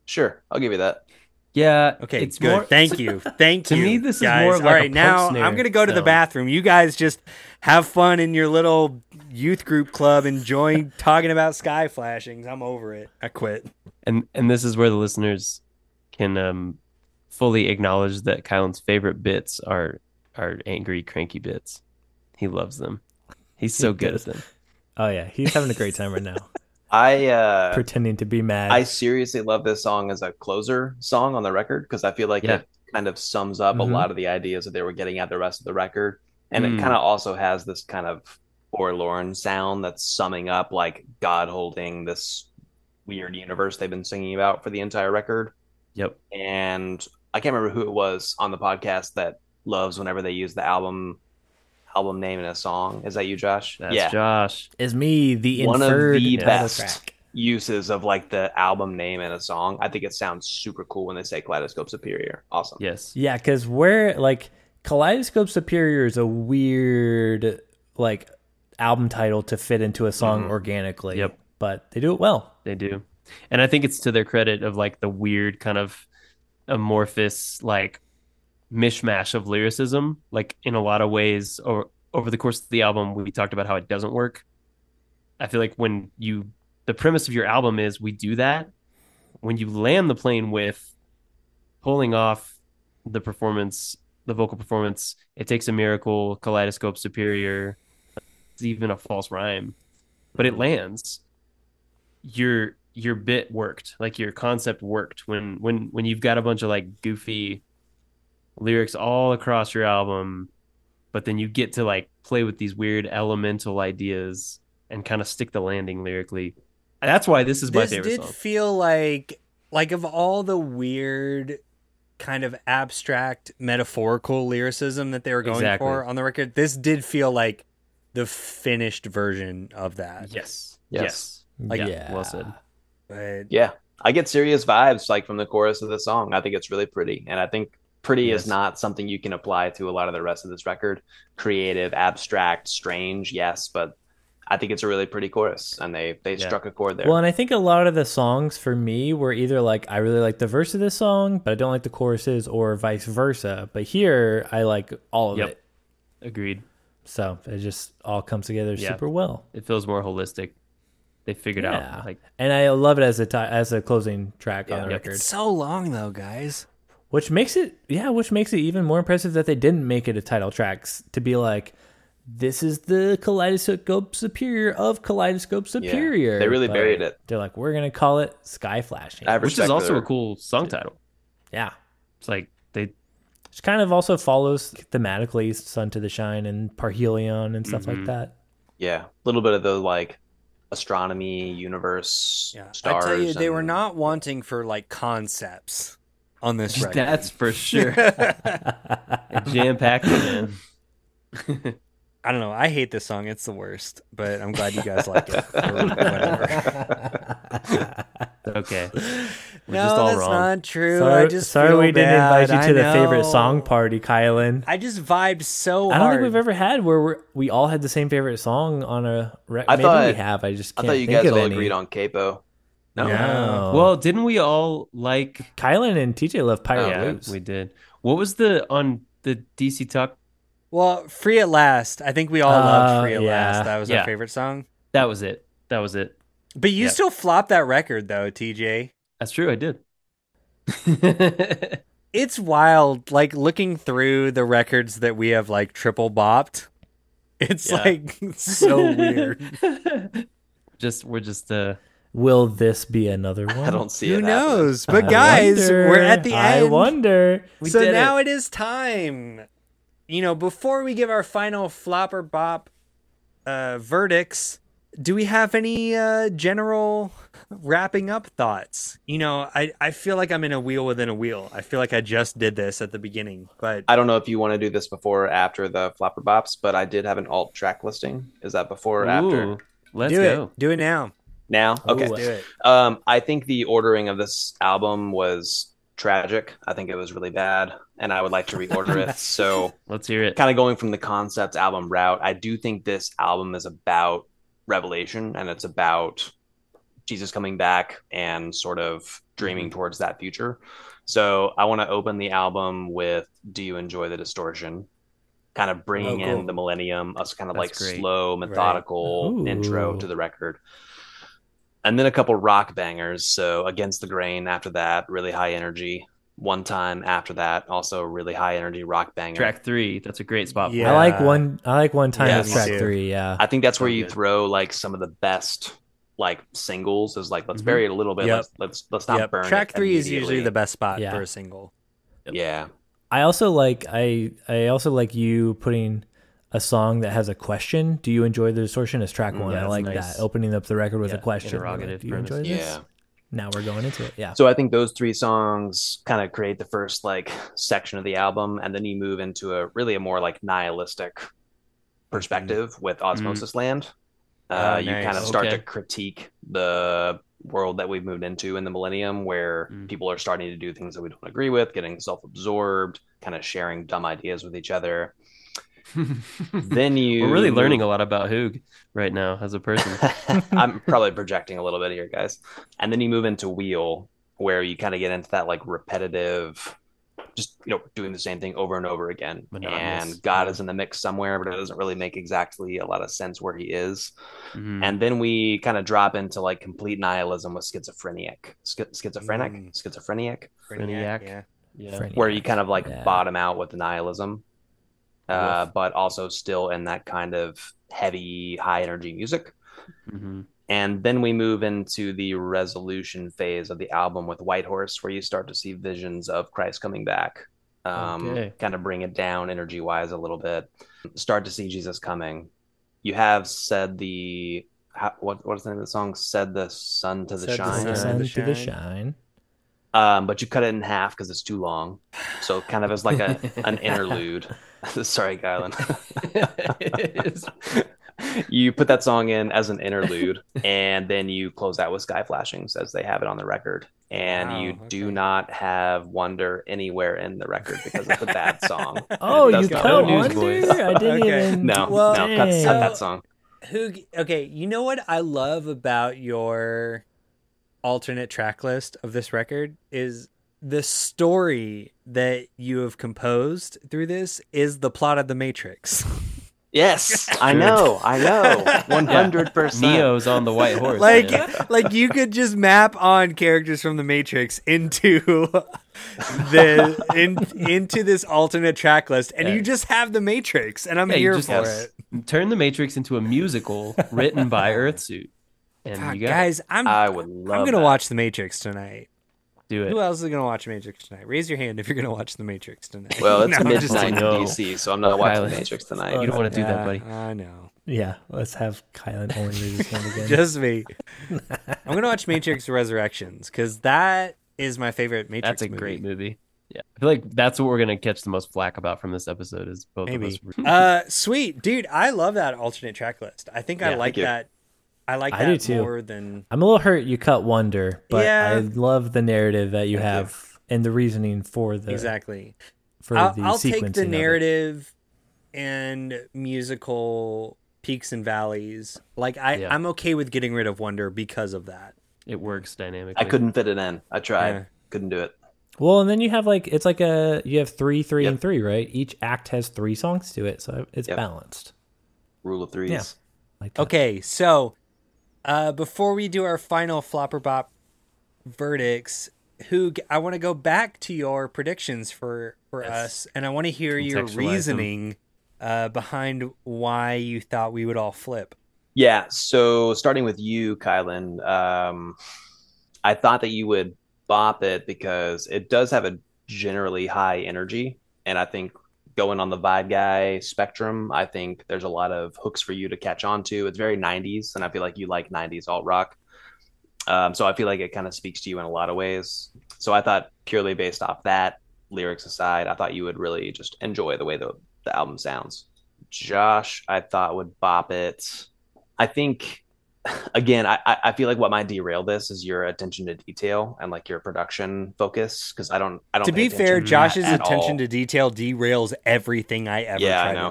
Sure, I'll give you that. Yeah. Okay, it's good. More, Thank you. Thank To you. me, this is guys. more of All like a right, punk now snare I'm going to go to the sound. bathroom. You guys just have fun in your little youth group club, [LAUGHS] enjoying talking about sky flashings. I'm over it. I quit. [LAUGHS] and and this is where the listeners can um fully acknowledge that Kylan's favorite bits are are angry cranky bits. He loves them. He's so good at them. Oh yeah, he's having a great time right now, I uh, pretending to be mad. I seriously love this song as a closer song on the record because I feel like Yeah. Mm-hmm. it kind of sums up Mhm. a lot of the ideas that they were getting at the rest of the record. And Mm. it kind of also has this kind of forlorn sound that's summing up like God holding this weird universe they've been singing about for the entire record. Yep. And I can't remember who it was on the podcast that loves whenever they use the album album name in a song. Is that you, Josh? That's yeah. Josh. is me the One of inferred the title best. track. uses of like the album name in a song. I think it sounds super cool when they say Kaleidoscope Superior. Awesome. Yes. Yeah, because where like Kaleidoscope Superior is a weird like album title to fit into a song organically. Yep. But they do it well. They do. And I think it's to their credit of like the weird kind of amorphous like mishmash of lyricism. Like in a lot of ways or over the course of the album we talked about how it doesn't work. I feel like when you the premise of your album is we do that when you land the plane with pulling off the performance the vocal performance it takes a miracle kaleidoscope superior it's even a false rhyme but it lands your your bit worked like your concept worked when when when you've got a bunch of like goofy lyrics all across your album but then you get to like play with these weird elemental ideas and kind of stick the landing lyrically that's why this is my this favorite did song feel like like of all the weird kind of abstract metaphorical lyricism that they were going Exactly. for on the record this did feel like the finished version of that yes Yes. yes, Yeah. well said but Yeah. I get serious vibes like from the chorus of the song. I think it's really pretty, and I think pretty Yes. is not something you can apply to a lot of the rest of this record. Creative, abstract, strange, yes, but I think it's a really pretty chorus, and they they Yeah. struck a chord there. Well, and I think a lot of the songs for me were either like I really like the verse of this song, but I don't like the choruses, or vice versa. But here, I like all of Yep. it, Agreed. so it just all comes together Yeah. super well. It feels more holistic. They figured Yeah, out like and I love it as a ti as a closing track on Yeah. the Yep. record, So long though, guys. which makes it yeah, which makes it even more impressive that they didn't make it a title tracks to be like. This is the Kaleidoscope Superior of Kaleidoscope Yeah. Superior. They really But buried it. They're like, we're gonna call it Sky Flashing. I have which respect is for also their- a cool song title. yeah, It's like they which kind of also follows thematically Sun to the Shine and Parhelion and stuff like Mm-hmm. that. yeah, a little bit of the like astronomy, universe, Yeah. stars. I tell you, they were and- not wanting for like concepts on this record. [LAUGHS] that's for sure. [LAUGHS] Jam packed man. I don't know. I hate this song. It's the worst, but I'm glad you guys like [LAUGHS] it. Or whatever. [LAUGHS] Okay. We're no, just all that's wrong. not true. Sorry, I just sorry feel we didn't bad. invite you to I the favorite know. song party, Kylan. I just vibed so I don't hard. think we've ever had where we're, we all had the same favorite song on a record. I Maybe thought- we have. I just I can't thought you think guys of all any. agreed on Capo. No, No. Well, didn't we all like Kylan and TJ love Pirate Oh, Yeah, Blues. we did. What was the on the DC Talk? Well, Free at Last. I think we all Uh, loved Free at yeah. Last. That was Yeah. our favorite song. That was it. That was it. But you Yeah. still flopped that record though, TJ. That's true. I did. [LAUGHS] It's wild like looking through the records that we have like triple bopped. It's Yeah. like [LAUGHS] so weird. just we're just uh Will this be another one? [LAUGHS] I don't see Who it. happening. knows? I But guys, we're wonder. at the I end. wonder. we so did now it. it is time. You know, before we give our final flop or bop uh, verdicts, do we have any uh, general wrapping up thoughts? You know, I, I feel like I'm in a wheel within a wheel. I feel like I just did this at the beginning, but I don't know if you want to do this before or after the flopper bops, but I did have an alt track listing. Is that before or Ooh, after? let's do go. it. Do it now. Now? Okay. Ooh. Do it. Um, I think the ordering of this album was tragic. I think it was really bad, and I would like to reorder it. So, Let's hear it. kind of going from the concept album route, I do think this album is about revelation and it's about Jesus coming back and sort of dreaming towards that future. So, I want to open the album with Do You Enjoy the Distortion? Kind of bringing Oh, cool. in the millennium, us kind of That's like great. slow, methodical Ooh. intro to the record and then a couple rock bangers. So against the grain after that, really high energy. One time after that, also a really high energy rock banger. Track three. That's a great spot. for Yeah. I like one. I like one time Yeah, as me track too. three. Yeah. I think that's where So you good. throw like some of the best like singles is like let's Mhm. bury it a little bit. Mm-hmm. Yep. Let's let's let's not Yep. burn. Track it three is usually the immediately. best spot Yeah. for a single. Yeah. I also like I I also like you putting a song that has a question. Do you enjoy the distortion as Mm, track one? yeah, I that's like nice. that. Opening up the record with Yeah, a question. You're like, interrogative Do you enjoy premise. this? Yeah. Now we're going into it. Yeah. So I think those three songs kind of create the first like section of the album, and then you move into a really a more like nihilistic perspective with Osmosis Land. Uh, Oh, you Mm-hmm. nice. kind of start to Okay. critique the world that we've moved into in the millennium, where Mm. people are starting to do things that we don't agree with, getting self-absorbed, kind of sharing dumb ideas with each other. [LAUGHS] Then you We're really learning a lot about Hoog right now as a [LAUGHS] person. [LAUGHS] I'm probably projecting a little bit here, guys. And then you move into wheel, where you kind of get into that like repetitive, just you know, doing the same thing over and over again. Monotonous. And God Yeah. is in the mix somewhere, but it doesn't really make exactly a lot of sense where he is. Mhm. And then we kind of drop into like complete nihilism with schizophrenic, Schi- schizophrenic, Mm. schizophrenic, Brainiac. Yeah. yeah. Frank. where you kind of like Yeah. bottom out with the nihilism, uh, Woof. but also still in that kind of heavy, high energy music. Mhm. And then we move into the resolution phase of the album with White Horse, where you start to see visions of Christ coming back. Um, Okay. Kind of bring it down energy wise a little bit. Start to see Jesus coming. You have said the how, what what's the name of the song? Said the sun to the Said the shine. sun. Sun to the Shine. shine. Um, but you cut it in half because it's too long. So it kind of as [LAUGHS] like [LAUGHS] a an interlude. Sorry, Kylan. It's- you put that song in as an interlude, and then you close out with Sky Flashings as they have it on the record. And Wow, you do okay. not have Wonder anywhere in the record because it's a bad [LAUGHS] song. And it Oh, you does go. cut not- no No wonder? Newsboys. I [LAUGHS] didn't Okay. even. No, Well, no, cut, dang. cut that song. Who? Okay, you know what I love about your alternate track list of this record is the story that you have composed through this is the plot of the Matrix. Yes, I Good. know, [LAUGHS] I know, one hundred percent. Neo's on the white horse. like, man. [LAUGHS] like you could just map on characters from the Matrix into [LAUGHS] the in, into this alternate track list, and you Yeah. just have the Matrix, and I'm Yeah, you here just for have- it. [LAUGHS] turn the Matrix into a musical written [LAUGHS] by Earthsuit, and God, you guys Ah, guys, I'm I would love. I'm gonna that. watch the Matrix tonight. do it. Who else is gonna watch Matrix tonight? Raise your hand if you're gonna watch The Matrix tonight. Well, it's [LAUGHS] No, I'm just midnight in kidding. No. DC, so I'm not watching Kylan. Matrix tonight. You don't want to do that, buddy. Yeah, I know. Yeah, let's have Kylan Horn raise his hand again. Just me. I'm gonna watch Matrix Resurrections because that is my favorite Matrix. That's a great movie. Yeah, I feel like that's what we're gonna catch the most flack about from this episode is both of us. Maybe. re- Uh, sweet dude, I love that alternate track list. I think I Yeah, like thank you. that. I like I do that too. more than I'm a little hurt you cut Wonder, but Yeah. I love the narrative that you Thank you. have and the reasoning for the exactly. for I'll, the I'll sequencing take of the it. narrative and musical peaks and valleys. Like I, Yeah. I'm okay with getting rid of Wonder because of that. It works dynamically. I couldn't fit it in. I tried, Yeah. couldn't do it. Well, and then you have like it's like a you have three, three, Yep. and three, right? Each act has three songs to it, so it's Yep. balanced. Rule of threes. Yeah. Like that. Okay, so uh, before we do our final flopper bop verdicts, who I want to go back to your predictions for for us, and I want to hear your Contextualize them. reasoning uh, behind why you thought we would all flip. Yeah. So starting with you, Kylan, um, I thought that you would bop it because it does have a generally high energy. And I think going on the vibe guy spectrum, I think there's a lot of hooks for you to catch on to. It's very 90s, and I feel like you like 90s alt rock. Um, so I feel like it kind of speaks to you in a lot of ways. So I thought purely based off that, lyrics aside, I thought you would really just enjoy the way the, the album sounds. Josh, I thought would bop it. I think [LAUGHS] again, I, I I feel like what might derail this is your attention to detail and like your production focus. Because I don't, I don't. To be pay fair, attention to that Josh's at attention all. to detail derails everything I ever Yeah, I try know.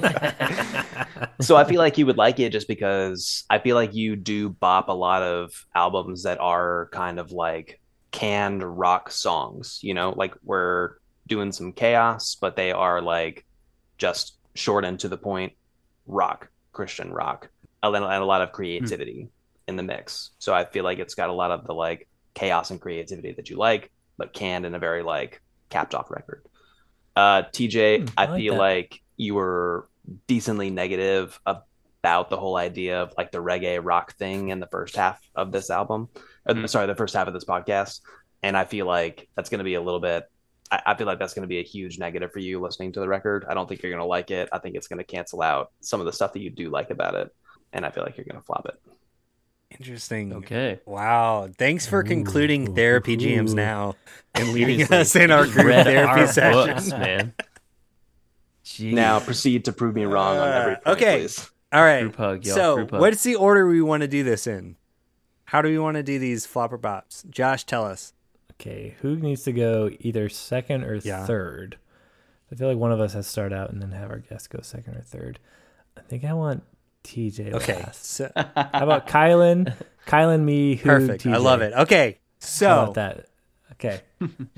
to [LAUGHS] do. [LAUGHS] so I feel like you would like it just because I feel like you do bop a lot of albums that are kind of like canned rock songs, you know, like we're doing some chaos, but they are like just short and to the point rock, Christian rock, and then- and a Hmm. lot of creativity in the mix. So I feel like it's got a lot of the like chaos and creativity that you like, but canned in a very like capped off record. Uh, TJ, Hmm, I I, like feel that. like you were decently negative about the whole idea of like the reggae rock thing in the first half of this album. or, Hmm. Sorry, the first half of this podcast. And I feel like that's going to be a little bit. I, I feel like that's going to be a huge negative for you listening to the record. I don't think you're going to like it. I think it's going to cancel out some of the stuff that you do like about it. And I feel like you're going to flop it. Interesting. [LAUGHS] Okay. Wow. Thanks for Ooh, concluding ooh, therapy GMs ooh. [LAUGHS] now and leading Seriously. us in our You group read therapy our session. books, man. Jeez. Now proceed to prove me wrong on every Uh, point, okay. please. [LAUGHS] All right. Group hug, y'all. So, Group hug. what's the order we want to do this in? How do we want to do these flopper bops? Josh, tell us. Okay, who needs to go either second or Yeah. third? I feel like one of us has to start out and then have our guest go second or third. I think I want TJ Okay. last. So, How [LAUGHS] about Kylan? Kylan, me, who? perfect. TJ? I love it. Okay. How about So, that? Okay.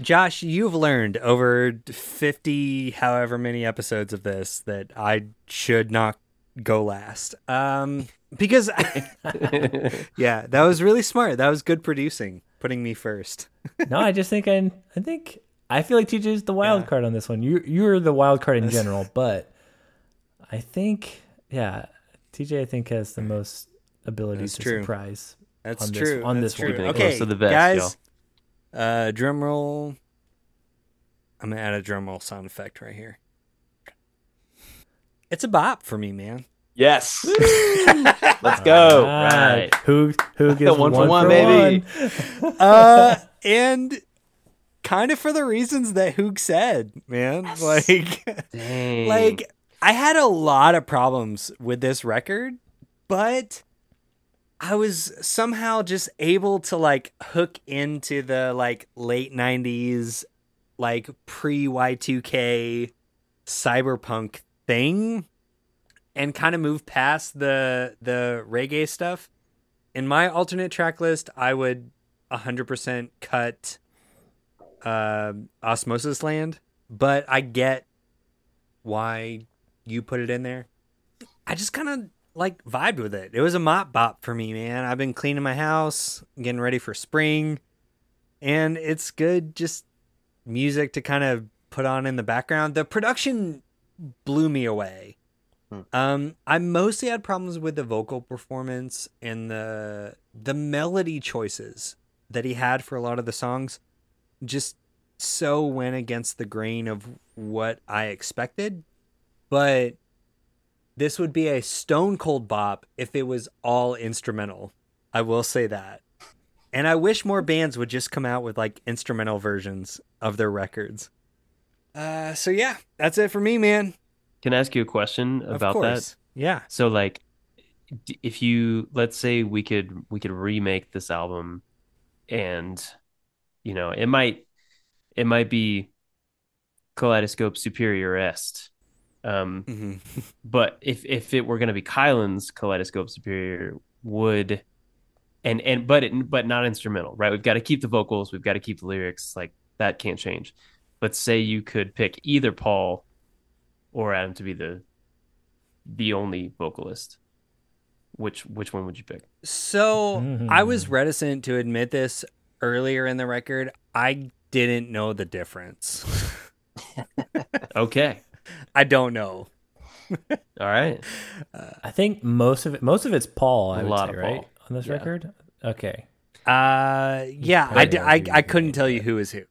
Josh, you've learned over 50 however many episodes of this that I should not go last. Um because [LAUGHS] [LAUGHS] yeah, that was really smart. That was good producing, putting me first. No, I just think I, I think I feel like TJ's the wild Yeah. card on this one. You you're the wild card in [LAUGHS] general, but I think yeah, TJ I think has the most ability That's to true. surprise. That's On this- true. on That's this one. true. Keeping it Okay, close to the vest, guys. Uh, drum roll. I'm gonna add a drum roll sound effect right here. It's a bop for me, man. Yes. Let's Oh, go. Ah, right. Who [LAUGHS] who gets one One for for one, baby. one? Uh, [LAUGHS] and kind of for the reasons that Hoog said, man. Like, Dang. like I had a lot of problems with this record, but I was somehow just able to like hook into the like late 90s like pre Y2K cyberpunk thing and kind of move past the the reggae stuff. In my alternate track list, I would 100% cut uh, Osmosis Land, but I get why you put it in there. I just kind of like vibed with it. It was a mop bop for me, man. I've been cleaning my house, getting ready for spring, and it's good just music to kind of put on in the background. The production blew me away. Hmm. Um, I mostly had problems with the vocal performance and the the melody choices that he had for a lot of the songs. Just so went against the grain of what I expected, but this would be a stone cold bop if it was all instrumental. I will say that. And I wish more bands would just come out with like instrumental versions of their records. Uh, so yeah, that's it for me, man. Can I ask you a question Of about that? course. Yeah. So like d- if you let's say we could we could remake this album and you know it might it might be kaleidoscope superior est um hmm but if if it were going to be kylan's kaleidoscope superior would and and but it but not instrumental right we've got to keep the vocals we've got to keep the lyrics like that can't change but say you could pick either paul or adam to be the the only vocalist which which one would you pick So Mhm. I Mm-hmm. was reticent to admit this earlier in the record. I didn't know the difference. [LAUGHS] okay I don't know. all right I think most of it, most of it's Paul. I A would lot say, of Paul. right on this Yeah. record. Okay, Uh, yeah, I, d- I, I couldn't tell you who is who.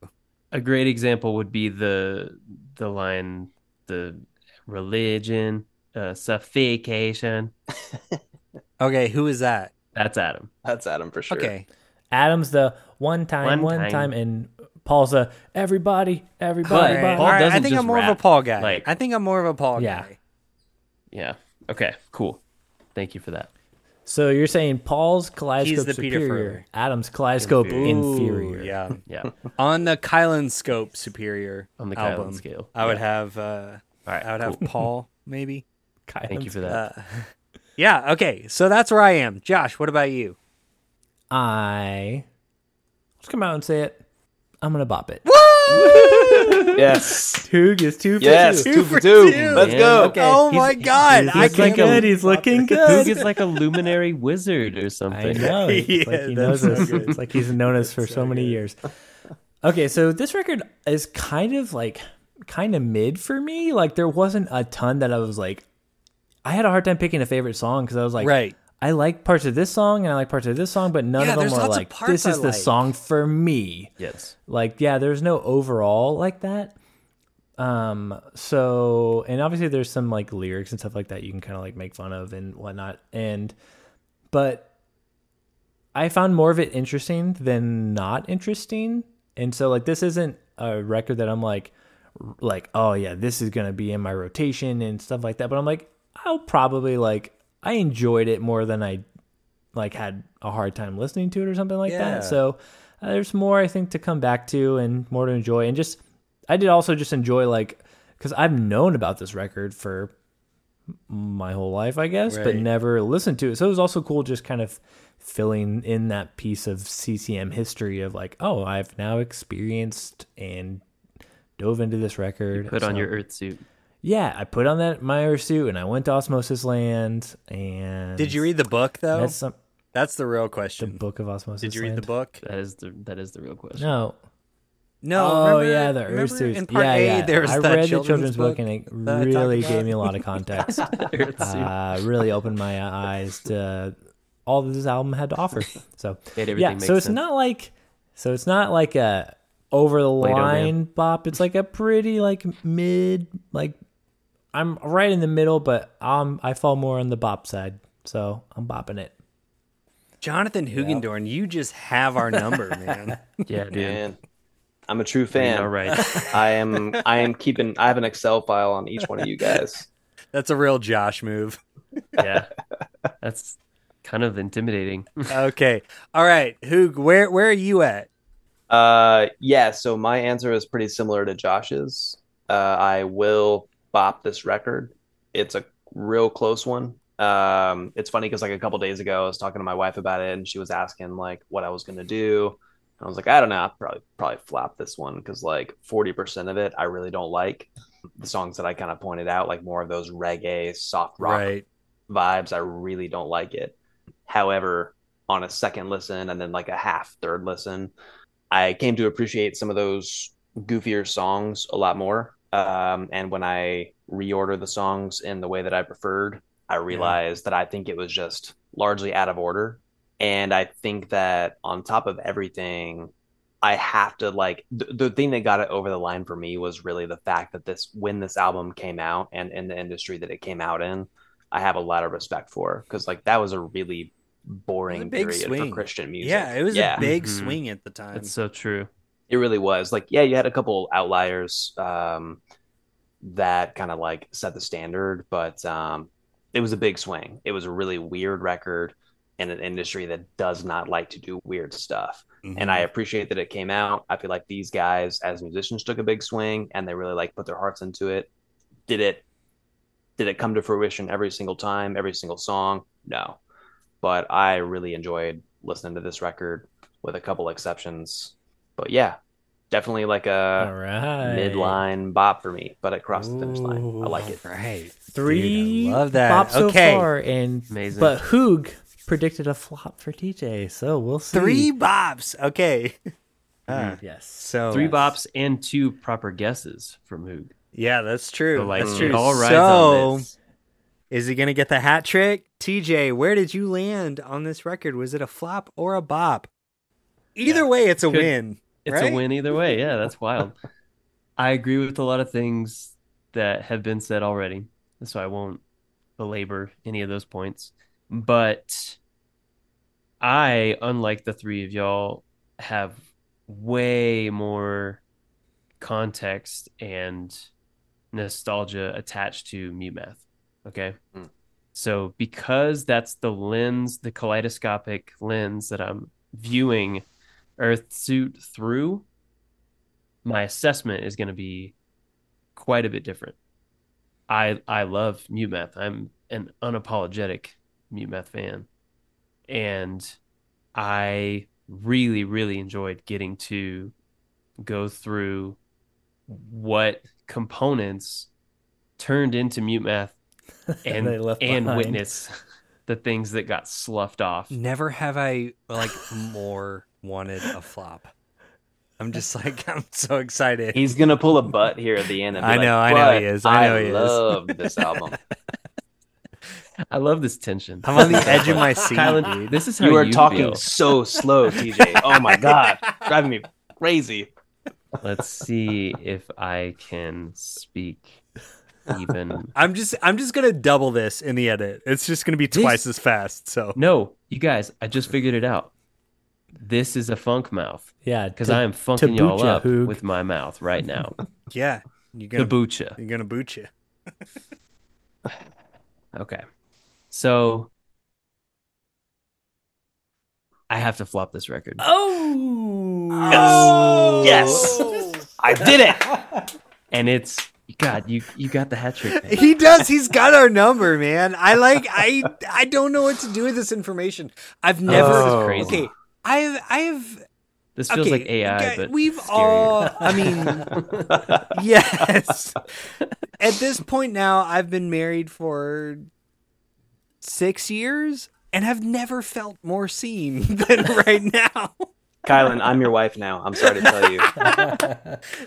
a great example would be the the line the religion uh suffocation Okay, who is that? that's adam That's Adam for sure. Okay, Adam's the one time, One one, time. time. and Paul's the everybody, everybody. But- body. Paul Alright, I doesn't think I'm just more of rap, a Paul guy. like- I think I'm more of a Paul Yeah. guy. Yeah. Okay. Cool. Thank you for that. So you're saying Paul's kaleidoscope the Peter superior, Furler. Adam's kaleidoscope Inferior. Ooh, inferior. Yeah. Yeah. All On the Kylan scope superior On the Kylan album, scale. I would have uh right. I would cool. have Paul [LAUGHS] maybe. Thank you for that. Uh, yeah, okay. So that's where I am. Josh, what about you? I let's come out and say it. I'm gonna bop it. Yes. Two is two for yes. two. Two for two. Let's Yeah, go. okay. Oh He's- my god. He's I looking can't good. He's looking Hoog good. is like a luminary wizard or I something. [LAUGHS] know. It's like Yeah, he knows that's us. so good. It's like he's known us for so, many years. Okay, so this record is kind of like kind of mid for me. Like there wasn't a ton that I was like I had a hard time picking a favorite song because I was like Right. I like parts of this song and I like parts of this song, but none Yeah, of them there's were lots of like parts this I is the like." song for me. Yes. Like yeah, there's no overall like that. Um so and obviously there's some like lyrics and stuff like that you can kind of like make fun of and whatnot. And but I found more of it interesting than not interesting. And so like this isn't a record that I'm like r- like oh yeah, this is going to be in my rotation and stuff like that, but I'm like I'll probably like I enjoyed it more than I like had a hard time listening to it or something like Yeah. that. So uh, there's more I think to come back to and more to enjoy and just I did also just enjoy like cuz I've known about this record for my whole life, I guess, but Right. never listened to it. So it was also cool just kind of filling in that piece of CCM history of like, oh, I've now experienced and dove into this record. [LAUGHS] Put on So- your earth suit. yeah, I put on that my Earth suit and I went to Osmosis Land and Did you read the book though? that's That's, some, the real the question. book of Osmosis? Did you read Land? the book? That is the that is the real question. No. No. oh remember- yeah, the Earth remember suits. In part yeah, A, yeah. there was I that read children's the children's book, book and it that I talked really about. gave me a lot of context. [LAUGHS] [LAUGHS] Earth suit. uh, really opened my eyes to all that this album had to offer. So Made everything yeah, make so it's sense. not like so it's not like a over the line bop. It's like a pretty like mid like I'm right in the middle, but um I fall more on the bop side, so I'm bopping it. Jonathan Hugendorn, you just have our number, [LAUGHS] man. Yeah, dude. Man. I'm a true fan. [LAUGHS] All right. I am I am keeping I have an Excel file on each one of you guys. That's a real Josh [LAUGHS] move. Yeah, that's kind of intimidating. Okay. All right. Hoog, where where are you at? Uh, yeah, so my answer is pretty similar to Josh's. Uh, I will bop this record. It's a real close one. Um, it's funny because like a couple days ago, I was talking to my wife about it, and she was asking like what I was gonna do. And I was like, I don't know, I'll probably probably flop this one because like 40% of it I really don't like. The songs that I kind of pointed out, like more of those reggae, soft rock Right. vibes. I really don't like it. However, on a second listen and then like a half third listen, I came to appreciate some of those goofier songs a lot more. Um, and when I reorder the songs in the way that I preferred, I realized that I think it was just largely out of order. And I think that on top of everything, I have to like th- the thing that got it over the line for me was really the fact that this when this album came out and in the industry that it came out in, I have a lot of respect for because like that was a really boring big period swing. for Christian music. Yeah, it was yeah, a Mm-hmm. big Mhm. swing at the time. That's so true. it really was. Like yeah, you had a couple outliers um, that kind of like set the standard, but um, it was a big swing. It was a really weird record in an industry that does not like to do weird stuff and I appreciate that it came out. I feel like these guys, as musicians, took a big swing and they really like put their hearts into it. Did it? Did it come to fruition every single time, every single song? No, but I really enjoyed listening to this record, with a couple exceptions. But yeah, definitely like All a right. Uh, midline bop for me. But it crossed the finish line. I like it. Right. Three Dude, I love that. bops okay. so far, and Amazing. but Hoog predicted a flop for TJ, so we'll see. Three bops. Okay. [LAUGHS] Mm-hmm. Ah, yes. so Three bops and two proper guesses from Hoog. Yeah, that's true. So like that's it true. all rides so on this. is he gonna get the hat trick? TJ, where did you land on this record? Was it a flop or a bop? Either way, it's a Could- win. It's right? a win either way. Yeah, that's wild. I agree with a lot of things that have been said already, so I won't belabor any of those points. But I, unlike the three of y'all, have way more context and nostalgia attached to Mute Math. Okay. Mm. So, because that's the lens, the kaleidoscopic lens that I'm viewing Earth suit through, my assessment is going to be quite a bit different. I I love Mute Math. I'm an unapologetic Mute Math fan, and I really really enjoyed getting to go through what components turned into Mute Math and [LAUGHS] They left and behind. witness [LAUGHS] the things that got sloughed off. Never have I like more wanted a flop. I'm just like [LAUGHS] I'm so excited. He's gonna pull a butt here at the end. And be I like, know, I know he "But is, I know I he is." loved this album. I love this tension. I'm [LAUGHS] on the edge of my seat. Kylan, dude. this is how you are talking feel. so slow, TJ. Oh my god, driving me crazy. [LAUGHS] Let's see if I can speak even. I'm just I'm just gonna double this in the edit. It's just gonna be This- twice as fast. So No, you guys, I just figured it out. This is a funk mouth Yeah, because [LAUGHS] to- I am funking y'all Tabucha, up Hoog. with my mouth right now. yeah, you're gonna Kabucha. you're gonna boot you. Okay. So I have to flop this record. Oh! Yes, [LAUGHS] yes, I did it. And it's God, you you got the hat trick. man. He does. He's got our number, man. I like. I I don't know what to do with this information. I've never. Oh, this is crazy. Okay, I have. I have. This feels okay, like AI, gu- but we've scarier. all. I mean, [LAUGHS] yes. At this point now, I've been married for six years and have never felt more seen [LAUGHS] than right now. Kylan, I'm your wife now. I'm sorry to tell you.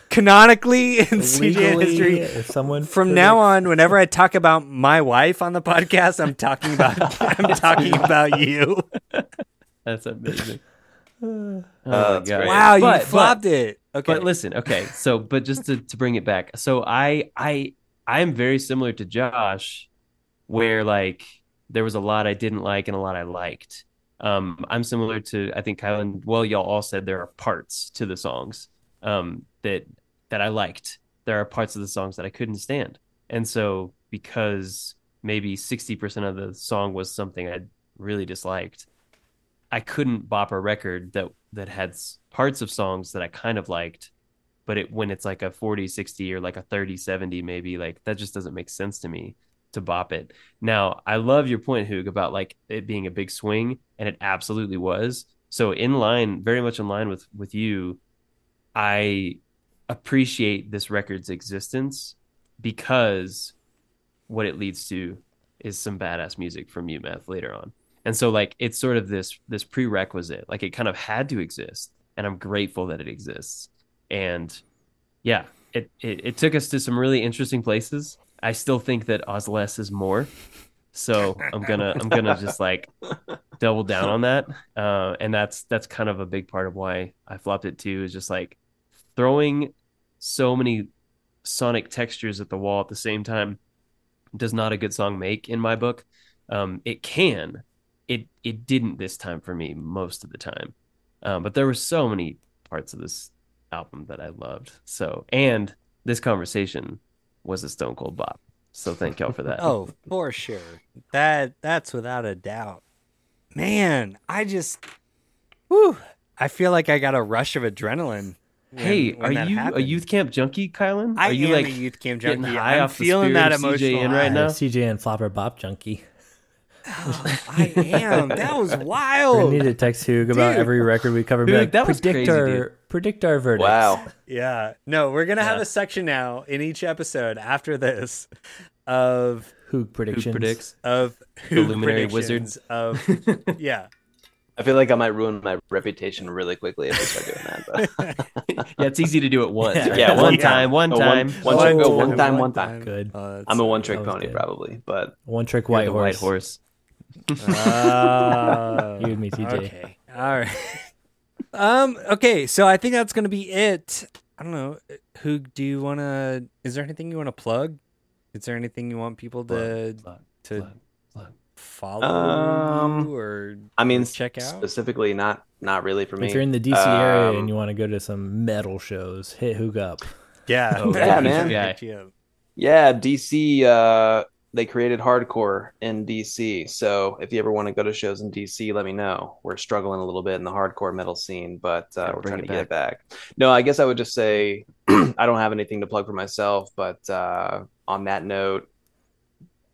Canonically in CJ legally, history. If someone From now on, whenever I talk about my wife on the podcast, I'm talking about [LAUGHS] I'm talking about you. That's [LAUGHS] amazing. oh, that's great. Wow, But- you but- flopped it. Okay. But listen, okay. So, but just to, to bring it back, so I I I am very similar to Josh, where like there was a lot I didn't like and a lot I liked. Um, I'm similar to I think Kylan. Well, y'all all said there are parts to the songs um, that that I liked. There are parts of the songs that I couldn't stand, and so because maybe 60% of the song was something I really disliked. I couldn't bop a record that that had s- parts of songs that I kind of liked, but it when it's like a 40 60 or like a 30 70 maybe like that just doesn't make sense to me to bop it. Now, I love your point Hoog about like it being a big swing and it absolutely was. So in line, very much in line with with you, I appreciate this record's existence because what it leads to is some badass music from UMath later on. And so like it's sort of this this prerequisite. Like it kind of had to exist. And I'm grateful that it exists. And yeah, it it, it took us to some really interesting places. I still think that Oz less is more. So I'm gonna I'm gonna just like double down on that. Uh, and that's that's kind of a big part of why I flopped it too, is just like throwing so many sonic textures at the wall at the same time does not a good song make in my book. Um, it can, it it didn't this time for me most of the time, um, but there were so many parts of this album that I loved. So and this conversation was a stone cold bop. So thank y'all for that. [LAUGHS] Oh, for sure. That that's without a doubt. Man, I just whew, I feel like I got a rush of adrenaline. when- hey, when are that you [LAUGHS] a happened. youth camp junkie, Kylan? I are you am like a youth camp getting junkie. high I'm off the feeling spirit that of CJN emotional right high. now? CJ and Flopper Bop Junkie. [GASPS] I am. That was We wild. need to text Hoog about Oh, Dude. every record we cover. be Hoog, like, that was predict crazy, our dude. predict our verdicts. Wow. Yeah. No, we're gonna have Yeah. a section now in each episode after this of Hoog Who predictions. predicts? of who luminary wizard. [LAUGHS] predictions of [LAUGHS] yeah. I feel like I might ruin my reputation really quickly if I start doing that. But. Yeah, it's easy to do [LAUGHS] it once. Yeah. right? Yeah, one one time, one Oh, time. One time, go, one time, one time. Good. Uh, I'm a one trick That was pony, good. probably. But One trick white The horse. White horse. Oh. [LAUGHS] You and me, TJ. Okay. All right. [LAUGHS] um. Okay. So I think that's gonna be it. I don't know. Who do you wanna? Is there anything you wanna plug? Is there anything you want people to to plug, plug. follow Um, you or I mean, Check out? specifically, not not really for me. If you're in the DC area Um, and you want to go to some metal shows, hit Hoog up. yeah? Oh, yeah, man. Yeah. Yeah. Yeah, DC. Uh, they created hardcore in DC. So if you ever want to go to shows in DC, let me know. We're struggling a little bit in the hardcore metal scene, but uh, Gotta we're bring trying to it get it back. No, I guess I would just say [CLEARS THROAT] I don't have anything to plug for myself. But uh, on that note,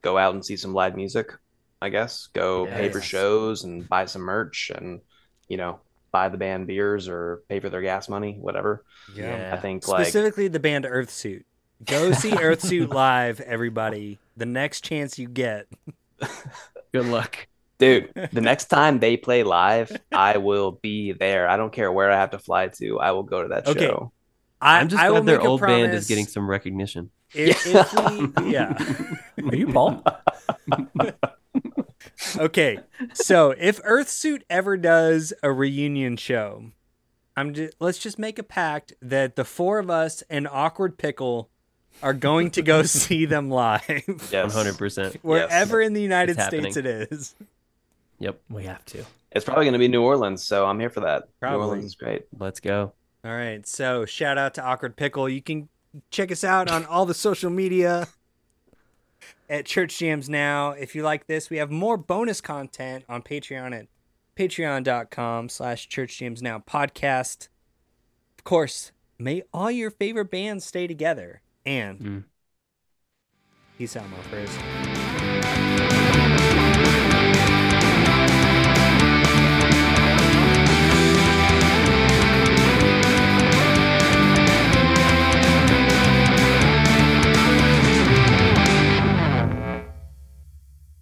go out and see some live music. I guess go pay for Yes. shows and buy some merch and you know buy the band beers or pay for their gas money, whatever. Yeah. I think like Specifically, the band Earthsuit. Go see Earthsuit live, everybody. The next chance you get. Good luck. Dude, [LAUGHS] the next time they play live, I will be there. I don't care where I have to fly to. I will go to that Okay. show. I, I'm just I will glad their make a old band promise. is getting some recognition. If, if we, yeah. Are [LAUGHS] you Paul? okay. So if Earthsuit ever does a reunion show, I'm just, let's just make a pact that the four of us and Awkward Pickle are going to go [LAUGHS] see them live. Yes. 100%. Wherever in the United It's States it is. Yep. we have to. It's probably going to be New Orleans, so I'm here for that. Probably. New Orleans is great. Let's go. All right. So shout out to Awkward Pickle. You can check us out on all the social media at Church Jams Now. If you like this, we have more bonus content on Patreon at patreon.com slash Church Jams Now podcast. Of course, may all your favorite bands stay together. And Mm. peace out, my friends. Thank